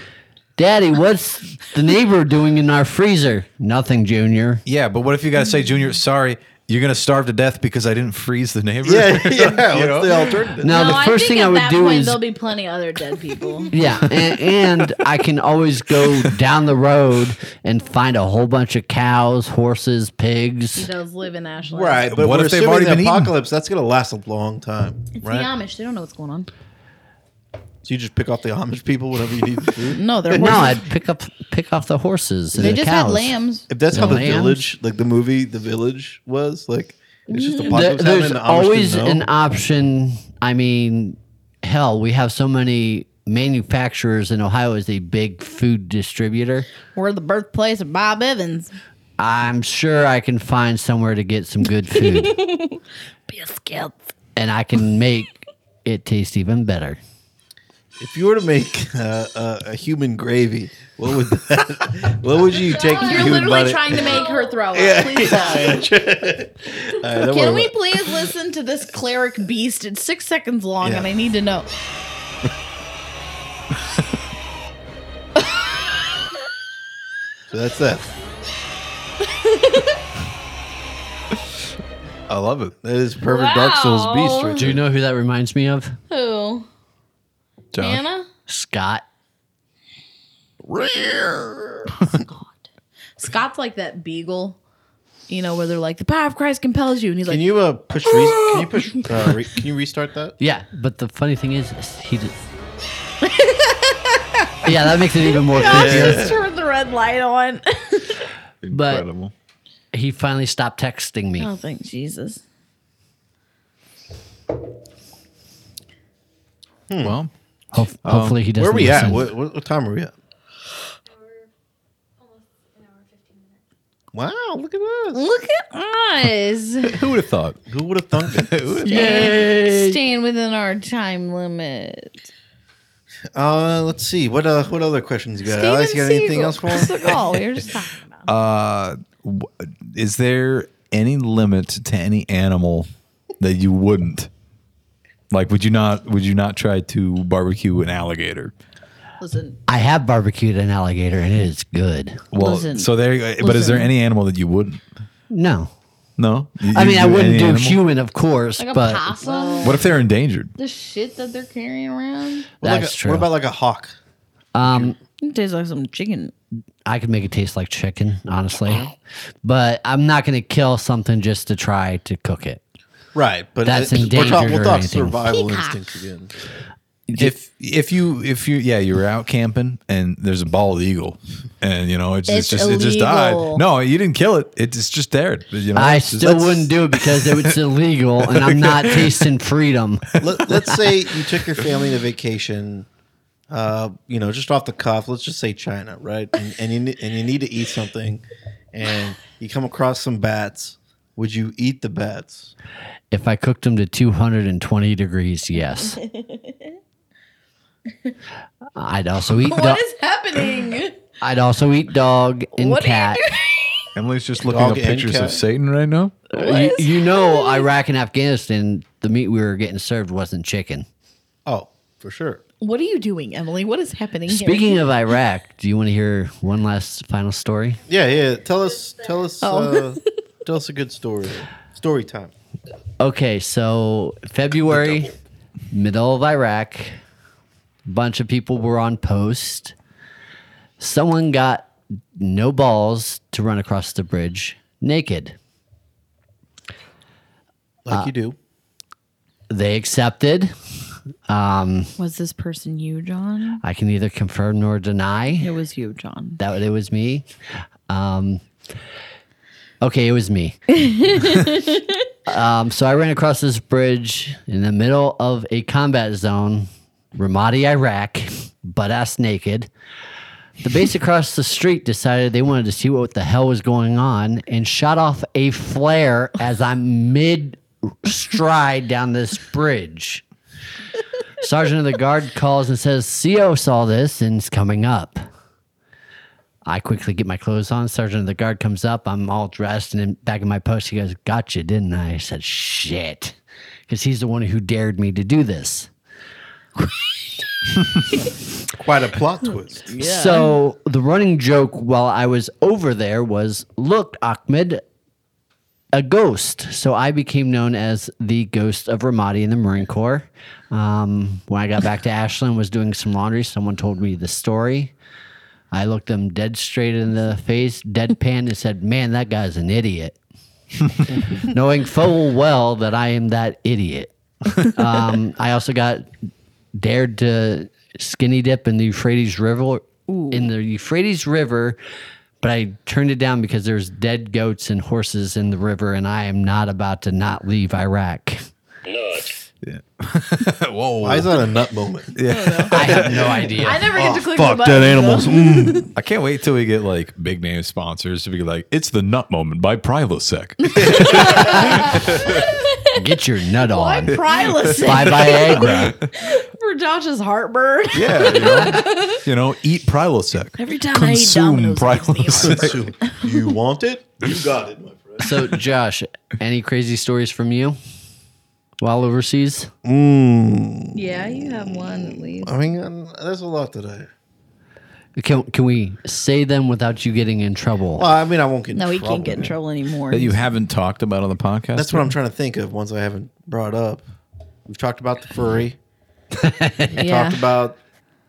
[SPEAKER 1] daddy what's the neighbor doing in our freezer nothing junior
[SPEAKER 4] Yeah, but what if you got to say, Junior, sorry, you're going to starve to death because I didn't freeze the neighbor?
[SPEAKER 2] yeah, yeah.
[SPEAKER 4] You know?
[SPEAKER 2] What's the alternative?
[SPEAKER 1] now the first thing I would do is
[SPEAKER 3] there'll be plenty of other dead people.
[SPEAKER 1] Yeah, and, and I can always go down the road and find a whole bunch of cows, horses,
[SPEAKER 3] He
[SPEAKER 1] pigs.
[SPEAKER 3] does live in Ashland.
[SPEAKER 2] Right, but
[SPEAKER 4] What
[SPEAKER 2] we're
[SPEAKER 4] if they've
[SPEAKER 2] assuming
[SPEAKER 4] already
[SPEAKER 2] the
[SPEAKER 4] been eaten?
[SPEAKER 2] apocalypse. That's gonna last a long time,
[SPEAKER 3] It's
[SPEAKER 2] right?
[SPEAKER 3] the Amish. They don't know what's going on.
[SPEAKER 2] So you just pick off the Amish people whenever you need food.
[SPEAKER 3] No, they're
[SPEAKER 1] No,
[SPEAKER 3] horses.
[SPEAKER 1] I'd pick up pick off the horses. And
[SPEAKER 3] they
[SPEAKER 1] the
[SPEAKER 3] just
[SPEAKER 1] cows.
[SPEAKER 3] had lambs.
[SPEAKER 2] If that's
[SPEAKER 1] The
[SPEAKER 2] how the
[SPEAKER 1] lambs?
[SPEAKER 2] village, like the movie, the village was like, it's just
[SPEAKER 1] There-
[SPEAKER 2] apocalypse.
[SPEAKER 1] Mm, there's
[SPEAKER 2] happened, the Amish
[SPEAKER 1] always
[SPEAKER 2] didn't
[SPEAKER 1] an
[SPEAKER 2] know.
[SPEAKER 1] option. I mean, hell, we have so many manufacturers in Ohio as a big food distributor.
[SPEAKER 3] We're the birthplace of Bob Evans.
[SPEAKER 1] I'm sure I can find somewhere to get some good food,
[SPEAKER 3] Biscuits.
[SPEAKER 1] and I can make it taste even better.
[SPEAKER 2] If you were to make uh, uh, a human gravy, what would that? what would you take?
[SPEAKER 3] You're
[SPEAKER 2] human
[SPEAKER 3] literally
[SPEAKER 2] body-
[SPEAKER 3] trying to make her throw up.
[SPEAKER 2] Yeah,
[SPEAKER 3] Please
[SPEAKER 2] yeah, yeah,
[SPEAKER 3] stop.
[SPEAKER 2] sure. All right, don't worry
[SPEAKER 3] Can we
[SPEAKER 2] about it.
[SPEAKER 3] please listen to this cleric beast? It's six seconds long,
[SPEAKER 2] Yeah.
[SPEAKER 3] and I need to know.
[SPEAKER 2] So that's that.
[SPEAKER 4] I love it.
[SPEAKER 2] That is perfect Dark Souls beast. Right
[SPEAKER 1] Do you know who that reminds me of?
[SPEAKER 3] Who?
[SPEAKER 4] Josh.
[SPEAKER 3] Hannah?
[SPEAKER 1] Scott.
[SPEAKER 3] Scott's like that beagle, you know, where they're like, the power of Christ compels you. And he's
[SPEAKER 2] Can
[SPEAKER 3] like,
[SPEAKER 2] you uh, push? Re- can you push? Uh, re- can you restart that?
[SPEAKER 1] Yeah, but the funny thing is, is he did. yeah, that makes it even more
[SPEAKER 3] Josh
[SPEAKER 1] creepier.
[SPEAKER 3] just turned the red light on.
[SPEAKER 1] But- He finally stopped texting me.
[SPEAKER 3] oh, thank Jesus.
[SPEAKER 4] Well,
[SPEAKER 1] Ho- hopefully, he doesn't.
[SPEAKER 2] Where are we
[SPEAKER 1] listen.
[SPEAKER 2] at? What, what, what time are we at? Wow, look at us.
[SPEAKER 3] Look at us
[SPEAKER 4] who would have thought?
[SPEAKER 2] Who would have thunk it?
[SPEAKER 1] Yay!
[SPEAKER 3] staying within our time limit.
[SPEAKER 2] Uh, let's see. What uh, what other questions you got? Alex, you got anything else for us?
[SPEAKER 3] Seagal, we were just talking about.
[SPEAKER 4] Uh, w- is there any limit to any animal that you wouldn't? Like, would you not? Would you not try to barbecue an alligator?
[SPEAKER 3] Listen,
[SPEAKER 1] I have barbecued an alligator, and it is good.
[SPEAKER 4] Well,
[SPEAKER 3] Listen.
[SPEAKER 4] so there. you go. But is there
[SPEAKER 3] Listen.
[SPEAKER 4] any animal that you wouldn't?
[SPEAKER 1] No,
[SPEAKER 4] No. You-
[SPEAKER 1] I
[SPEAKER 4] you
[SPEAKER 1] mean I
[SPEAKER 4] any
[SPEAKER 1] wouldn't do
[SPEAKER 4] animal?
[SPEAKER 1] human, of course,
[SPEAKER 3] like a
[SPEAKER 1] but
[SPEAKER 3] possum,
[SPEAKER 2] uh,
[SPEAKER 4] What if they're endangered?
[SPEAKER 3] the shit that they're carrying around.
[SPEAKER 2] What, like
[SPEAKER 1] that's
[SPEAKER 2] a-
[SPEAKER 1] true.
[SPEAKER 2] What about like a hawk?
[SPEAKER 1] um,
[SPEAKER 3] It tastes like some chicken.
[SPEAKER 1] I could make it taste like chicken, honestly, but I'm not going to kill something just to try to cook it.
[SPEAKER 2] Right, but
[SPEAKER 1] That's
[SPEAKER 2] we're, talk,
[SPEAKER 1] endangered
[SPEAKER 2] we're
[SPEAKER 1] or
[SPEAKER 2] talking
[SPEAKER 1] anything.
[SPEAKER 2] survival instincts again.
[SPEAKER 15] if if you if you yeah you were out camping and there's a bald eagle and you know it's,
[SPEAKER 1] It's
[SPEAKER 15] it's just it just died
[SPEAKER 1] illegal.
[SPEAKER 15] no you didn't kill it it's just there you know
[SPEAKER 1] I
[SPEAKER 15] it's just-
[SPEAKER 1] still
[SPEAKER 15] that's-
[SPEAKER 1] wouldn't do it because it was illegal, and I'm not tasting freedom.
[SPEAKER 2] Let, let's say you took your family to vacation, uh, you know, just off the cuff. Let's just say China, right? And, and you ne- and you need to eat something, and you come across some bats. Would you eat the bats?
[SPEAKER 1] If I cooked them to 220 degrees, yes. I'd also eat.
[SPEAKER 3] What
[SPEAKER 1] do-
[SPEAKER 3] is happening?
[SPEAKER 1] I'd also eat dog and
[SPEAKER 3] What are you
[SPEAKER 1] cat.
[SPEAKER 15] Emily's just looking up pictures of Satan right now.
[SPEAKER 1] You, you know, Iraq and Afghanistan, the meat we were getting served wasn't chicken.
[SPEAKER 2] Oh, for sure.
[SPEAKER 3] What are you doing, Emily? What is happening here?
[SPEAKER 1] Speaking of Iraq, do you want to hear one last final story?
[SPEAKER 2] Yeah, yeah. Tell us, tell us,
[SPEAKER 3] Oh.
[SPEAKER 2] uh, tell us a good story. Story time.
[SPEAKER 1] Okay, so February, middle of Iraq, bunch of people were on post. Someone got no balls to run across the bridge naked.
[SPEAKER 2] Like
[SPEAKER 1] Uh,
[SPEAKER 2] you do.
[SPEAKER 1] They accepted. Um,
[SPEAKER 12] Was this person you, John?
[SPEAKER 1] I can neither confirm nor deny.
[SPEAKER 12] It was you, John.
[SPEAKER 1] That it was me. Um, okay, it was me. um, so I ran across this bridge in the middle of a combat zone, Ramadi, Iraq, butt ass naked. The base across the street decided they wanted to see what the hell was going on and shot off a flare as I'm mid stride down this bridge. Sergeant of the guard calls and says, CO saw this and is coming up. I quickly get my clothes on. Sergeant of the guard comes up. I'm all dressed and in back in my post. He goes, Gotcha, didn't I? I said, Shit. Because he's the one who dared me to do this.
[SPEAKER 2] Quite a plot twist.
[SPEAKER 1] So the running joke while I was over there was look, Ahmed, a ghost. So I became known as the ghost of Ramadi in the Marine Corps. Um, when I got back to Ashland, was doing some laundry. Someone told me the story. I looked them dead straight in the face, deadpan, and said, "Man, that guy's an idiot," knowing full well that I am that idiot. Um, I also got dared to skinny dip in the Euphrates River in the Euphrates River, but I turned it down because there's dead goats and horses in the river, and I am not about to not leave Iraq.
[SPEAKER 15] Whoa!
[SPEAKER 2] Why is that a nut moment?
[SPEAKER 15] Yeah,
[SPEAKER 1] I have no idea.
[SPEAKER 3] I never get to click
[SPEAKER 15] fuck
[SPEAKER 3] the
[SPEAKER 15] dead
[SPEAKER 3] button,
[SPEAKER 15] animals.
[SPEAKER 3] though.
[SPEAKER 15] Mm. I can't wait till we get like big name sponsors to be like, it's the nut moment by Prilosec.
[SPEAKER 1] Get your nut
[SPEAKER 3] Why
[SPEAKER 1] on.
[SPEAKER 3] Prilosec?
[SPEAKER 1] Bye bye, Agra.
[SPEAKER 3] for Josh's heartburn.
[SPEAKER 15] Yeah, you know, you know, eat Prilosec.
[SPEAKER 3] Every time I eat Domino's,
[SPEAKER 15] Prilosec.
[SPEAKER 2] you want it? You got it.
[SPEAKER 1] So, Josh, any crazy stories from you while overseas?
[SPEAKER 3] Yeah, you have one at least.
[SPEAKER 2] I mean, um, there's a lot today.
[SPEAKER 1] Can, can we say them without you getting in trouble?
[SPEAKER 2] Well, I mean, I won't get.
[SPEAKER 12] No,
[SPEAKER 2] in
[SPEAKER 12] he
[SPEAKER 2] trouble.
[SPEAKER 12] can't get in trouble anymore.
[SPEAKER 15] That you haven't talked about on the podcast.
[SPEAKER 2] That's what I'm trying to think of. Ones I haven't brought up. We've talked about the furry. We've
[SPEAKER 12] Yeah.
[SPEAKER 2] talked about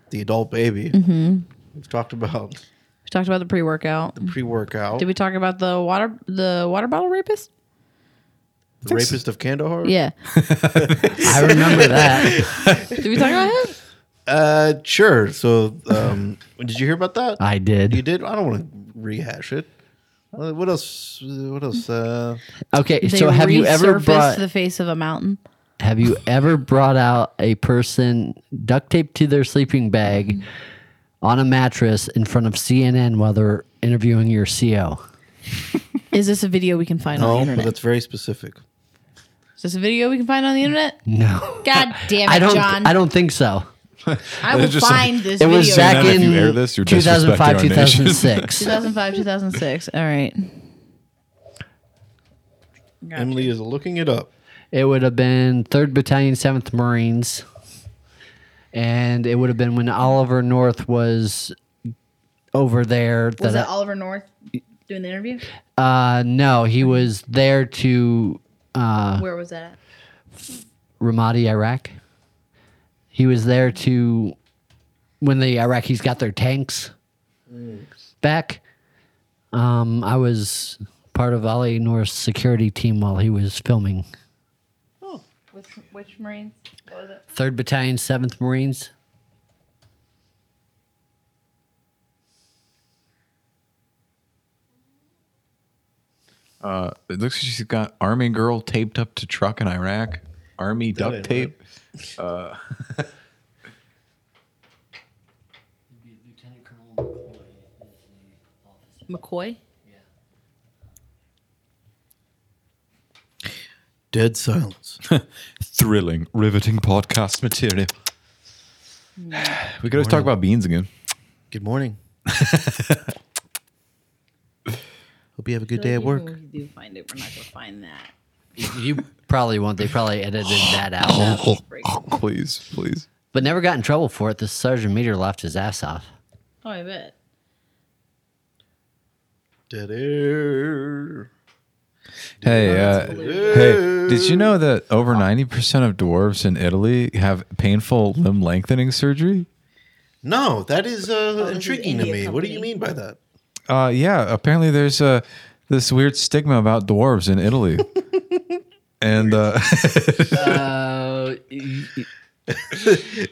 [SPEAKER 2] the adult baby.
[SPEAKER 12] Mhm.
[SPEAKER 2] We've talked about
[SPEAKER 12] We talked about the pre-workout.
[SPEAKER 2] the pre-workout.
[SPEAKER 12] Did we talk about the water the water bottle rapist?
[SPEAKER 2] the rapist of Kandahar.
[SPEAKER 12] Yeah.
[SPEAKER 1] I remember that.
[SPEAKER 12] Did we talk about him?
[SPEAKER 2] Uh, sure. So, um, did you hear about that?
[SPEAKER 1] I did.
[SPEAKER 2] You did. I don't want to rehash it. Uh, What else? What else? Uh,
[SPEAKER 1] Okay,
[SPEAKER 12] They
[SPEAKER 1] so have you ever
[SPEAKER 12] resurfaced
[SPEAKER 1] brought
[SPEAKER 12] to the face of a mountain?
[SPEAKER 1] Have you ever brought out a person duct taped to their sleeping bag on a mattress in front of CNN while they're interviewing your E CO?
[SPEAKER 12] Is this a video we can find on the
[SPEAKER 2] no, but
[SPEAKER 12] internet?
[SPEAKER 2] that's very specific.
[SPEAKER 12] Is this a video we can find on the internet?
[SPEAKER 1] No,
[SPEAKER 12] God damn it,
[SPEAKER 1] I don't.
[SPEAKER 12] John.
[SPEAKER 1] I don't think so.
[SPEAKER 12] I will find this
[SPEAKER 1] It
[SPEAKER 12] video.
[SPEAKER 1] was back
[SPEAKER 15] CNN, if you air
[SPEAKER 1] in
[SPEAKER 15] this, you're disrespecting
[SPEAKER 1] 2005,
[SPEAKER 15] our nation.
[SPEAKER 1] 2006.
[SPEAKER 12] 2005, 2006. All right.
[SPEAKER 2] Emily is looking it up.
[SPEAKER 1] it would have been Third Battalion, Seventh Marines, and it would have been when Oliver North was over there.
[SPEAKER 3] Was
[SPEAKER 1] that
[SPEAKER 3] it Oliver North doing the interview?
[SPEAKER 1] Uh, no, he was there to uh,
[SPEAKER 3] Where was that at?
[SPEAKER 1] Ramadi, Iraq. He was there to when the Iraqis got their tanks back. Um, I was part of Ali Noor's security team while he was filming.
[SPEAKER 3] With which Marines? What was it?
[SPEAKER 1] Third Battalion, Seventh Marines.
[SPEAKER 4] Uh, it looks like she's got army girl taped up to truck in Iraq. Army
[SPEAKER 2] That
[SPEAKER 4] duct
[SPEAKER 2] ain't
[SPEAKER 4] tape. Uh,
[SPEAKER 18] McCoy?
[SPEAKER 2] Dead silence.
[SPEAKER 4] Thrilling, riveting podcast material. We could always talk about beans again.
[SPEAKER 2] Good morning. Hope you have a good day
[SPEAKER 3] I feel like
[SPEAKER 2] at
[SPEAKER 3] even
[SPEAKER 2] work.
[SPEAKER 3] when We do find it. We're not gonna find that.
[SPEAKER 1] You probably won't. They probably edited that
[SPEAKER 4] Oh,
[SPEAKER 1] out.
[SPEAKER 4] please, please.
[SPEAKER 1] But never got in trouble for it. The sergeant major laughed his ass off.
[SPEAKER 3] Oh, I bet.
[SPEAKER 2] Dead air.
[SPEAKER 4] Hey, uh, hey, did you know that over 90% of dwarves in Italy have painful limb lengthening surgery?
[SPEAKER 2] No, that is uh,
[SPEAKER 3] Oh, is
[SPEAKER 2] intriguing to
[SPEAKER 3] India
[SPEAKER 2] me. What do you
[SPEAKER 3] company.
[SPEAKER 2] mean by that?
[SPEAKER 4] Uh, yeah, apparently there's uh, this weird stigma about dwarves in Italy. and uh,
[SPEAKER 1] Uh,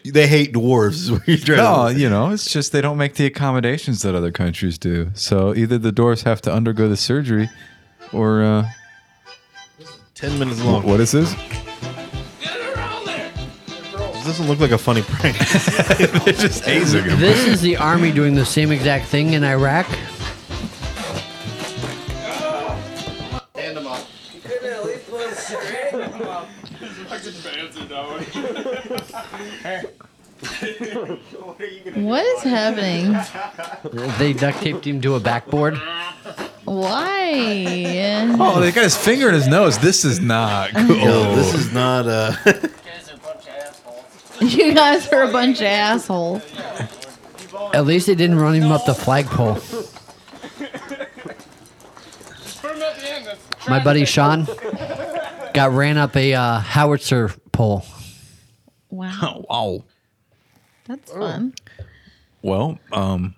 [SPEAKER 2] they hate dwarves.
[SPEAKER 4] no, you know, it's just they don't make the accommodations that other countries do. So either the dwarves have to undergo the surgery or. Uh,
[SPEAKER 2] Ten minutes long.
[SPEAKER 4] What is this?
[SPEAKER 2] This doesn't look like a funny prank. it's just hazing him.
[SPEAKER 1] this is the army doing the same exact thing in Iraq.
[SPEAKER 3] What is happening?
[SPEAKER 1] They duct taped him to a backboard.
[SPEAKER 3] Why?
[SPEAKER 4] Oh, they got his finger in his nose. This is not cool.
[SPEAKER 2] this is not. Uh,
[SPEAKER 3] You guys are a bunch of assholes.
[SPEAKER 1] At least they didn't run him up the flagpole. My buddy Sean got ran up a uh, howitzer pole.
[SPEAKER 3] Wow,
[SPEAKER 4] Oh, wow.
[SPEAKER 3] that's fun.
[SPEAKER 4] Well, um,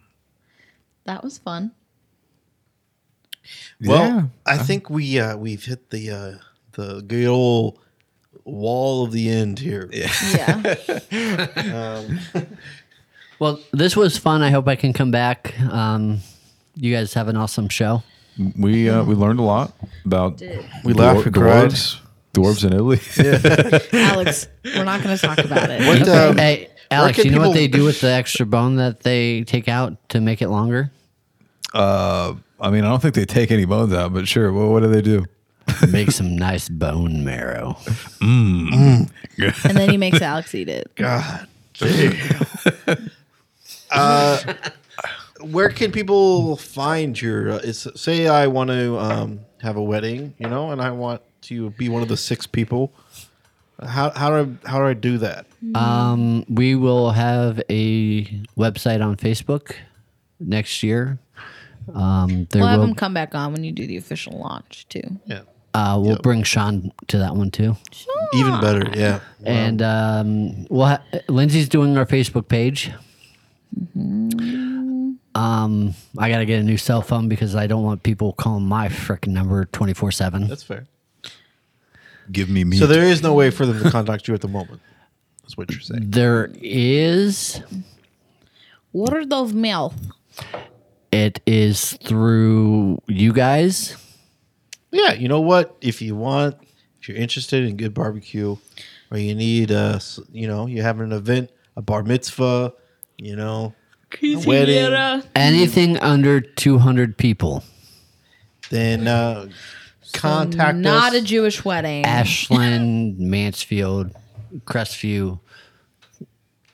[SPEAKER 3] That was fun.
[SPEAKER 2] well,
[SPEAKER 4] yeah.
[SPEAKER 2] I think we uh, we've hit the uh, the good old wall of the end here.
[SPEAKER 3] Yeah.
[SPEAKER 2] um,
[SPEAKER 1] Well, this was fun. I hope I can come back. Um, you guys have an awesome show.
[SPEAKER 4] We uh, we learned a lot about
[SPEAKER 2] We laughed and cried.
[SPEAKER 4] dwarves, dwarves in Italy.
[SPEAKER 3] Alex, we're not going to talk about it.
[SPEAKER 2] What, um,
[SPEAKER 1] hey,
[SPEAKER 2] where
[SPEAKER 1] Alex,
[SPEAKER 2] can
[SPEAKER 1] you know what
[SPEAKER 2] people-
[SPEAKER 1] they do with the extra bone that they take out to make it longer?
[SPEAKER 4] Uh, I mean, I don't think they take any bones out, but sure. Well, what do they do?
[SPEAKER 1] Make some nice bone marrow.
[SPEAKER 4] Mm.
[SPEAKER 3] and then he makes Alex eat it.
[SPEAKER 2] God. uh, where can people find your? Uh, is, say, I want to um, have a wedding, you know, and I want to be one of the six people. How how do I, how do I do that?
[SPEAKER 1] Um, we will have a website on Facebook next year. Um, there
[SPEAKER 3] We'll have
[SPEAKER 1] will
[SPEAKER 3] him come back on when you do the official launch too.
[SPEAKER 2] Yeah.
[SPEAKER 1] uh, we'll bring Sean to that one too.
[SPEAKER 2] Even better, yeah.
[SPEAKER 1] And um, well, ha- Lindsay's doing our Facebook page.
[SPEAKER 3] Mm-hmm.
[SPEAKER 1] Um, I gotta get a new cell phone because I don't want people calling my frickin' number twenty four seven.
[SPEAKER 2] That's fair.
[SPEAKER 4] Give me meat.
[SPEAKER 2] So there is no way for them to contact you at the moment. That's what you're saying.
[SPEAKER 1] There is.
[SPEAKER 3] Word of mouth.
[SPEAKER 1] It is through you guys.
[SPEAKER 2] Yeah, you know what? If you want, if you're interested in good barbecue, or you need, uh, s- you know, you have an event, a bar mitzvah, you know, a wedding,
[SPEAKER 1] Anything under two hundred people.
[SPEAKER 2] then uh, contact
[SPEAKER 3] Not a
[SPEAKER 2] us.
[SPEAKER 3] Jewish wedding.
[SPEAKER 1] Ashland, Mansfield, Crestview.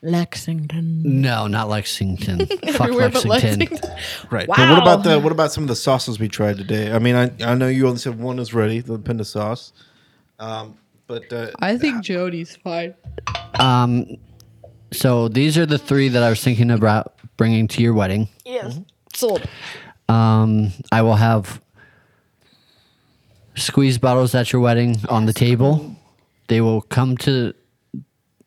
[SPEAKER 3] Lexington.
[SPEAKER 1] No, not Lexington. Fuck
[SPEAKER 3] Everywhere but
[SPEAKER 1] Lexington.
[SPEAKER 4] Right.
[SPEAKER 2] But what
[SPEAKER 3] Wow.
[SPEAKER 2] about the what about some of the sauces we tried today? I mean, I, I know you only said one is ready, the pinda sauce, um, but uh,
[SPEAKER 3] I think Jody's fine.
[SPEAKER 1] Um, so these are the three that I was thinking about bringing to your wedding.
[SPEAKER 3] Yes. Sold.
[SPEAKER 1] Um, I will have squeeze bottles at your wedding on the table. They will come to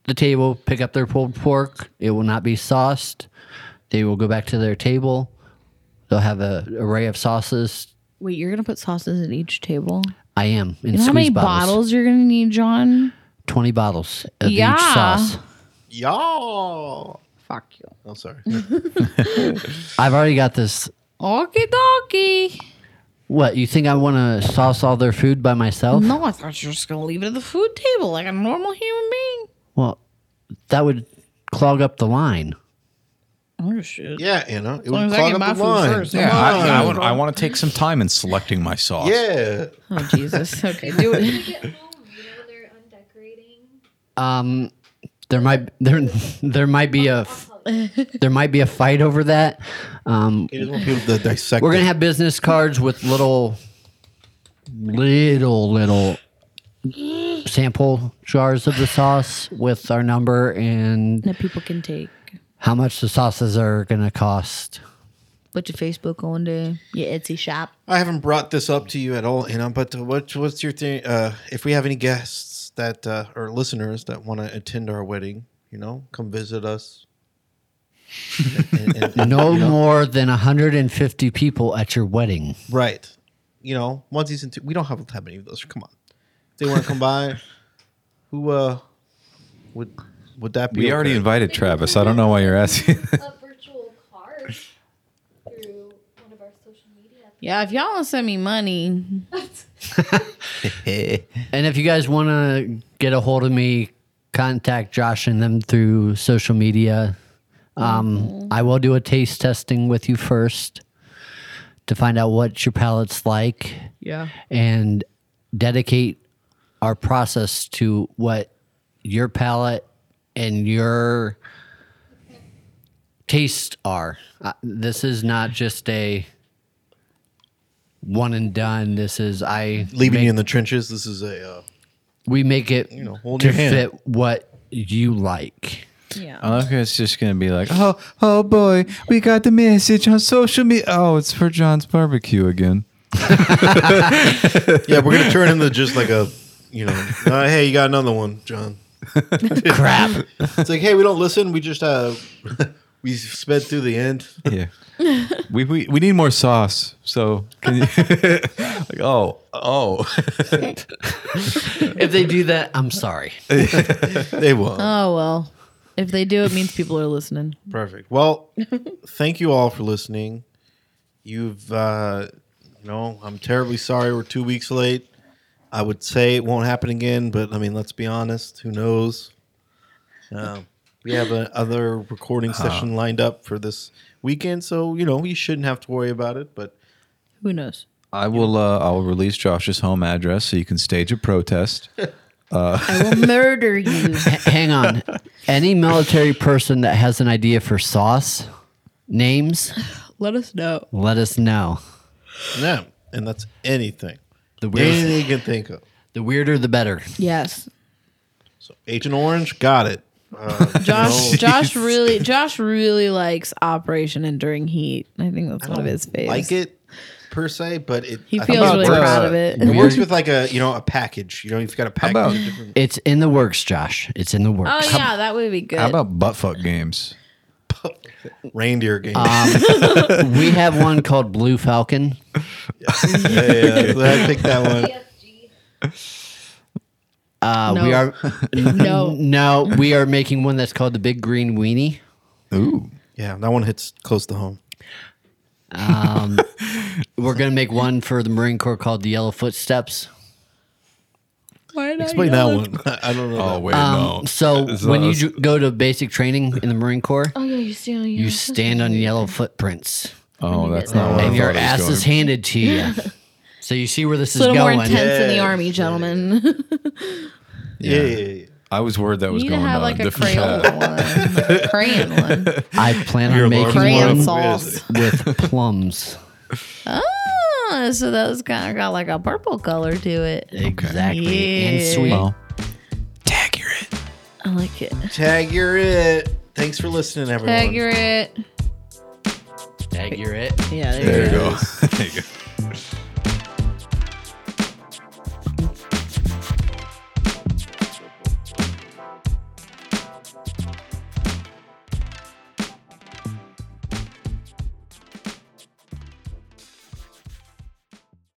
[SPEAKER 1] the table, pick up their pulled pork. It will not be sauced. They will go back to their table. They'll have a array of sauces.
[SPEAKER 3] Wait, you're gonna put sauces at each table.
[SPEAKER 1] I am in
[SPEAKER 3] You know how
[SPEAKER 1] squeeze
[SPEAKER 3] many
[SPEAKER 1] bottles.
[SPEAKER 3] bottles you're gonna need, John?
[SPEAKER 1] 20 bottles of
[SPEAKER 12] Yeah.
[SPEAKER 1] each sauce.
[SPEAKER 2] Y'all.
[SPEAKER 12] Fuck you.
[SPEAKER 2] I'm sorry.
[SPEAKER 3] Mm.
[SPEAKER 1] I've already got this.
[SPEAKER 12] Okie dokie.
[SPEAKER 1] What, you think I want to sauce all their food by myself?
[SPEAKER 3] No, Oh, I thought you were just gonna leave it at the food table like a normal human being.
[SPEAKER 1] Well, that would clog up the line.
[SPEAKER 3] Oh shit.
[SPEAKER 2] Yeah, Anna.
[SPEAKER 3] As long as I get my food first, I'm
[SPEAKER 4] I,
[SPEAKER 3] fine.
[SPEAKER 4] I, want, I want to take some time in selecting my sauce.
[SPEAKER 2] Yeah.
[SPEAKER 3] Oh Jesus. Okay, do it.
[SPEAKER 1] Um, there might there there might be a there might be a fight over that. Um,
[SPEAKER 2] He doesn't want people to dissect
[SPEAKER 1] We're
[SPEAKER 2] it.
[SPEAKER 1] gonna have business cards with little, little, little sample jars of the sauce with our number and
[SPEAKER 12] That people can take.
[SPEAKER 1] how much the sauces are gonna cost.
[SPEAKER 12] Put your Facebook on there, your Etsy shop.
[SPEAKER 2] I haven't brought this up to you at all, Anna, but uh, what, what's your thing? Uh, if we have any guests that uh, or listeners that want to attend our wedding, you know, come visit us. And- and- and-
[SPEAKER 1] No
[SPEAKER 2] you know,
[SPEAKER 1] more than 150 people at your wedding.
[SPEAKER 2] Right. You know, onesies and two. We don't have that many of those. Come on. If they want to come by, who uh, would would that be?
[SPEAKER 4] We already invited Travis. I don't know why you're asking.
[SPEAKER 3] Yeah, if y'all don't send me money,
[SPEAKER 1] and if you guys want to get a hold of me, contact Josh and them through social media. Um, I will do a taste testing with you first to find out what your palate's like.
[SPEAKER 3] Yeah.
[SPEAKER 1] And dedicate our process to what your palate and your tastes are. Uh, this is not just a one and done. This is I
[SPEAKER 2] leaving
[SPEAKER 1] make-
[SPEAKER 2] you in the trenches. This is a uh,
[SPEAKER 1] we make it
[SPEAKER 2] you know, hold
[SPEAKER 1] to
[SPEAKER 2] your hand.
[SPEAKER 1] fit what you like. Uh,
[SPEAKER 3] Yeah.
[SPEAKER 4] I like how it's just gonna be like, oh, oh boy, we got the message on social media. Oh, it's for John's barbecue again.
[SPEAKER 2] yeah, we're gonna turn into just like a, you know, uh, hey, you got another one, John.
[SPEAKER 1] Crap.
[SPEAKER 2] It's like, hey, we don't listen. We just uh, we sped through the end.
[SPEAKER 4] Yeah. we, we we need more sauce. So can you like oh oh
[SPEAKER 1] if they do that, I'm sorry.
[SPEAKER 2] they will.
[SPEAKER 3] oh well. If they do, it means people are listening.
[SPEAKER 2] Perfect. Well, thank you all for listening. You've, uh, you know, I'm terribly sorry we're two weeks late. I would say it won't happen again, but I mean, let's be honest. Who knows? Um, we have another recording session lined up for this weekend, so you know you shouldn't have to worry about it. But
[SPEAKER 3] Who knows?
[SPEAKER 4] I will uh I'll release Josh's home address so you can stage a protest. Uh
[SPEAKER 3] I will murder you.
[SPEAKER 1] Hang on. Any military person that has an idea for sauce names,
[SPEAKER 3] Let us know.
[SPEAKER 1] let us know.
[SPEAKER 2] yeah, and that's anything.
[SPEAKER 1] The
[SPEAKER 2] Anything
[SPEAKER 1] weirder,
[SPEAKER 2] you can think of.
[SPEAKER 1] the weirder, the better.
[SPEAKER 3] Yes.
[SPEAKER 2] Agent Orange, got it. Uh, you
[SPEAKER 3] Josh
[SPEAKER 2] know,
[SPEAKER 3] Josh really Josh really likes Operation Enduring Heat. I think that's
[SPEAKER 2] I
[SPEAKER 3] one of
[SPEAKER 2] don't
[SPEAKER 3] his faves.
[SPEAKER 2] like it per se, but it
[SPEAKER 3] He
[SPEAKER 2] I think
[SPEAKER 3] feels
[SPEAKER 2] it
[SPEAKER 3] really
[SPEAKER 2] works.
[SPEAKER 3] proud of it.
[SPEAKER 2] It works with like a you know a package. You know, you've got a package.
[SPEAKER 4] about-
[SPEAKER 2] of different,
[SPEAKER 1] It's in the works, Josh. It's in the works.
[SPEAKER 3] Oh yeah, that would be good.
[SPEAKER 4] how about butt fuck games?
[SPEAKER 2] reindeer game.
[SPEAKER 1] Um, we have one called Blue Falcon.
[SPEAKER 2] yeah, yeah, yeah. Glad I picked that one.
[SPEAKER 1] Uh, We
[SPEAKER 3] No.
[SPEAKER 1] are
[SPEAKER 3] No.
[SPEAKER 1] no, we are making one that's called the Big Green Weenie.
[SPEAKER 4] Ooh.
[SPEAKER 2] Yeah, that one hits close to home.
[SPEAKER 1] Um, we're gonna make one for the Marine Corps called the Yellow Footsteps.
[SPEAKER 3] Why not
[SPEAKER 2] Explain that
[SPEAKER 3] yellow?
[SPEAKER 2] one. I don't know.
[SPEAKER 4] Oh
[SPEAKER 2] that.
[SPEAKER 4] wait,
[SPEAKER 1] Um,
[SPEAKER 4] no.
[SPEAKER 1] So
[SPEAKER 4] It's
[SPEAKER 1] when you
[SPEAKER 4] us.
[SPEAKER 1] ju- go to basic training in the Marine Corps,
[SPEAKER 7] Oh yeah, you see. oh, yeah.
[SPEAKER 1] you stand on yellow footprints,
[SPEAKER 4] Oh, that's not what I
[SPEAKER 1] and your
[SPEAKER 4] thought it was
[SPEAKER 1] ass
[SPEAKER 4] going.
[SPEAKER 1] is handed to you. so you see where this
[SPEAKER 3] It's
[SPEAKER 1] is
[SPEAKER 3] a little more
[SPEAKER 1] going.
[SPEAKER 3] intense in the
[SPEAKER 2] Yeah.
[SPEAKER 3] army, gentlemen.
[SPEAKER 2] yeah, yeah, yeah, yeah.
[SPEAKER 4] I was worried that
[SPEAKER 3] You
[SPEAKER 4] was
[SPEAKER 3] need to
[SPEAKER 4] going
[SPEAKER 3] have
[SPEAKER 4] on
[SPEAKER 3] like
[SPEAKER 4] a
[SPEAKER 3] a
[SPEAKER 4] different
[SPEAKER 3] crayon
[SPEAKER 4] path.
[SPEAKER 3] one, crayon one,
[SPEAKER 1] I plan
[SPEAKER 2] Your
[SPEAKER 1] on making
[SPEAKER 2] alarm
[SPEAKER 3] crayon
[SPEAKER 1] one
[SPEAKER 3] sauce.
[SPEAKER 1] with plums.
[SPEAKER 3] Oh, so that's kind of got like a purple color to it.
[SPEAKER 1] Exactly, and
[SPEAKER 3] Yeah.
[SPEAKER 1] sweet.
[SPEAKER 4] Well,
[SPEAKER 3] I like it.
[SPEAKER 2] Tag you're it. Thanks for listening, everyone.
[SPEAKER 3] Tag you're it.
[SPEAKER 1] Tag, you're it.
[SPEAKER 3] Yeah, there,
[SPEAKER 4] there
[SPEAKER 3] you
[SPEAKER 4] you
[SPEAKER 3] go.
[SPEAKER 4] go. there you go.